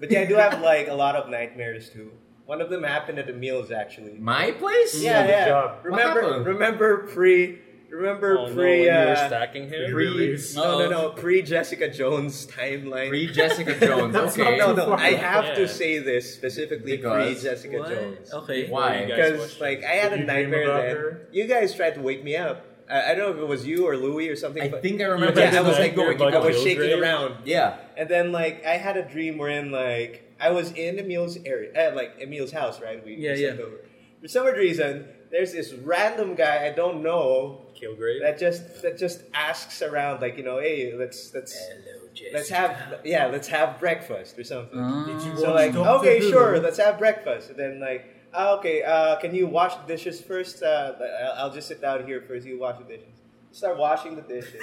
S4: But yeah, I do have like a lot of nightmares too. One of them happened at the meals actually.
S2: My place?
S4: Yeah,
S1: good
S4: yeah.
S1: job.
S2: What
S4: Remember,
S2: happened?
S4: remember pre, remember
S6: Oh, no, when
S4: pre,
S6: you were
S4: uh,
S6: stacking him?
S4: pre,
S1: Release.
S4: no, no,
S5: Uh-oh.
S4: no, pre Jessica Jones timeline.
S2: Free Jessica Jones.
S1: That's
S2: okay.
S4: no,
S1: not-
S4: no, I have to
S6: Yeah.
S4: say this specifically pre
S2: Because-
S4: Jessica
S5: What?
S4: Jones.
S5: Okay.
S2: Why?
S6: Guys,
S4: Because like I had
S1: Did
S4: a
S1: you dream
S4: nightmare
S1: about
S4: then.
S1: her?
S4: You guys tried to wake me up. I, I don't know if it was you or Louis or something.
S2: I
S4: but
S2: think I remember.
S4: yeah,
S2: this
S4: I was
S2: was
S4: like
S2: going.
S4: I
S6: about
S4: was
S6: Jill's
S4: shaking
S6: grave?
S4: around.
S2: Yeah.
S4: And then like I had a dream wherein like I was in Emil's area, uh, like Emil's house, right? We we
S5: Yeah,
S4: slept
S5: yeah.
S4: Over. For some odd reason, there's this random guy I don't know
S6: Kilgrave?
S4: that just that just asks around, like you know, hey, let's let's
S5: Hello, Jessica.
S4: let's have yeah, let's have breakfast or something.
S5: Ah.
S4: So like, okay, sure, let's have breakfast. And then like, ah, okay, uh, can you wash the dishes first? Uh, I'll- I'll just sit down here first. You wash the dishes. Start washing the dishes.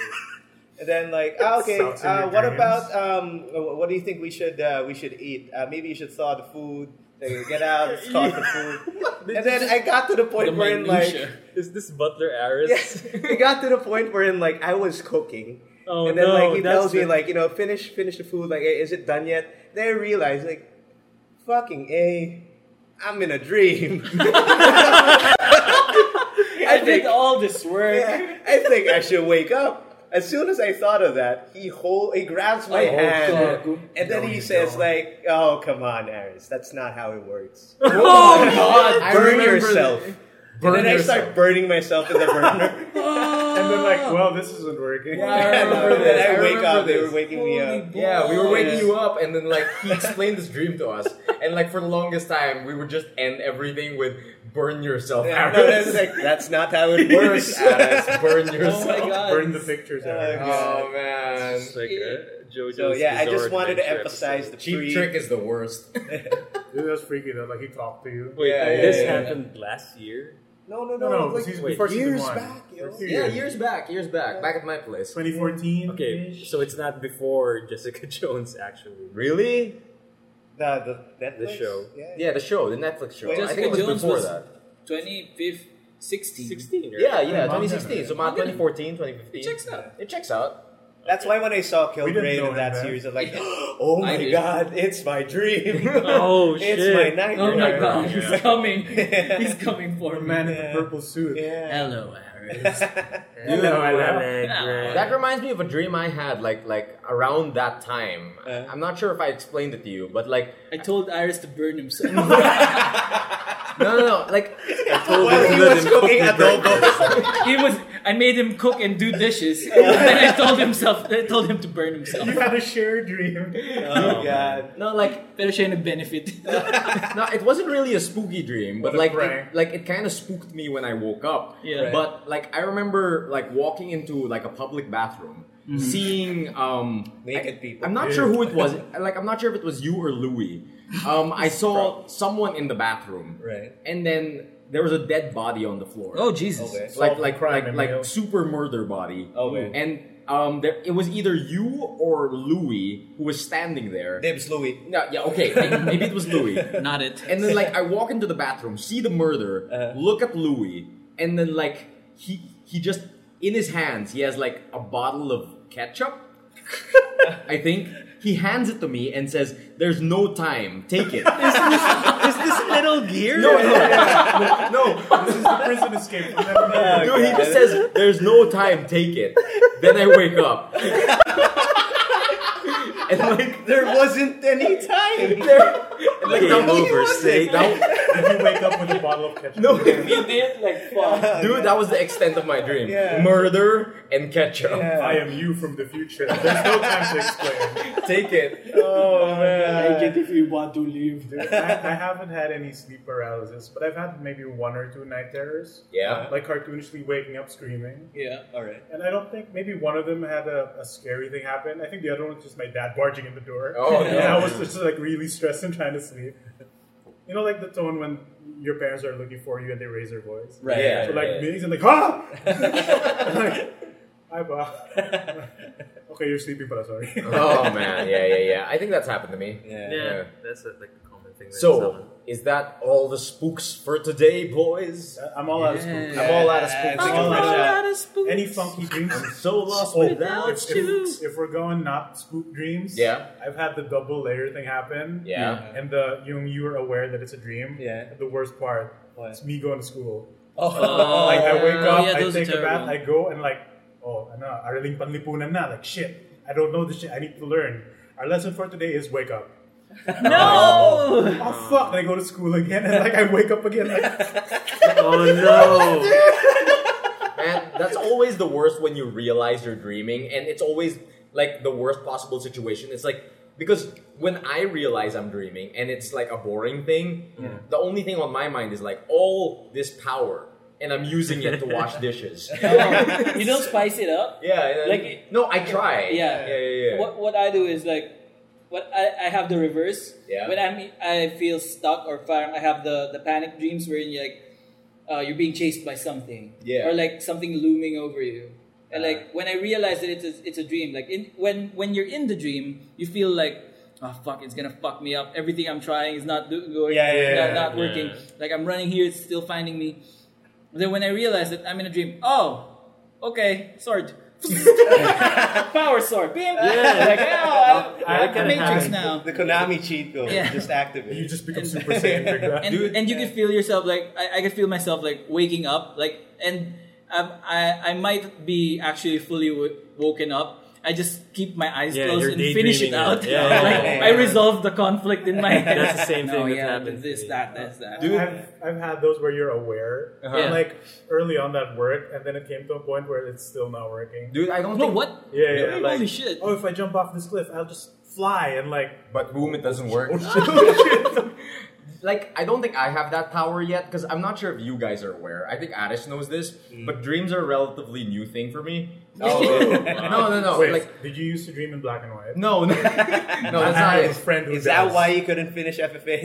S4: And then like, ah, okay,
S1: Sounds in your
S4: uh, what
S1: dreams.
S4: about um, wh- what do you think we should uh, we should eat? Uh, maybe you should thaw the food. Like, get out, talk the food. And then I got to the point where in like
S5: minutia.
S6: Is this Butler Aris?
S4: Yes. it got to the point where in like I was cooking.
S6: Oh
S4: and then
S6: no!
S4: like he
S6: that's
S4: tells me
S6: the-
S4: like, you know, finish finish the food, like "Hey, is it done yet? Then I realized like fucking A I'm in a dream. I
S8: I did
S4: think
S8: all this work.
S4: yeah, I think I should wake up. As soon as I thought of that, he hold he grabs my
S2: Oh,
S4: hand and then he says like, "Oh come on, Aris, that's not how it works.
S2: Oh
S4: God, burn
S2: remember
S4: yourself." and then I start burning myself in the burner.
S5: Oh.
S1: And then like, well, this isn't working.
S2: Yeah. I
S4: and
S2: remember
S4: then
S2: this,
S4: I,
S2: I
S4: wake
S2: remember
S4: up. They were
S2: this.
S4: waking me up.
S2: Yeah, we were waking
S4: Yeah.
S2: you up, and then like he explained this dream to us, and like for the longest time, we would just end everything with "burn yourself."
S4: Yeah,
S2: Aris."
S4: no, that's, like, that's not how it works.
S2: Worse, Aris, burn
S5: Oh my
S2: yourself.
S5: god.
S1: Burn the pictures out.
S4: Uh,
S2: Oh man,
S6: It's like uh, JoJo's
S4: Um, so yeah, I just
S6: Bizarre
S4: wanted to
S6: Adventure
S4: emphasize
S6: episode.
S4: the
S2: cheap
S4: pre-
S2: trick is the worst.
S1: Dude, that's freaky though. Like he talked to you.
S6: Wait,
S2: Yeah, yeah,
S6: this
S2: yeah.
S6: happened last year.
S4: No, no,
S1: No,
S4: no.
S1: no,
S4: like,
S1: season,
S2: wait,
S1: before season
S4: years
S1: one.
S4: back, yo.
S1: Or two
S2: yeah, years back, years back, back at my place.
S1: 2014.
S6: Okay, so it's not before Jessica Jones actually.
S2: Really?
S4: the, the Netflix.
S6: The show.
S4: Yeah.
S2: Yeah, the show, the Netflix show. I
S5: Jessica
S2: think it was
S5: Jones
S2: before
S5: was-
S2: that.
S5: 25th, 16.
S6: 16, right?
S2: Yeah, yeah,
S1: Yeah,
S2: 2016. So about
S5: yeah.
S2: 2014, 2015.
S5: It checks out.
S2: It checks out.
S4: That's why when I saw
S1: We didn't
S4: Kilgrave
S1: know
S4: in that
S1: that.
S4: series, I'm like, oh
S5: I
S4: my
S5: did.
S4: god, it's my dream.
S6: Oh shit!
S4: it's my nightmare.
S5: Oh my god,
S1: Yeah.
S5: he's coming. He's coming for
S1: The
S5: me.
S1: man in the
S4: Yeah.
S1: purple suit.
S4: Yeah.
S5: Hello, Aris.
S2: That reminds me of a dream I had, like like around that time.
S4: Uh.
S2: I'm not sure if I explained it to you, but like
S5: I told Iris to burn himself.
S2: no, no, no, like
S4: While he was cooking adobo.
S5: he was. I made him cook and do dishes, and then I told himself. I told him to burn himself.
S1: You had a shared dream.
S4: oh god.
S5: No, like pero siya yung benefit.
S2: no, it wasn't really a spooky dream, but
S1: What a
S2: like
S1: prank.
S2: it, like it kind of spooked me when I woke up.
S5: Yeah.
S2: But like I remember like walking into like a public bathroom, seeing um
S4: Naked people.
S2: I'm not sure who it was. Like I'm not sure if it was you or Louis. Um, I saw someone in the bathroom,
S4: Right.
S2: and then there was a dead body on the floor.
S5: Oh, Jesus!
S4: Okay.
S2: like like
S1: crime
S2: like
S1: in
S2: like
S1: Mayo.
S2: super murder body.
S4: Okay.
S2: And um, there it was either you or Louis who was standing there.
S4: Dibs Louis.
S2: no, yeah, okay, maybe, maybe it was Louis.
S5: Not it.
S2: And then like I walk into the bathroom, see the murder,
S4: Uh-huh.
S2: look at Louis, and then like he he just in his hands he has like a bottle of ketchup. I think he hands it to me and says, "There's no time. Take it."
S4: Is this Metal Gear?
S2: no, no, no,
S1: This is the prison escape. From that
S2: Dude, he just says, "There's no time. Take it." Then I wake up, and like,
S4: There wasn't any time.
S2: there, and, like
S4: Game
S2: that was-
S4: over, Snake.
S2: That,
S1: Did you wake up with a bottle of ketchup?
S2: no,
S8: You did like fuck.
S2: dude, that was the extent of my dream:
S4: Yeah.
S2: murder and ketchup.
S1: I am you from the future. There's no time to explain.
S2: Take it.
S4: Oh man.
S8: if you want to leave.
S1: Dude, I, I haven't had any sleep paralysis, but I've had maybe one or two night terrors.
S2: Yeah.
S1: Like cartoonishly waking up screaming.
S5: yeah.
S4: Alright.
S1: And I don't think maybe one of them had a, a scary thing happen. I think the other one was just my dad barging in the door.
S2: Oh,
S1: and
S2: no.
S1: I was just like really stressed and trying to sleep. You know, like the tone when your parents are looking for you and they raise their voice.
S4: Right.
S2: Yeah.
S1: So like me, and like, "Ah!" ha! like, Hi, pa. okay, you're sleeping, but sorry.
S2: Oh man, yeah, yeah, yeah. I think that's happened to me.
S4: Yeah.
S2: Yeah.
S6: that's a, like a common thing. that's
S2: So,
S6: happened.
S2: is that all the spooks for today, boys?
S1: I'm all out of spook.
S2: I'm all out of
S4: Yeah, Oh,
S2: spooks.
S4: it's all
S1: out.
S5: Oh, spooks.
S1: Any funky dreams?
S2: So lost
S1: Oh,
S2: without
S1: if, if, if we're going not spook dreams,
S2: Yeah.
S1: I've had the double layer thing happen.
S2: Yeah.
S1: And the you you were aware that it's a dream.
S4: Yeah.
S1: The worst part.
S4: What?
S1: It's me going to school.
S4: Oh,
S5: Oh,
S1: like I wake
S5: yeah,
S1: up,
S5: yeah,
S1: I
S5: those are
S1: take a bath,
S5: terrible.
S1: I go and like, oh, ano, araling panlipunan na. Like shit, I don't know this shit. I need to learn. Our lesson for today is wake up.
S5: No.
S1: Oh fuck! And I go to school again, and like I wake up again. Like,
S6: oh no!
S2: And that's always the worst when you realize you're dreaming, and it's always like the worst possible situation. It's like because when I realize I'm dreaming and it's like a boring thing, the only thing on my mind is like all this power and I'm using it to wash dishes.
S8: No, you don't spice it up.
S2: Yeah, and-
S8: Like-
S2: no, I try.
S8: Yeah.
S2: yeah, yeah. yeah.
S8: What what I do is like, what I, I have the reverse.
S2: Yeah.
S8: When I'm I feel stuck or parang I have the the panic dreams where you like, uh, you're being chased by something.
S2: Yeah.
S8: Or like something looming over you. And
S2: Uh-huh.
S8: like when I realize that it's a, it's a dream, like in when when you're in the dream, you feel like
S5: oh fuck, it's gonna fuck me up. Everything I'm trying is not do- going,
S4: Yeah, yeah,
S5: not,
S4: yeah,
S5: not
S6: yeah.
S5: working. Like I'm running here, it's still finding me. Then when I realize that I'm in a dream, oh, okay, sword. Power sword, bam! Like, oh,
S1: I- I
S5: I'm, I'm
S1: kinda
S5: Matrix
S1: had-
S5: now.
S4: The Konami cheat code
S5: Yeah.
S4: just
S1: You
S4: activate.
S1: just become Super Saiyan. Like that.
S5: and, and you can feel yourself like I, I could feel myself like waking up like and um, I I might be actually fully w- woken up. I just keep my eyes
S9: Yeah,
S5: closed
S9: you're
S5: and finish it
S9: daydreaming
S5: out.
S9: it. Yeah.
S5: like,
S4: Yeah.
S5: I resolve the conflict in my head.
S9: That's the same
S5: No,
S9: thing that
S5: yeah,
S9: happened to
S5: This
S9: me.
S5: that that's that.
S1: Dude, I've, I've had those where you're aware,
S2: Uh-huh.
S5: Yeah.
S1: like early on that worked, and then it came to a point where it's still not working.
S2: Dude, I don't
S5: no
S2: think.
S5: what?
S1: Yeah, yeah,
S2: Really?
S1: like
S5: Holy shit!
S1: oh, if I jump off this cliff, I'll just fly and like
S2: But boom, it doesn't
S1: oh
S2: work. like I don't think I have that power yet because I'm not sure if you guys are aware. I think Addis knows this, but dreams are a relatively new thing for me.
S1: shit.
S2: No, no, no.
S1: Wait,
S2: Like
S1: did you used to dream in black and white?
S2: no, no, no
S1: I
S2: that's not
S1: have a
S2: it.
S1: friend who
S4: Is that
S1: does.
S4: why you couldn't finish FFA?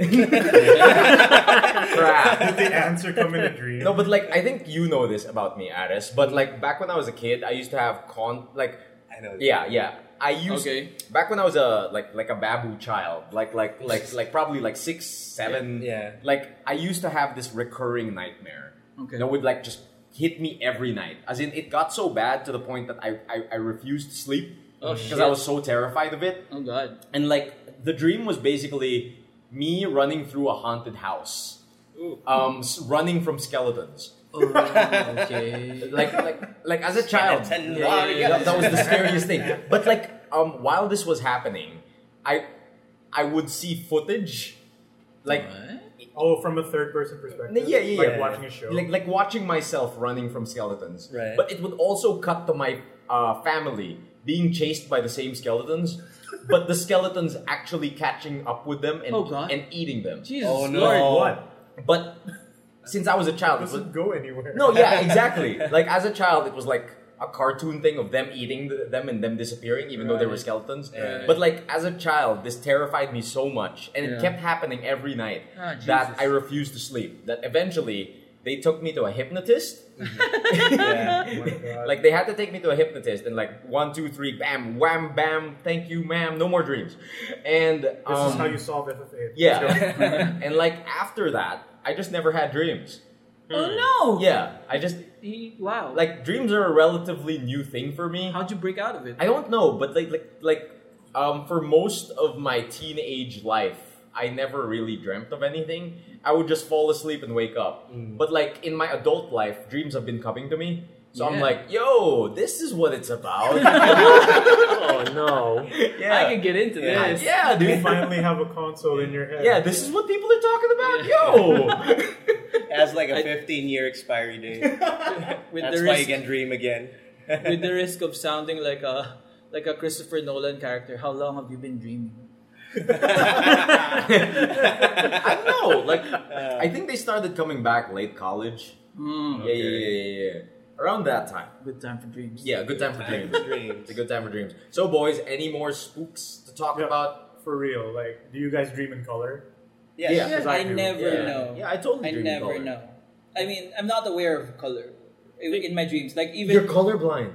S2: Crap.
S1: Did the answer come in a dream?
S2: No, but like I think you know this about me, Addis. But like back when I was a kid, I used to have con like
S4: I know.
S2: yeah, yeah. I used
S5: Okay.
S2: back when I was a like like a babu child, like like like like probably like six, seven.
S4: Yeah.
S2: Like I used to have this recurring nightmare.
S5: Okay.
S2: That would like just hit me every night. As in, it got so bad to the point that I I, I refused to sleep
S5: Oh,
S2: because
S5: shit.
S2: I was so terrified of it.
S5: Oh god.
S2: And like the dream was basically me running through a haunted house, um, s- running from skeletons.
S5: Oh, okay.
S2: Like like like as a child,
S4: Skeleton
S2: Oh, Yeah, yeah, yeah,
S4: warriors.
S2: that, that was the scariest thing. But like um, while this was happening, I I would see footage, like
S1: oh, from a third person perspective.
S2: Yeah, yeah,
S1: like
S2: yeah.
S1: watching a show.
S2: like like watching myself running from skeletons.
S4: Right.
S2: But it would also cut to my uh, family being chased by the same skeletons, but the skeletons actually catching up with them and
S5: Oh, God.
S2: and eating them.
S5: Jesus
S4: Oh, no.
S5: Lord.
S1: what?
S2: But since I was a child, it
S1: This
S2: was,
S1: doesn't go anywhere.
S2: no, yeah, exactly. like as a child, it was like a cartoon thing of them eating th- them and them disappearing, even though they were skeletons.
S4: Right.
S2: But like as a child, this terrified me so much, and it
S5: Yeah.
S2: kept happening every night
S5: Ah,
S2: that
S5: Jesus.
S2: I refused to sleep. That eventually they took me to a hypnotist.
S1: Oh my God.
S2: Like they had to take me to a hypnotist, and like one, two, three, bam, wham, bam, thank you, ma'am, no more dreams. And
S1: this
S2: um,
S1: is how you solve FFA.
S2: yeah, and like after that, I just never had dreams.
S6: hmm.
S5: Oh no.
S2: Yeah, I just
S5: He- wow. Like
S2: like dreams are a relatively new thing for me.
S5: how'd you break out of it?
S2: I don't know, but like like like um for most of my teenage life, I never really dreamt of anything. I would just fall asleep and wake up.
S5: Mm.
S2: But like in my adult life, dreams have been coming to me. So I'm
S5: Yeah.
S2: like, yo, this is what it's about. yeah.
S9: Oh no.
S5: I can get into this.
S2: yeah,
S1: You
S2: dude.
S1: finally have a console in your head.
S2: Yeah, this is what people are talking about. Yo.
S4: Has like a
S5: I-
S4: 15 year expiry date.
S5: With
S4: That's
S5: the
S4: why you
S5: risk-
S4: can dream again.
S5: with the risk of sounding like a like a Christopher Nolan character, how long have you been dreaming?
S2: I don't know. Like, I think they started coming back late college.
S5: Hmm.
S2: Yeah, yeah, yeah, yeah, yeah. Around that time.
S5: Good time for dreams.
S2: Yeah, good time for
S4: Time
S2: dreams.
S4: for dreams.
S2: It's a good time for dreams. So, boys, any more spooks to talk
S1: Yeah.
S2: about?
S1: For real, like, do you guys dream in color?
S4: Yes.
S2: Yeah.
S5: Yeah,
S2: 'cause
S5: I,
S2: do.
S5: never
S2: yeah.
S5: know.
S2: Yeah, I totally
S5: I
S2: dream in
S5: never
S2: color.
S5: know. I mean, I'm not aware of color in in my dreams. Like even
S2: You're colorblind.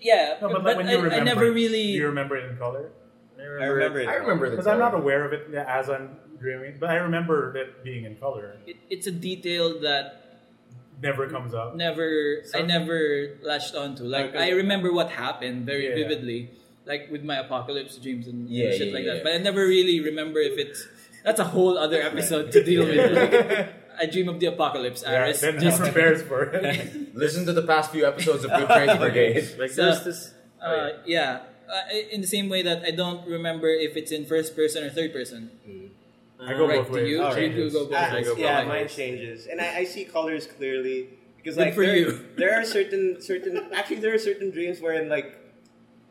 S5: yeah,
S1: No, but,
S5: but,
S1: like when you
S5: I, I
S1: remember,
S5: never
S1: do
S5: really.
S1: you remember it in color?
S4: I remember it.
S2: I remember the
S1: Because I'm not
S2: color.
S1: aware of it as I'm dreaming, but I remember it being in color.
S5: It, it's a detail that
S1: Never comes up.
S5: never I
S1: Sorry?
S5: never latched onto. Like
S1: Okay.
S5: I remember what happened very
S1: Yeah, yeah.
S5: vividly, like with my apocalypse dreams and, and
S2: Yeah,
S5: shit
S2: yeah,
S5: like
S2: yeah.
S5: that. But I never really remember if it's. That's a whole other episode to deal with. Like, I dream of the apocalypse,
S1: Yeah,
S5: Iris.
S1: then
S5: Just-
S1: he prepares for it.
S2: Listen to the past few episodes of Good Trains Brigade.
S9: Like
S5: So-
S9: there's this.
S5: Uh, yeah. Uh, in the same way that I don't remember if it's in first person or third person.
S1: I go
S5: right,
S1: both
S5: do
S1: ways.
S5: you?
S4: Alright.
S5: you go both
S4: Ah,
S5: ways.
S4: yeah,
S5: Okay.
S4: mine changes, and I, I see colors clearly because
S5: Good
S4: like
S5: for
S4: there,
S5: you.
S4: there are certain certain actually there are certain dreams wherein like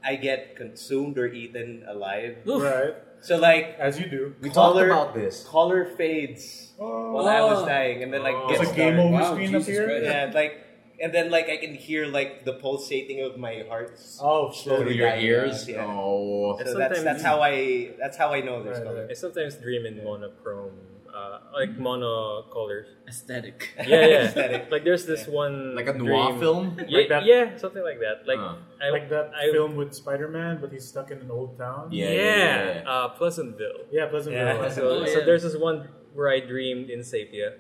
S4: I get consumed or eaten alive.
S5: Oof.
S1: Right,
S4: So like
S1: as you do.
S2: We talked
S4: Color-
S2: about this.
S4: color fades
S1: Oh,
S4: while I was dying, and then like
S2: Oh.
S4: gets
S1: it's a game
S4: dark.
S1: over
S5: Wow,
S1: screen
S5: Jesus
S1: up here.
S5: Christ.
S4: Yeah, like and then like I can hear like the pulsating of my heart. So
S1: Oh shit!
S2: Through your
S4: Yeah.
S2: ears.
S4: Yeah.
S2: Oh.
S9: That's
S4: that's
S9: sometimes-
S4: that's how I that's how I know there's
S1: Right,
S4: color.
S9: I sometimes dream in monochrome
S6: uh, like mono colors.
S5: Aesthetic.
S6: Yeah, yeah.
S2: Aesthetic.
S6: Like there's this one
S2: Like Oh, a noir
S6: dream-
S2: film?
S6: Yeah,
S1: Like that-
S6: yeah, something like that. Like
S2: Huh.
S6: I
S1: like that
S6: I-
S1: film with Spider Man, but he's stuck in an old town.
S2: Yeah,
S6: Yeah,
S2: yeah, yeah, yeah.
S6: Uh, Pleasantville.
S1: Yeah, Pleasantville.
S6: Yeah.
S2: Pleasantville.
S6: So,
S5: Oh,
S6: so
S5: yeah.
S6: there's this one where I dreamed in sepia,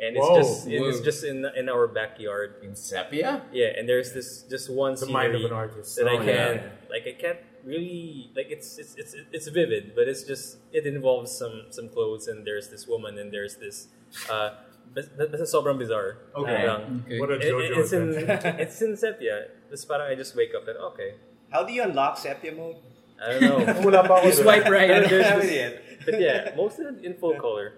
S6: and it's
S1: Whoa.
S6: just it's
S2: Whoa.
S6: just in in our backyard.
S2: In sepia?
S6: Yeah, and there's this just one
S1: The
S6: scenery
S1: mind of an artist.
S6: that I
S2: Oh,
S6: can
S2: yeah.
S6: not like I can't really like it's it's it's it's vivid, but it's just it involves some some clothes and there's this woman and there's this uh bas- basta sobrang bizarre.
S2: Okay.
S6: Parang-
S5: Okay.
S1: What a
S6: it-
S1: JoJo
S6: it- it's in
S1: adventure.
S6: it's in sepia. This parang I just wake up and okay,
S4: How do you unlock sepia mode?
S6: I don't know.
S4: Oh.
S1: Wala pa ako
S5: You
S1: dun.
S5: swipe right.
S4: I don't
S6: there's
S4: have
S6: this-
S4: it yet.
S6: but yeah, most of it in full color.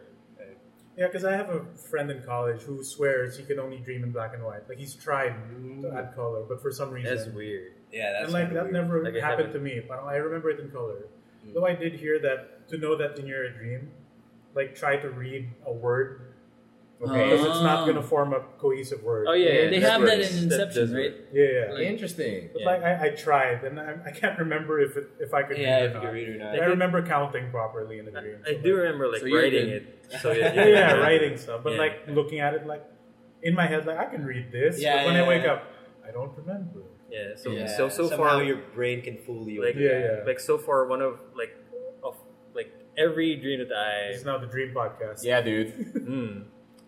S1: Yeah, because I have a friend in college who swears he can only dream in black and white. Like he's tried to add color, but for some reason,
S6: That's weird.
S2: Yeah, that's
S1: and like
S2: kinda
S1: that
S2: weird.
S1: never
S6: Like, Hmm. I
S1: happened to me. But I remember it in color. Though I did hear that to know that in your dream, like try to read a word
S2: Okay.
S1: because it's not
S5: Oh.
S1: gonna form a cohesive word.
S6: Ah. Oh yeah, yeah
S5: They
S6: that
S5: have that
S6: works.
S5: in Inception,
S6: does
S5: right?
S6: work.
S1: yeah, yeah.
S5: Like-
S2: Interesting.
S1: But
S6: yeah.
S1: like I, I tried, and I, I can't remember if it, if I could. read or not.
S2: or
S1: I remember counting properly in a dream.
S6: I
S1: so,
S6: do
S1: like-
S6: remember like
S5: So you're
S6: writing
S5: good.
S6: it. So yeah,
S1: yeah, yeah, writing stuff. But
S6: Yeah.
S1: like looking at it, like in my head, like I can read this.
S5: Yeah,
S1: but when
S5: yeah,
S1: I wake
S5: yeah.
S1: up, I don't remember.
S6: Yeah. So
S2: Yeah.
S6: so so
S4: Somehow
S6: far
S4: your brain can fool you.
S6: like
S1: Yeah, yeah.
S6: like so far one of like of like every dream that I
S1: It's now the dream podcast.
S2: Yeah, dude.
S6: Hmm.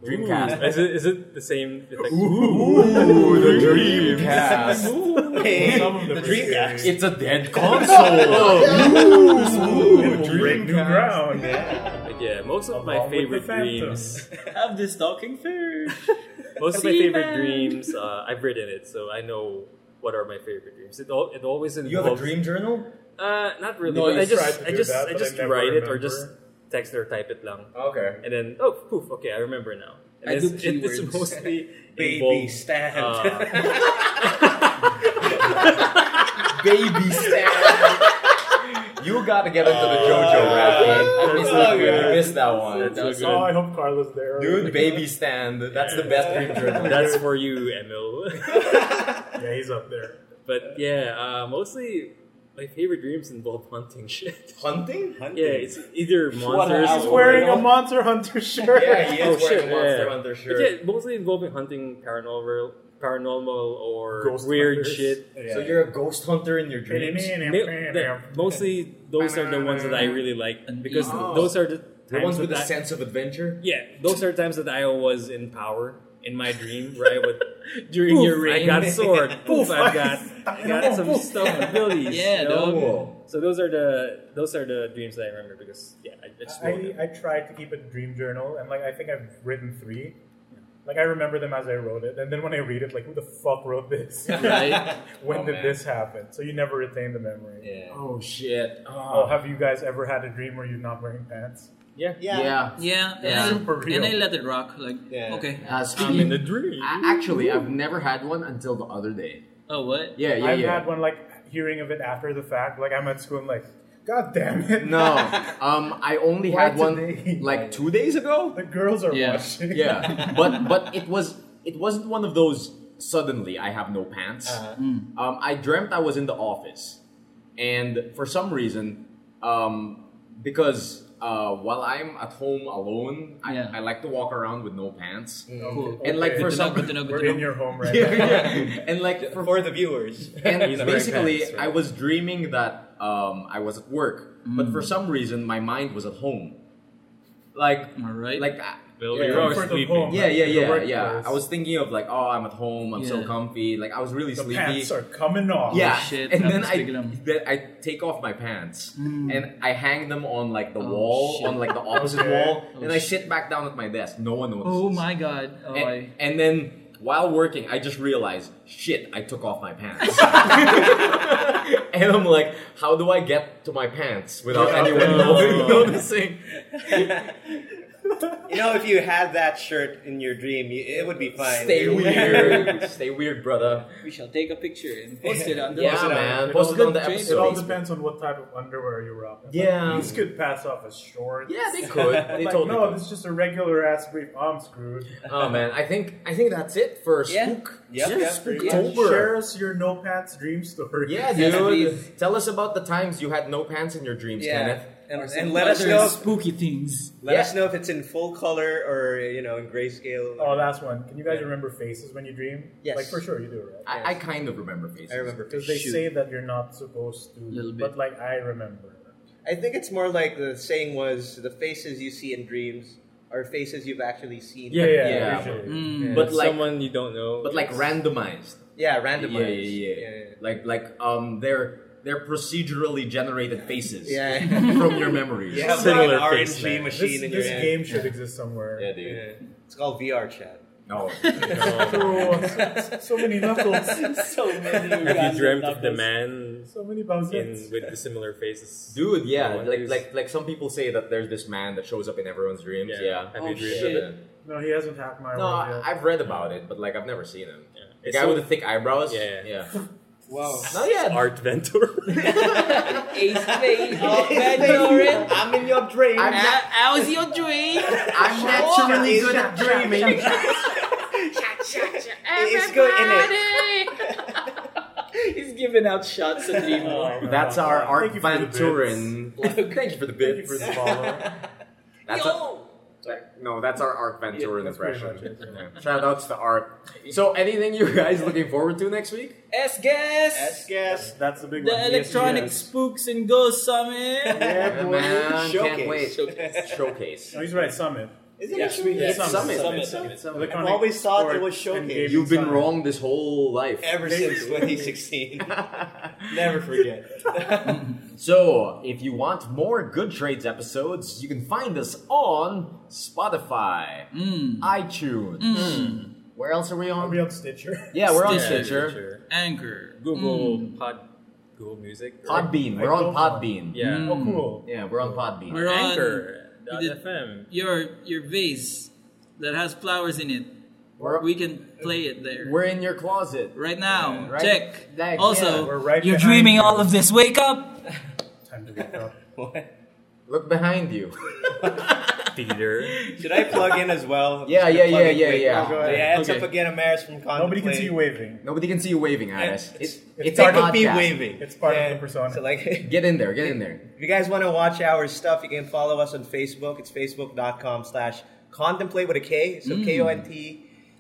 S2: Dreamcast.
S6: Ooh. is it is it the same effect?
S2: Ooh, the Dreamcast.
S4: Hey,
S1: Some of them
S4: the
S1: are
S4: Dreamcast.
S1: scary.
S2: It's a dead console.
S1: It will break new ground.
S6: But yeah, most of my
S1: Along with the
S6: favorite
S1: Phantom.
S6: dreams
S5: Have this talking fish.
S6: most of my
S5: Sea
S6: favorite
S5: Man.
S6: dreams uh, I've written it, so I know what are my favorite dreams. It all it always involves
S7: You have a dream journal?
S6: Uh, not really.
S1: No, you
S6: but I just
S1: tried to
S6: I
S1: do
S6: just
S1: that,
S6: I
S1: but
S6: just
S1: I never
S6: write it or
S1: remember.
S6: just text or type it lang.
S2: okay.
S6: And then oh poof, okay, I remember now. And
S5: I
S6: it's,
S5: do
S6: it, it's
S5: keywords.
S6: mostly
S4: baby
S6: involves,
S4: stand.
S6: uh,
S2: Baby stand. you gotta get into the JoJo rap.
S5: I missed
S2: game.
S5: that
S2: You
S5: one.
S2: missed that one.
S5: That was
S1: Oh,
S5: good.
S1: I hope Carlos there.
S2: Dude, baby stand. That's the best dream journal.
S6: uh, that's for you, Emil.
S1: Yeah, he's up there.
S6: But yeah, uh, mostly my favorite dreams involve hunting shit.
S2: hunting?
S6: Yeah, it's either monsters.
S1: He's
S6: or-
S1: wearing a Monster Hunter shirt.
S2: Yeah, he is
S6: Oh,
S2: wearing
S6: shit,
S2: a Monster
S6: yeah.
S2: Hunter
S6: But
S2: shirt.
S6: yeah, mostly involving hunting paranormal, paranormal or
S1: Ghost
S6: weird
S1: hunters.
S6: shit.
S2: So you're a ghost hunter in your dreams?
S6: Ma- that- Mostly those are the ones that I really like because
S2: Oh.
S6: those are the
S2: The ones with
S6: that
S2: a
S6: I-
S2: sense of adventure?
S6: Yeah, those are times that I was in power in my dream where I would
S5: During
S6: poof,
S5: your
S6: I
S5: reign.
S6: got sword. Poof, I got I got some stuff abilities.
S5: Yeah,
S6: you know?
S2: Cool.
S6: So those are the those are the dreams that I remember because yeah, I I just wrote
S1: I,
S6: them.
S1: I tried to keep a dream journal, and like I think I've written three. Like I remember them as I wrote it, and then when I read it, like who the fuck wrote this?
S5: Right?
S1: when
S2: Oh,
S1: did
S2: man.
S1: this happen? So you never retain the memory.
S2: Yeah. Oh, shit.
S1: Oh,
S2: Oh,
S1: have you guys ever had a dream where you're not wearing pants?
S2: yeah.
S5: Yeah,
S1: That's
S5: yeah.
S1: super real.
S5: And I let it rock. Like,
S4: Yeah.
S5: okay.
S2: Uh,
S6: I'm in
S2: speaking,
S6: a dream.
S2: I- actually, I've never had one until the other day.
S5: Oh, what?
S2: Yeah, yeah,
S1: I've
S2: yeah.
S1: had one like hearing of it after the fact. Like I'm at school and like, God damn it.
S2: No, um, I only
S1: Why
S2: had one
S1: today?
S2: like two days ago.
S1: The girls are
S5: Yeah.
S1: watching.
S2: Yeah, but but it was it wasn't one of those suddenly I have no pants. Um, I dreamt I was in the office, and for some reason, um, because uh, while I'm at home alone, I,
S5: Yeah.
S2: I like to walk around with no pants.
S5: Cool.
S2: And like
S1: Okay.
S2: for
S5: Good to know,
S2: some,
S5: good to know, good
S1: We're
S5: to
S1: in
S5: know.
S1: your home right
S2: yeah,
S1: now.
S2: yeah. and like for
S4: For the viewers.
S2: and
S6: He's wearing
S2: basically,
S6: pants, right?
S2: I was dreaming that um, I was at work, but for some reason, my mind was at home. Like,
S5: Alright.
S2: like, I-
S6: Bill,
S2: Yeah,
S6: you're always
S1: comfort of
S6: sleeping.
S1: home.
S2: yeah, yeah,
S1: The
S2: yeah,
S1: workplace.
S2: yeah. I was thinking of like, oh, I'm at home, I'm so
S5: Yeah.
S2: comfy. Like, I was really
S1: The
S2: sleepy.
S1: pants are coming off.
S2: yeah,
S5: shit,
S2: and
S5: that
S2: then
S5: was
S2: I
S5: big lum.
S2: then I take off my pants and I hang them on like the wall,
S5: shit.
S2: on like the opposite
S1: Okay.
S2: wall,
S5: Oh,
S2: and I
S5: shit.
S2: sit back down at my desk. No one notices.
S5: Oh my god. Oh,
S2: And,
S5: I.
S2: and then while working, I just realized, shit, I took off my pants. and I'm like, how do I get to my pants without anyone
S6: Oh.
S2: noticing?
S4: You know, if you had that shirt in your dream, you, it would be fine.
S2: Stay weird. Stay weird, brother.
S5: We shall take a picture and post it on the
S2: Yeah,
S4: it on-
S2: man.
S1: It
S2: Post
S1: all
S2: it on the
S1: depends-
S2: episode.
S1: It all depends on what type of underwear you rock. Like,
S2: Yeah.
S1: these could pass off as shorts.
S2: Yeah, they could. They
S1: like,
S2: told
S1: no,
S2: me.
S1: this is just a regular ass brief. Oh, I'm screwed.
S2: Oh man, I think I think that's it for
S5: Yeah.
S2: Spook.
S4: Yep.
S2: Spook-
S4: Yeah.
S2: Spooktober.
S1: Share us your no pants dream story.
S2: Yeah,
S5: Yes,
S2: dude.
S5: please.
S2: Tell us about the times you had no pants in your dreams,
S5: Yeah.
S2: Kenneth.
S4: and,
S5: Or
S4: and
S5: some
S4: let us
S5: other
S4: know.
S5: spooky things.
S4: Let us know if it's in full color or you know in grayscale.
S1: Oh, last one. Can you guys remember faces when you dream?
S4: Yes.
S1: Like for sure you do, right?
S2: I, I kind of remember faces.
S4: I remember.
S1: Because they
S4: Shoot.
S1: say that you're not supposed to,
S5: Little bit.
S1: but like I remember.
S4: I think it's more like the saying was the faces you see in dreams are faces you've actually seen.
S1: Yeah, yeah,
S2: Yeah.
S1: usually.
S5: Mm.
S2: But like,
S6: someone you don't know.
S2: but like randomized.
S4: yeah, randomized.
S2: Yeah, yeah, yeah.
S4: yeah.
S2: Like, like, um, they're they're procedurally generated faces
S4: Yeah.
S2: from your memories.
S4: You have
S6: Similar
S4: like an
S6: face,
S4: RNG
S6: man.
S4: machine
S1: This,
S4: in your
S1: this
S4: hand.
S1: game should exist somewhere.
S2: Yeah,
S4: Yeah.
S2: dude.
S4: It's called VR chat.
S2: No.
S1: So, uh, so many knuckles.
S8: so many.
S6: Have
S8: random
S6: you dreamt of the
S8: numbers.
S6: man
S1: So many bounces.
S6: in with the similar faces?
S2: Dude, yeah,
S6: No, it
S2: like,
S6: is.
S2: like, like some people say that there's this man that shows up in everyone's dreams.
S6: Yeah.
S2: Yeah,
S6: Have
S8: Oh,
S6: you dreamed
S8: shit.
S6: of it?
S1: No, he hasn't hacked my
S2: no,
S1: world
S2: I,
S1: yet.
S2: I've read about it, but like I've never seen him.
S6: Yeah.
S2: The
S6: It's
S2: guy
S6: so-
S2: with the thick eyebrows.
S6: Yeah.
S2: yeah.
S8: Wow.
S2: Not yet.
S6: Art Ventura.
S8: Ace Play. Oh,
S4: Hey,
S8: Ben Doran.
S4: I'm in your dream.
S2: I'm not-
S8: How- How's your dream?
S2: I'm naturally good at dreaming.
S4: It's good in it.
S8: He's giving out shots at Limo.
S2: That's our Art
S1: Thank you for the
S2: Van
S1: bits.
S2: Turin. Thank you for the
S1: Thank you
S2: bits.
S1: for the follow.
S2: That's a-
S8: Yo!
S2: no, that's our Art Van
S1: Yeah,
S2: Turin
S1: that's pretty
S2: impression.
S1: much it,
S2: Yeah. Shout outs to Art. So, anything you guys looking forward to next week?
S8: S guess!
S4: guess.
S1: That's the big
S5: The
S1: one.
S5: electronic spooks and ghosts summit.
S1: Yeah, boy.
S2: man, can't wait.
S4: Showcase.
S2: Showcase.
S1: No, he's right. Summit.
S4: Is it
S8: Yeah.
S4: a showcase?
S2: It's
S1: Summit.
S2: summit.
S8: Summit.
S1: Electronic
S4: always thought it
S1: Sport
S4: was
S1: and
S4: showcase.
S1: Gaming
S2: You've been
S1: Summit.
S2: wrong this whole life.
S4: Ever since 2016. Never forget.
S2: So, if you want more Good Trades episodes, you can find us on Spotify, iTunes. Mm. Where else are we
S1: Are
S2: on?
S1: we on Stitcher?
S2: yeah, we're on
S5: Stitcher.
S2: Stitcher.
S5: Anchor. Mm.
S6: Google
S2: Hmm.
S6: Pod, Google Music. or-
S2: Podbean. We're
S1: I
S2: on
S1: don't know.
S2: Podbean.
S6: Yeah.
S1: Oh, cool.
S2: Yeah, we're on Podbean.
S5: We're on
S6: Anchor.
S5: You
S6: dot
S5: did-
S6: FM.
S5: your your vase that has flowers in it.
S2: We're-
S5: We can play it there.
S2: We're in your closet.
S5: Right now,
S2: Yeah, right-
S5: check.
S2: that-
S5: also,
S2: yeah,
S1: we're right
S5: you're
S1: behind
S5: dreaming
S1: you.
S5: all of this. Wake up!
S1: Time to wake up.
S2: Look behind you.
S6: Theater.
S4: Should I plug in as well?
S2: Yeah,
S4: Should I
S2: yeah,
S4: plug
S2: yeah,
S4: in
S2: yeah,
S4: quick?
S2: yeah.
S1: Oh, go
S4: Yeah,
S1: ahead.
S4: it's
S5: Okay.
S4: up again, Amaris from Contemplate.
S1: Nobody can see you waving.
S2: Nobody can see you waving at us. It's, it's
S4: They
S2: our
S4: could be
S2: podcast.
S4: waving.
S1: It's part of the persona.
S4: So like, if
S2: Get in there. Get in there.
S4: you guys want to watch our stuff, you can follow us on Facebook. It's facebook.com slash contemplate with a K. So
S2: Mm.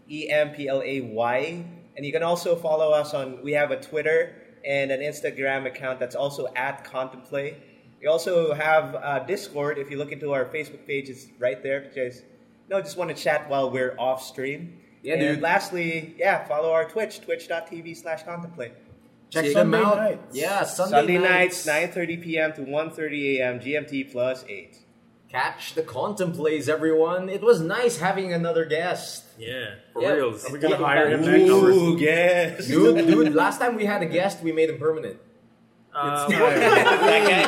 S4: E K-O-N-T-E-M-P-L-A-Y. And you can also follow us on, we have a Twitter and an Instagram account that's also at contemplate. We also have uh, Discord. If you look into our Facebook page, it's right there. If you guys no, just want to chat while we're off stream.
S2: Yeah,
S4: and
S2: dude.
S4: lastly, yeah, follow our Twitch, twitch.tv slash contemplate.
S2: Check
S1: Sunday
S2: them out.
S1: nights.
S2: Yeah, Sunday,
S4: Sunday
S2: nights.
S4: nights, 9.30 p.m. to 1.30 a.m. GMT plus 8.
S2: Catch the contemplates, everyone. It was nice having another guest.
S6: Yeah. For
S2: Yeah.
S6: reals.
S1: Are we gonna
S2: Welcome
S1: hire
S2: back.
S1: him next?
S4: Ooh, yes.
S2: Dude, dude, last time we had a guest, we made him permanent.
S6: Uh,
S4: that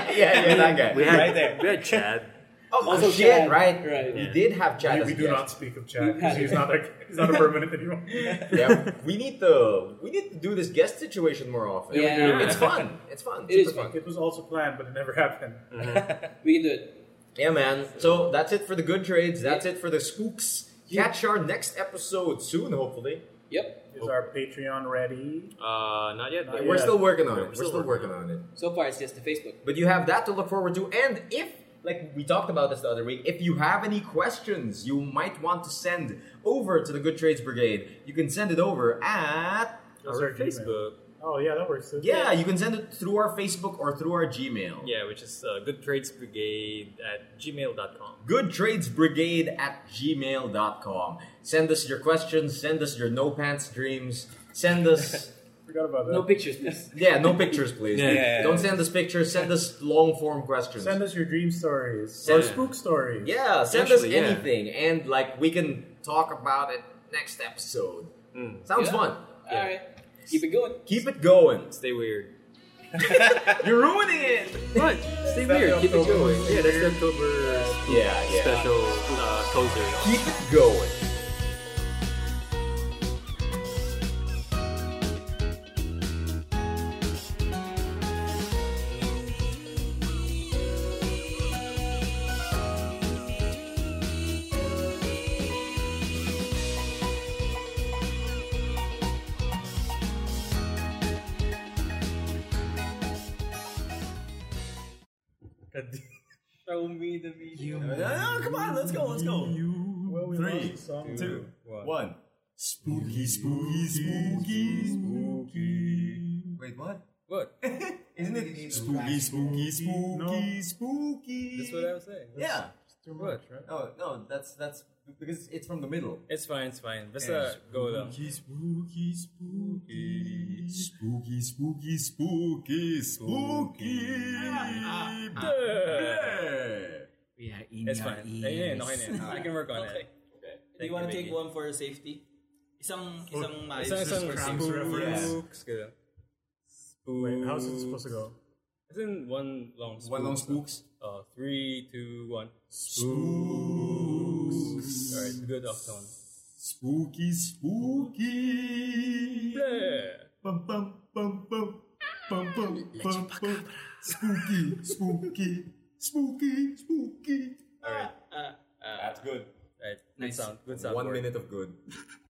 S4: guy.
S2: Yeah, yeah, that guy.
S6: we had,
S4: Right there.
S6: We had Chad.
S2: Oh,
S8: Also
S2: shit,
S8: Chad.
S2: right?
S8: Right.
S2: We did have Chad
S1: We,
S2: as
S1: we
S2: a
S1: do
S2: guest.
S1: not speak of Chad because he's not a he's not a permanent anymore.
S2: yeah, we need to we need to do this guest situation more often.
S8: Yeah, we do.
S2: it's fun. It's fun.
S8: It is
S2: Super
S1: It was also planned, but it never happened.
S6: Uh,
S8: We can do it.
S2: Yeah, man. So that's it for the good trades. That's it for the spooks. Catch our next episode soon, hopefully.
S8: Yep.
S1: Is our Patreon ready?
S6: Uh, not yet.
S1: Not
S6: but-
S2: We're
S1: yet.
S2: still working on it. We're
S6: still
S2: still
S6: working
S2: working on it.
S8: So far, it's just the Facebook.
S2: But you have that to look forward to. And if, like we talked about this the other week, if you have any questions you might want to send over to the Good Trades Brigade, you can send it over at.
S1: Those
S6: Our
S1: are Gmail.
S6: Facebook.
S1: Oh yeah, that works.
S2: Yeah, you can send it through our Facebook or through our Gmail.
S6: Yeah, which is uh, Good Trades Brigade at gmail.com.
S2: goodtradesbrigade at gmail.com. Send us your questions, send us your no pants dreams, send us.
S1: Forgot about that.
S8: No pictures, please.
S2: Yeah, no pictures, please.
S6: Yeah,
S4: yeah, yeah.
S2: Don't send us pictures, send us long form questions.
S1: Send us your dream stories
S2: Send-
S1: or spook stories.
S2: yeah, send us
S6: Actually, yeah.
S2: anything, and like we can talk about it next episode. Sounds
S6: Mm.
S8: Yeah.
S2: fun.
S8: Alright. Keep it going.
S2: Keep it going.
S6: Stay weird.
S2: You're ruining it.
S6: What? Stay weird. Keep it going. Yeah, that's the October
S2: Yeah, yeah.
S6: special uh, closer.
S2: Keep it going.
S5: Show me the video.
S7: No,
S2: no, Oh, come on, let's go, let's go.
S1: Well, we
S7: Three,
S1: lost the song.
S7: two,
S6: one.
S7: one. Spooky, spooky, spooky, spooky. Wait, what?
S6: What?
S7: Isn't it spooky, spooky, spooky,
S1: No.
S7: spooky?
S6: That's what I was saying.
S7: Yeah.
S1: It's too much, right?
S7: No, no, that's that's because it's from the middle.
S6: It's fine, it's fine. Let's uh, go down.
S7: spooky, spooky, spooky, spooky, spooky, spooky. Yeah.
S10: Yeah, in
S6: It's
S10: your
S6: fine. Ayun, yun, okay na yun. I can work on it.
S5: Okay. Do you want to take one for safety? Isang isang maayos.
S6: Isang isang
S1: Cramps reference.
S6: spooks. ganun.
S1: Wait, how's it supposed to go?
S6: It's in one long spook.
S7: One long spooks.
S6: Uh, three, two, one.
S7: Spooks.
S6: Alright, good off tone.
S7: Spooky, spooky.
S6: Yeah.
S7: Bum, bum, bum, bum. Bum, bum, bum, bum. Spooky, spooky,
S6: Uh,
S7: spooky, spooky. Alright. That's good.
S6: Alright, good sound. Good sound.
S7: One
S6: work.
S7: minute of good.